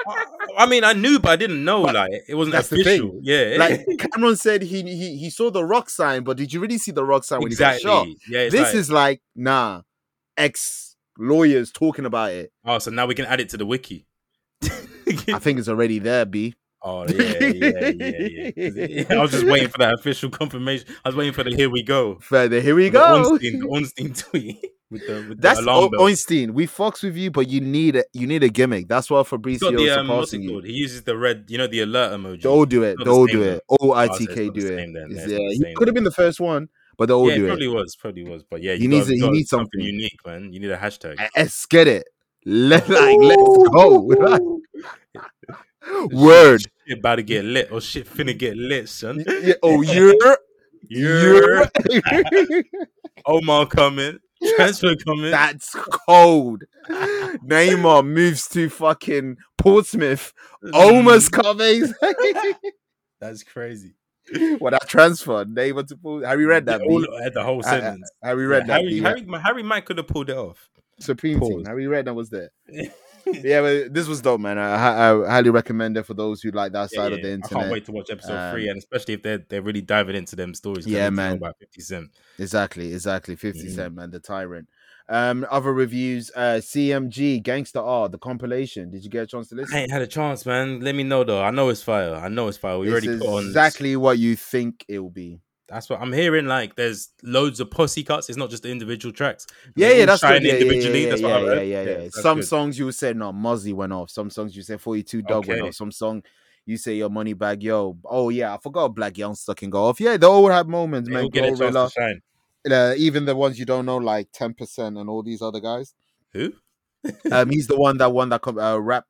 C: I, I mean, I knew, but I didn't know. Like, it wasn't
B: that's the
C: official. Yeah,
B: Like Cameron said, he he he saw the rock sign, but did you really see the rock sign when
C: exactly.
B: he got shot?
C: Yeah, it's
B: this
C: like-
B: is like nah, ex lawyers talking about it.
C: Oh, so now we can add it to the wiki.
B: I think it's already there, B.
C: Oh yeah, yeah, yeah, yeah. 'Cause I was just waiting for that official confirmation. I was waiting for the here we go.
B: Further, here we
C: The
B: go.
C: Ornstein, the Ornstein tweet with the with
B: That's
C: the alarm
B: o-
C: bell.
B: Einstein. We fucks with you, but you need a you need a gimmick. That's why
C: He's
B: Fabrizio
C: got
B: is
C: the um, what's
B: E surpassing
C: it
B: you.
C: called? He uses the red, you know, the alert emoji.
B: They all do it.
C: It's not
B: They
C: the
B: all
C: same
B: do
C: though.
B: it. All
C: so
B: ITK
C: it's not the
B: do it.
C: same then.
B: It's-
C: It's not
B: yeah,
C: the
B: he
C: same
B: could have been the first one, but they all
C: yeah, it
B: do
C: probably
B: it.
C: was, probably was. But yeah,
B: He
C: you
B: needs
C: gotta-
B: it-
C: you
B: he
C: gotta
B: needs something.
C: unique, man. You need a hashtag.
B: A- Let's get Eh, it. Let like let's go. Like, word.
C: Shit about to get lit, or shit finna get lit, son.
B: Yeah, oh, you're
C: You're
B: you're.
C: Omar coming, transfer coming.
B: That's cold. Neymar moves to fucking Portsmouth. Almost
C: Mm.
B: coming.
C: That's crazy.
B: well, that transfer. Neymar to Portsmouth. Have you read that?
C: Yeah,
B: B?
C: all- uh, the whole
B: I- I-
C: sentence.
B: Have you
C: Yeah,
B: read that?
C: Harry,
B: B?
C: Harry, Ma- Harry Mike could have pulled it off.
B: Supreme team.
C: Pause.
B: Have you read that was there? yeah, but this was dope, man. I, hi- I highly recommend it for those who like that
C: Yeah,
B: side
C: yeah,
B: of the
C: yeah.
B: internet.
C: I can't wait to watch episode three,
B: Um,
C: and especially if they're they're really diving into them stories. 'cause I
B: Yeah,
C: need to know
B: man.
C: About Fifty Cent.
B: Exactly, exactly. 50
C: Mhm.
B: Cent, man, the tyrant. Um, other reviews, uh, CMG, Gangster R, the compilation. Did you get a chance to
C: I
B: listen?
C: ain't had a chance, man. Let me know though. I know it's fire. I know it's fire. We
B: It's
C: already put on this.
B: exactly what you think it will be.
C: That's what I'm hearing. Like, there's loads of posse cuts. It's not just the individual tracks.
B: Yeah,
C: They
B: yeah,
C: all
B: that's
C: shine
B: good. Yeah, yeah,
C: individually.
B: yeah,
C: That's
B: yeah,
C: what I
B: yeah,
C: heard.
B: yeah, yeah, yeah.
C: that's
B: Some
C: good.
B: songs you would say no, Muzzy went off. Some songs you say 42 Dog went
C: Okay.
B: off. Some song you say your money bag, yo. Oh yeah, I forgot Black Youngster can go off. Yeah, they all have moments,
C: They
B: man.
C: all get a chance
B: Glorilla,
C: to shine.
B: uh, even the ones you don't know, like 10% and all these other guys.
C: Who?
B: Um, he's the one that won that com- uh, rap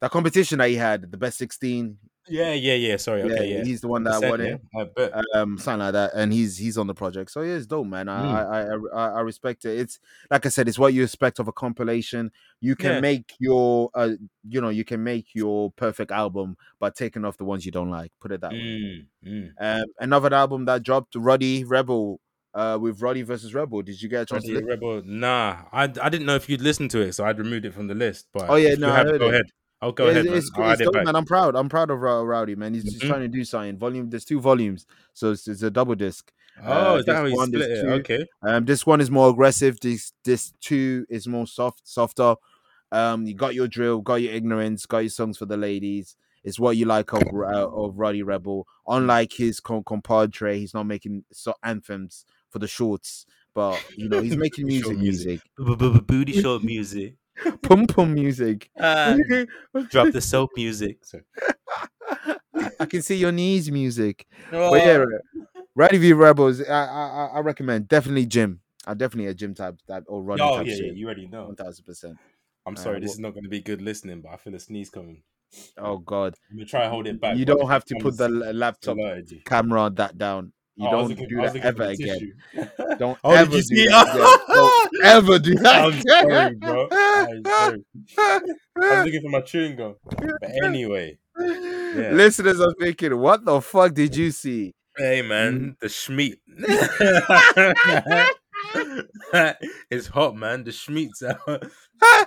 B: that competition that he had, the best 16.
C: Yeah, yeah, yeah. Sorry. Okay, yeah.
B: he's the one that won it.
C: I bet.
B: Um, something like that, and he's he's on the project, so yeah, it's dope, man.
C: Mm.
B: I, I, I I I respect it. It's like I said, it's what you expect of a compilation. You can
C: Yeah.
B: make your uh, you know, you can make your perfect album by taking off the ones you don't like. Put it that way.
C: Mm, mm.
B: Um, another album that dropped, Roddy Rebel, uh, with Roddy versus Rebel. Did you get a chance to
C: Ready,
B: listen?
C: Rebel. Nah, I, I didn't know if you'd listened to it, so I'd removed it from the list. But
B: Oh, yeah,
C: if you
B: no, I
C: have,
B: heard
C: go
B: it.
C: ahead. I'll go
B: Yeah, it's,
C: ahead. man.
B: it's,
C: I'll
B: it's
C: add it
B: dope,
C: back.
B: man. I'm proud. I'm proud of Ra- Rowdy, man. He's just
C: Mhm.
B: trying to do something. Volume. There's two volumes, so it's, it's a double disc.
C: oh,
B: uh,
C: is that
B: this
C: how you
B: one, this
C: split it?
B: two-
C: Okay.
B: Um, this one is more aggressive. This this two is more soft, softer. Um, you got your drill, got your ignorance, got your songs for the ladies. It's what you like of uh, of Roddy Rebel. Unlike his com- compadre, he's not making so- anthems for the shorts, but you know he's making
C: Short
B: music, music,
C: music. Booty short music.
B: pum pum music.
C: Uh, drop the soap music.
B: I can see your knees music.
C: Oh.
B: But yeah, Roddy V Rebels, I, I I- I recommend definitely Jim. I'm definitely a Jim type type or Roddy
C: Oh,
B: type
C: yeah, yeah,
B: shit.
C: you already know.
B: One thousand percent.
C: I'm
B: Uh,
C: sorry, this
B: what-
C: is not going to be good listening, but I feel a sneeze coming.
B: Oh god,
C: I'm going to try and hold it back.
B: you
C: but
B: don't
C: if
B: have
C: it
B: to put
C: comes,
B: the la-
C: it's
B: laptop
C: alerted you.
B: camera that down. You
C: Oh, I was
B: don't
C: looking-
B: do
C: I was
B: that
C: looking for
B: ever
C: the
B: again.
C: tissue.
B: Don't
C: Oh, did
B: ever
C: you
B: do
C: see-
B: that. Again. Don't ever do that.
C: I'm sorry, bro. I'm sorry. I was
B: again.
C: looking for my chewing gum. But anyway, Yeah.
B: Listeners are thinking, what Mm. the fuck did you see?
C: hey man, the schmeat. it's hot, man. The schmeats out.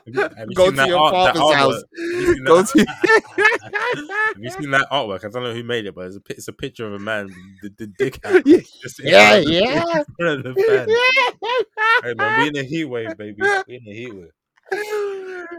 B: Go to your father's house. Go to.
C: Have you seen that artwork? I don't know who made it, but it's a, pi- it's a picture of a man, the, the dick out.
B: Yeah,
C: Just in
B: yeah,
C: front of the-
B: yeah.
C: in front of the fan. Hey, man, we in a heat wave, baby. We in a heat wave.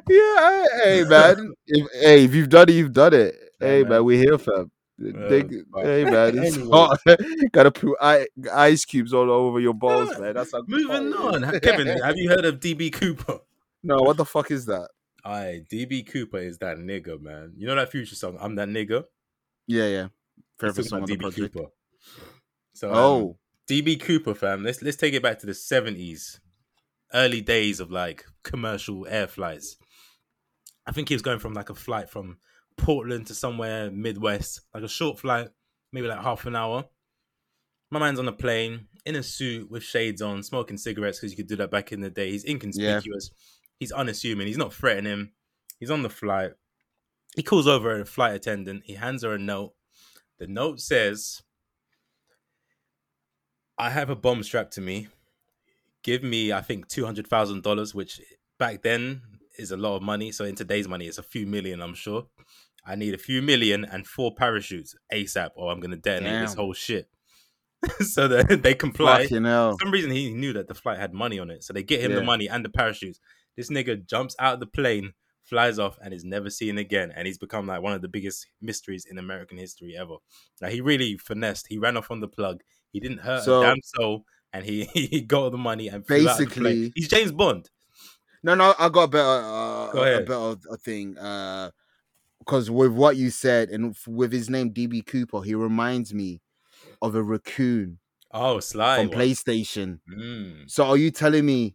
B: yeah, hey man. If, hey, if you've done it, you've done it.
C: Yeah,
B: hey
C: man.
B: man, we here fam.
C: Oh,
B: Dig-
C: but-
B: hey man, it's
C: Anyway.
B: hot. Gotta put i- ice cubes all over your balls, man. That's how
C: Moving
B: hot it is.
C: on, Kevin, have you heard of DB Cooper?
B: No, what the fuck is that?
C: Aye, DB Cooper is that nigga, man. You know that future song, I'm That Nigga?
B: Yeah, yeah. Favorite
C: It's
B: song
C: about
B: on the
C: DB
B: project.
C: Cooper. So, um,
B: Oh,
C: DB Cooper, fam. Let's let's take it back to the seventies, early days of like commercial air flights. I think he was going from like a flight from Portland to somewhere Midwest, like a short flight, maybe like half an hour. My man's on a plane in a suit with shades on, smoking cigarettes because you could do that back in the day. He's inconspicuous. He's unassuming. He's not threatening. He's on the flight. He calls over a flight attendant. He hands her a note. The note says, I have a bomb strapped to me. Give me, I think, two hundred thousand dollars, which back then is a lot of money. So in today's money, it's a few million, I'm sure. I need a few million and four parachutes ASAP, or I'm gonna detonate this
B: Damn.
C: whole shit. so that they comply.
B: fucking hell.
C: For some reason he knew that the flight had money on it, so they get him the
B: Oh. Yeah.
C: money and the parachutes. This nigga jumps out of the plane, flies off, and is never seen again. And he's become like one of the biggest mysteries in American history ever. Like he really finessed. He ran off on the plug. He didn't hurt
B: So-
C: a damn soul, and he he got the money and flew out of the plane.
B: Basically-
C: he's James Bond.
B: No, no, I got a better, uh,
C: Go
B: a- a
C: ahead.
B: better uh, thing. Because with what you said and f- with his name DB Cooper, he reminds me of a raccoon
C: Oh, Sly.
B: from
C: one.
B: PlayStation.
C: Mm.
B: So are you telling me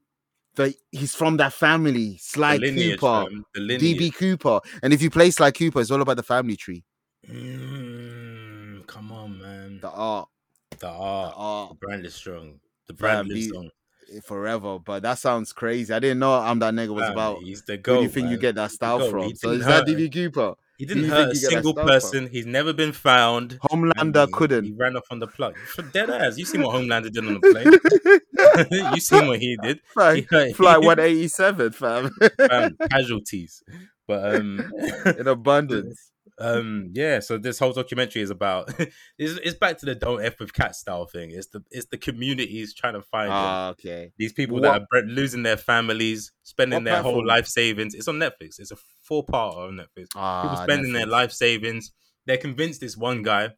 B: that he's from that family, Sly
C: the lineage,
B: Cooper,
C: fam. the lineage.
B: DB Cooper? And if you play Sly Cooper, it's all about the family tree,
C: Mm, come on, man.
B: the art,
C: The
B: the
C: art.
B: art,
C: The brand is strong. The brand
B: Fam,
C: is
B: you-
C: strong.
B: eh, forever. But that sounds crazy. I didn't know I'm that nigga was
C: Fam,
B: about.
C: He's the
B: Who
C: goat.
B: do you think you
C: man.
B: get that style
C: go, he
B: from? So
C: didn't
B: is that
C: hurt him.
B: DB Cooper?
C: He
B: you
C: didn't
B: think
C: hurt a
B: you get that
C: single
B: stuff
C: person. He's never been found. And
B: Homelander
C: he-
B: couldn't.
C: He ran off on the plug. Dead ass. You seen what Homelander did on the plane? you seen what he did? He
B: Fly,
C: hurt-
B: fly
C: he
B: 187, fam.
C: found casualties. But um,
B: In abundance.
C: um, yeah. So this whole documentary is about. it's, it's back to the don't f with cat style thing. It's the it's the communities trying to find him.
B: Ah, okay.
C: These people
B: What-
C: that are bre- losing their families, spending
B: What
C: their whole
B: platform?
C: life savings. It's on Netflix. It's a four part on Netflix. people
B: Ah,
C: spending their
B: Netflix.
C: life savings. They're convinced this one guy.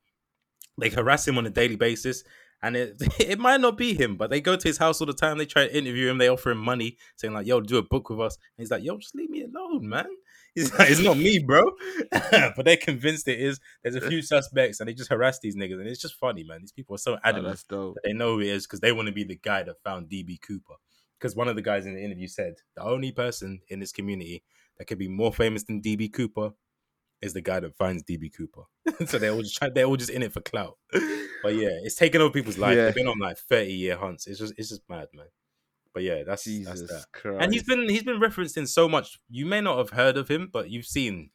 C: They harass him on a daily basis, and it it might not be him, but they go to his house all the time. They try to interview him. They offer him money, saying like, "Yo, do a book with us." And he's like, "Yo, just leave me alone, man." He's like, "It's not me, bro." but they're convinced it is. There's a few suspects, and they just harass these niggas, and it's just funny, man. These people are so
B: Ah,
C: adamant
B: that's dope.
C: that they know who it is because they want to be the guy that found DB Cooper. Because one of the guys in the interview said the only person in this community that could be more famous than DB Cooper is the guy that finds DB Cooper. so they're all just try, they're all just in it for clout. But yeah, it's taking over people's lives.
B: Yeah.
C: They've been on like thirty year hunts. It's just it's just mad, man. But yeah, that's
B: Jesus
C: that's that.
B: Christ.
C: And he's been he's been referenced in so much. You may not have heard of him, but you've seen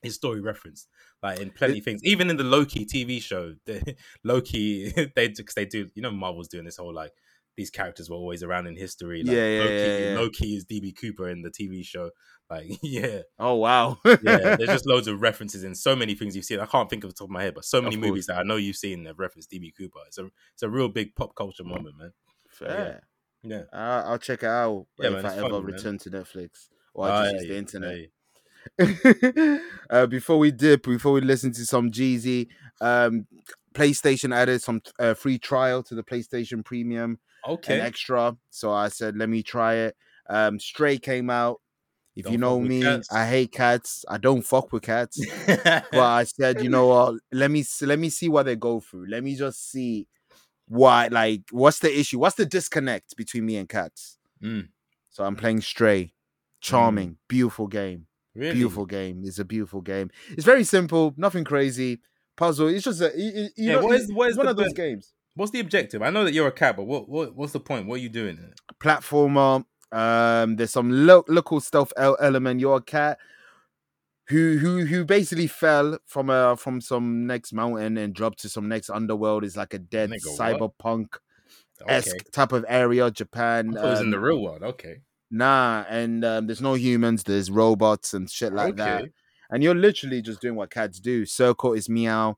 C: his story referenced like in plenty of things. Even in the Loki TV show, the, Loki they because they do you know Marvel's doing this whole like these characters were always around in history. Like,
B: Yeah, yeah,
C: Loki,
B: yeah, yeah.
C: Loki is DB Cooper in the TV show. Like yeah,
B: Oh, wow.
C: yeah. There's just loads of references in so many things you've seen. I can't think of the top of my head, but so many
B: Of course.
C: movies that I know you've seen that reference DB Cooper. It's a it's a real big pop culture moment, man.
B: Fair.
C: Yeah.
B: I'll, I'll check it out
C: Yeah,
B: if
C: man,
B: I
C: it's
B: ever
C: funny, man.
B: return to Netflix or I just use
C: Aye,
B: the internet.
C: aye.
B: uh, before we dip, before we listen to some Jeezy, um, PlayStation added some uh, free trial to the PlayStation Premium.
C: Okay.
B: an extra. So I said, let me try it. Um, Stray came out. If you
C: Don't
B: know
C: fuck with
B: me,
C: cats.
B: I hate cats. I don't fuck with cats. but I said, you know what? Let me s- let me see what they go through. Let me just see why. Like, what's the issue? What's the disconnect between me and cats?
C: Mm.
B: So I'm playing Stray. Charming, beautiful game.
C: Really?
B: Beautiful game. It's a beautiful game. It's very simple. Nothing crazy. Puzzle. It's just a. You, you- you
C: Yeah,
B: know,
C: what
B: it's-
C: is- what
B: it's
C: is
B: one
C: the
B: of those
C: best-
B: games.
C: What's the objective? I know that you're a cat, but what, what what's the point? What are you doing?
B: platformer. Um, there's some lo- local stealth el- element. You're a cat who who who basically fell from a from some next mountain and dropped to some next underworld. Is like a dead
C: Nigga, what?
B: cyberpunk esque type of area, Japan.
C: I thought it was in
B: um,
C: the real world. Okay.
B: Nah, and um, there's no humans, there's robots and shit like that.
C: Okay.
B: And you're literally just doing what cats do. Circle is meow,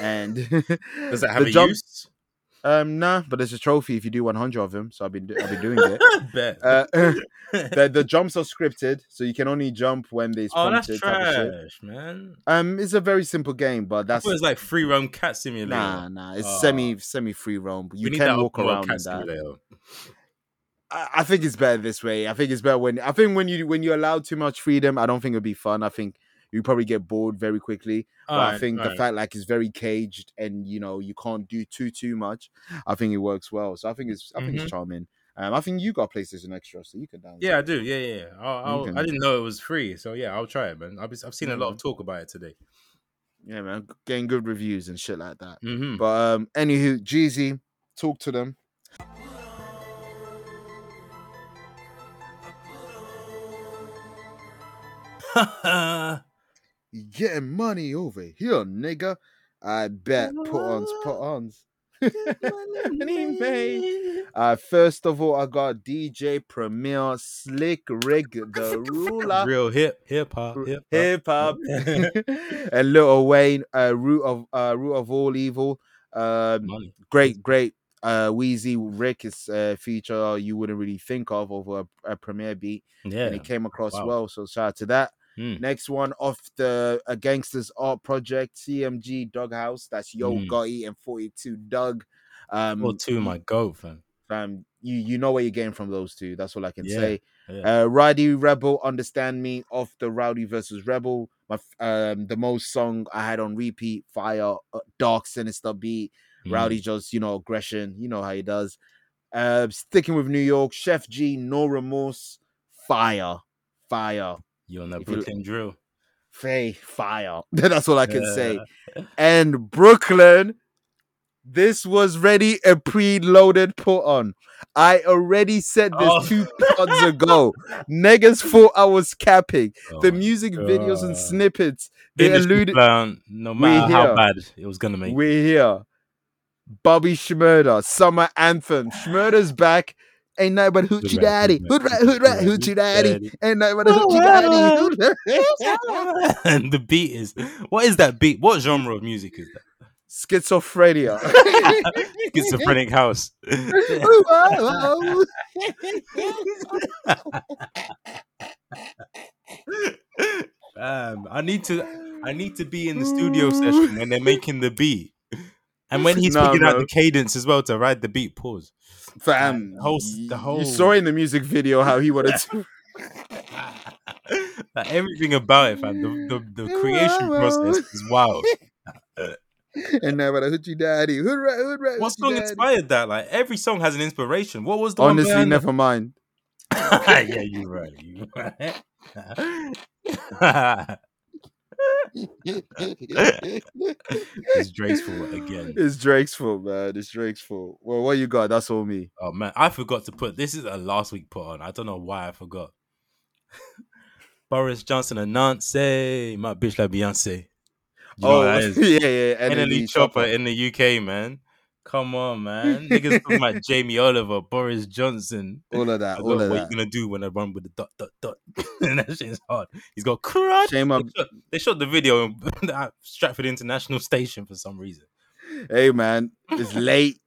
B: and
C: Does that have
B: the
C: a
B: jump-
C: use?
B: Um, nah, but there's a trophy if you do 100 of them. So I've been do- I've been doing it.
C: Bet.
B: Uh, the, the jumps are scripted, so you can only jump when there's
C: oh, that's
B: prompted. type of shit.
C: trash, man.
B: Um, it's a very simple game, but
C: That's
B: that's
C: it was like free roam cat simulator.
B: nah, nah. It's
C: Oh.
B: semi semi free roam. but
C: We
B: You
C: need
B: can
C: that
B: walk
C: open world
B: around in
C: cat
B: that.
C: simulator.
B: I, I think it's better this way. I think it's better when I think when you when you allow too much freedom, I don't think it'd be fun. I think you probably get bored very quickly. But I
C: Alright,
B: think the
C: alright.
B: fact like it's very caged and you know you can't do too too much. I think it works well. So I think it's I think
C: Mm-hmm.
B: it's charming. Um, I think you got PlayStation Extra, so you can download.
C: Yeah, I do. Yeah, yeah. yeah. I'll, I'll,
B: Okay.
C: I didn't know it was free, so yeah, I'll try it, man. I've, been- I've seen a
B: Yeah,
C: lot
B: man.
C: of talk about it today.
B: yeah, man, getting good reviews and shit like that.
C: Mm-hmm.
B: But um, anywho, Jeezy, talk to them. You getting money over here, nigga. I bet. Put ons, put ons. Anyway, uh, first of all, I got DJ Premier Slick Rig, the ruler,
C: Real hip, hip hop, hip hop.
B: hip hop, and Little Wayne, uh, root of uh, root of all evil. Um,
C: Money.
B: great, great. Uh, Wheezy Rick is a feature you wouldn't really think of over a, a premiere beat,
C: Yeah.
B: and it came across
C: Wow.
B: well. So shout out to that.
C: Mm.
B: Next one off the uh, Gangsters Art Project, CMG Doghouse. That's Yo
C: Mm.
B: Gotti and 42 Doug. Um,
C: Or two, my goat, fam.
B: fam, you you know where you're getting from those two. That's all I can
C: Yeah,
B: say.
C: yeah.
B: Uh, Rowdy Rebel, understand me off the Rowdy versus Rebel. My f- um, the most song I had on repeat. Fire, uh, dark, sinister beat.
C: Hmm. Mm.
B: Rowdy just you know aggression. You know how he does. Uh, sticking with New York, Chef G, no remorse, fire, fire,
C: You on that
B: if you-
C: Brooklyn drill?
B: fay, fire. That's all I can say. And Brooklyn, this was ready a pre-loaded put on. I already said this
C: Oh.
B: two pods ago. Niggas thought I was capping. the
C: Oh,
B: music videos and
C: God.
B: snippets, they
C: Industry
B: alluded.
C: plan, no
B: We
C: matter
B: here.
C: how bad it was gonna make. it.
B: We're here. Bobby Schmurder, summer anthem. Schmurder's back. Ain't nothing but hoochie
C: rat,
B: daddy.
C: hood
B: Hood
C: rat,
B: rat, hood rat, hoochie daddy. Ain't nothing but a hoochie daddy. Hood rat.
C: and the beat is what is that beat? What genre of music is that?
B: Schizophrenia.
C: Schizophrenic house.
B: Wow.
C: um, I need to I need to be in the studio session when they're making the beat. And when he's
B: Nah,
C: figuring out
B: bro.
C: the cadence as well to ride the beat, pause.
B: Fam,
C: The whole- the
B: y-
C: whole-
B: You saw in the music video how he wanted to.
C: like everything about it, fam. The, the, the creation process is wild.
B: and now about a hoochie daddy. Hood rat, hood rat.
C: What
B: hoochie
C: song
B: daddy.
C: inspired that? Like every song has an inspiration. What was the
B: Honestly,
C: one behind
B: never mind.
C: that? yeah, you're right. You're right. it's Draceful again.
B: It's Drake's fault, man. It's Drake's fault. Well, what you got? That's all me.
C: Oh man, I forgot to put this is a last week put on. I don't know why I forgot. Boris Johnson and Nancy, my bitch like Beyonce. You know
B: oh,
C: what that is?
B: yeah, yeah.
C: NLE
B: NLE
C: Chopper in the UK, man. Come on, man. Niggas talking about Jamie Oliver, Boris Johnson.
B: All of
C: I
B: that.
C: don't
B: All
C: know
B: of
C: what you
B: that.
C: gonna do when I run with the dot dot dot. and that shit is hard. He's got crutch.
B: Shame
C: They
B: on.
C: shot, they shot the video in- at Stratford International Station for some reason.
B: Hey, man. It's late.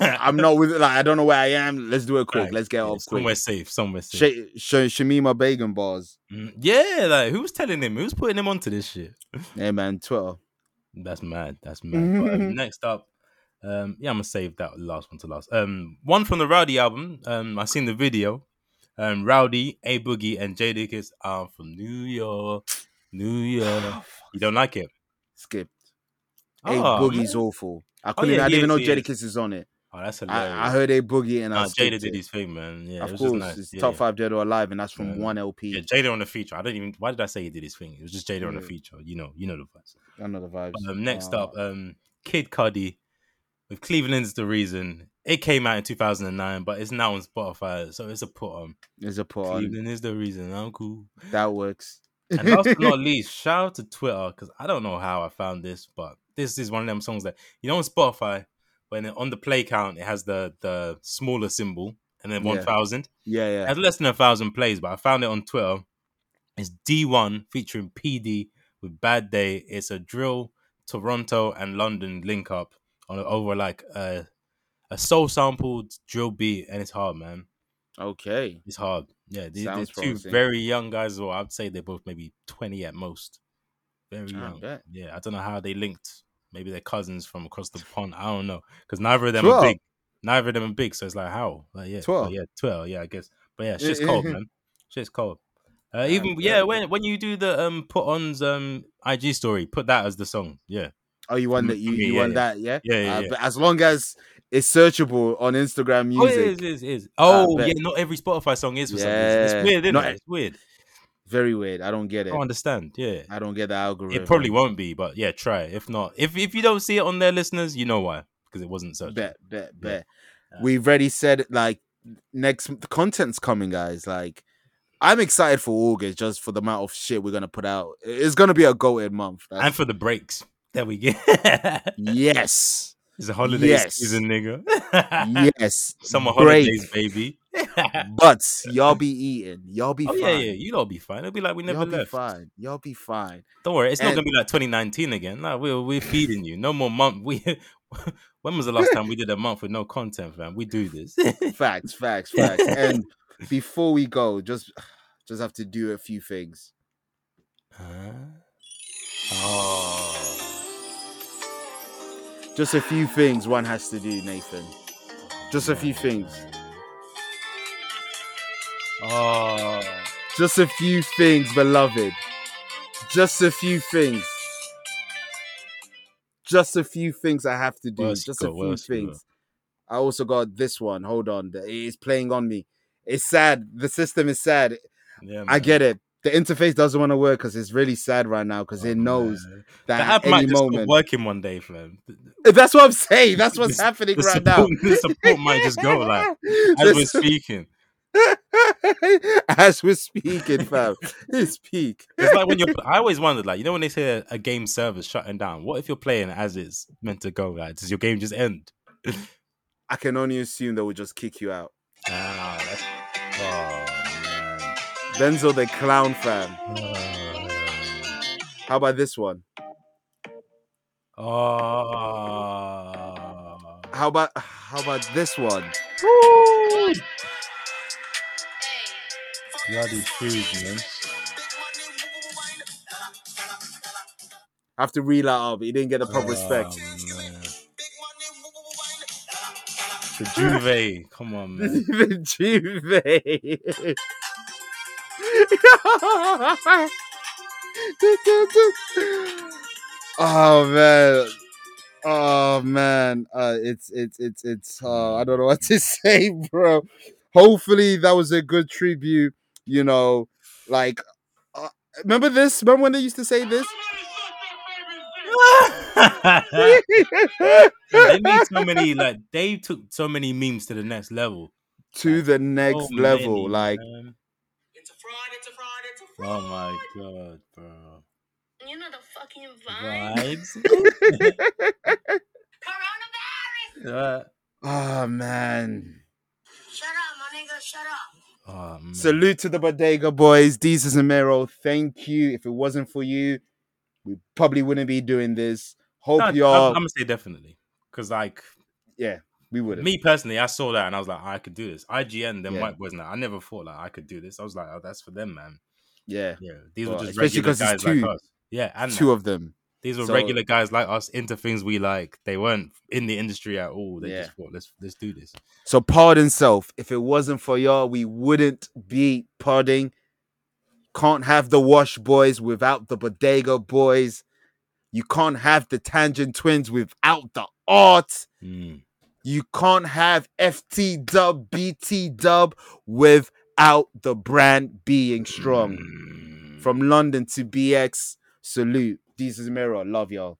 B: I'm not with it. Like, I don't know where I am. Let's do it quick.
C: Right.
B: Let's get off
C: somewhere
B: quick.
C: safe, somewhere safe.
B: Sh- Sh- Shamima Begum bars.
C: Mm, Yeah, like who's telling him? Who's putting him onto this shit?
B: Hey, man. Twitter.
C: That's mad. That's mad. But, um, next up, um, yeah, I'm gonna save that last one to last. Um, one from the Rowdy album. Um, I seen the video. Um, Rowdy, A Boogie, and J Dickus are from New York. New York. You don't like it?
B: Skip.
C: Oh,
B: Hey, Boogie's
C: man. Oh,
B: awful. I couldn't.
C: yeah,
B: I
C: he
B: didn't even know
C: is, he is.
B: Jadakiss is on it.
C: Oh, that's hilarious.
B: I, I heard a boogie and I
C: Nah, Jada
B: skipped
C: did
B: it.
C: his thing, man. Yeah, it
B: of
C: was
B: course,
C: just nice.
B: it's
C: yeah,
B: top
C: yeah.
B: five dead or alive, and that's from
C: Yeah.
B: one LP.
C: Yeah, Jada on the feature. I don't even. Why did I say he did his thing? It was just Jada on the
B: Yeah.
C: feature. You know, you know the vibes.
B: I know the vibes.
C: Um, next
B: Uh,
C: up, um, Kid Cudi with Cleveland's the reason. It came out in 2009, but it's now on Spotify, so it's a put on.
B: there's a put on
C: Cleveland is the reason. I'm cool.
B: that works.
C: And last but not least, shout out to Twitter because I don't know how I found this, but this is one of them songs that you know on Spotify when it- on the play count it has the the smaller symbol and then
B: Yeah.
C: one thousand.
B: Yeah,
C: It
B: yeah.
C: has less than a thousand plays, but I found it on Twitter. It's D1 featuring PD with Bad Day. It's a drill Toronto and London link up on a- over like a a soul sampled drill beat, and it's hard, man.
B: Okay.
C: It's hard. Yeah, these,
B: Sounds
C: these two
B: promising.
C: very young guys. As well, I'd say they're both maybe twenty at most. Very
B: I
C: young.
B: bet.
C: Yeah, I don't know how they linked. Maybe they're cousins from across the pond. I don't know because neither of them
B: Twelve.
C: are big. Neither of them are big, so it's like how? Like yeah, but
B: Twelve.
C: yeah, twelve. Yeah, I guess. But yeah, it's
B: Yeah,
C: just
B: yeah,
C: cold,
B: yeah.
C: man. Shit's cold. Uh, even
B: bet.
C: yeah, when when you do the um put on's um IG story, put that as the song. Yeah,
B: Oh, you want
C: Mm,
B: that? You,
C: yeah,
B: you
C: yeah,
B: want
C: yeah.
B: that? Yeah.
C: Yeah, yeah,
B: Uh,
C: yeah.
B: But as long as it's searchable on Instagram
C: oh, it is,
B: music,
C: it is, it is. Oh
B: bet.
C: yeah, not every Spotify song is for some reason.
B: Yeah.
C: It's weird, isn't
B: Not-
C: it? It's weird.
B: very weird. I don't get
C: I
B: it.
C: don't understand. Yeah,
B: I don't get the algorithm.
C: It probably won't be, but yeah, try. it. If not, if if you don't see it on their listeners, you know why because it wasn't such.
B: Bet, bet,
C: Yeah.
B: bet.
C: Uh,
B: We've already said like next m- the content's coming, guys. Like, I'm excited for August just for the amount of shit we're gonna put out. I- It's gonna be a goated month.
C: And
B: That's-
C: for the breaks, there we go.
B: yes,
C: it's a holiday
B: Yes.
C: season, nigga.
B: yes,
C: Summer
B: break.
C: holidays, baby. oh
B: But y'all be eating. Y'all be fine.
C: yeah, yeah. You lot be fine. It'll be like we never
B: Y'all be
C: left.
B: fine. Y'all be fine.
C: Don't worry, it's not
B: And-
C: gonna be like 2019 again. Nah, we're we're feeding you. No more month. We. when was the last time we did a month with no content, fam? We do this.
B: Facts, facts, facts. and before we go, just just have to do a few things.
C: Huh? Oh.
B: Just a few things one has to do, Nathan. Just a few things.
C: Oh.
B: Just a few things, beloved. Just a few things. Just a few things I have to do.
C: What else you
B: Just
C: got?
B: a
C: What
B: few
C: else you got?
B: things. I also got this one. Hold on. It is playing on me. It's sad. The system is sad.
C: Yeah,
B: I
C: man.
B: get it. The interface doesn't want to work because it's really sad right now because it
C: Oh,
B: knows
C: man.
B: that
C: the app
B: at
C: might
B: any
C: just stop
B: moment.
C: working one day, fam. The,
B: That's what I'm saying. That's what's
C: The-
B: happening
C: the
B: right
C: support,
B: now.
C: the support might just go like as we're
B: This-
C: speaking.
B: as we're speaking, fam. It's peak.
C: It's like when you're. I always wondered, like you know, when they say a, a game server's shutting down, what if you're playing as it's meant to go? Like, does your game just end?
B: I can only assume they will just kick you out.
C: Ah, that's, oh,
B: Denzel the clown fam.
C: man.
B: How about this one?
C: Oh.
B: How about how about this one?
C: Bloody shoes, Oh, man.
B: I have to reel that up. He didn't get the proper respect.
C: Oh, man. The Juve, come on, man.
B: the Juve. oh man. Oh man. Uh it's it's it's it's uh I don't know what to say, bro. Hopefully that was a good tribute, you know, like uh, remember this? Remember when they used to say this?
C: they made so many like they took so many memes to the next level.
B: to the
C: So
B: next level.
C: many,
B: Like
C: man.
E: It's a fraud, it's a fraud, it's a fraud.
C: oh my god, bro.
E: You know the fucking vibe.
C: Vibes.
E: Coronavirus!
C: Uh,
B: oh man.
E: Shut up, my nigga, shut up.
C: oh, man.
B: Salute to the Bodega Boys, Deezus and Mero. Thank you. If it wasn't for you, we probably wouldn't be doing this. Hope
C: No,
B: y'all,
C: I'm, I'm gonna say definitely because like
B: yeah, we would.
C: me personally, I saw that and I was like, I could do this. IGN, them
B: Yeah.
C: white boys, now I never thought like I could do this. I was like, oh, that's for them, man.
B: Yeah,
C: Yeah, these
B: Well,
C: were just
B: especially
C: regular
B: 'cause it's
C: guys
B: two-
C: like us. Yeah, and
B: two of them.
C: These were
B: So-
C: regular guys like us into things we like. They weren't in the industry at all. They
B: Yeah.
C: just thought, let's let's do this.
B: So pardon self. If it wasn't for y'all, we wouldn't be podding. Can't have the Wash Boys without the Bodega Boys. You can't have the Tangent Twins without the art.
C: Mm.
B: You can't have FT Dub, BT Dub without the brand being strong.
C: Mm.
B: From London to BX, salute. This is Mirror. Love y'all.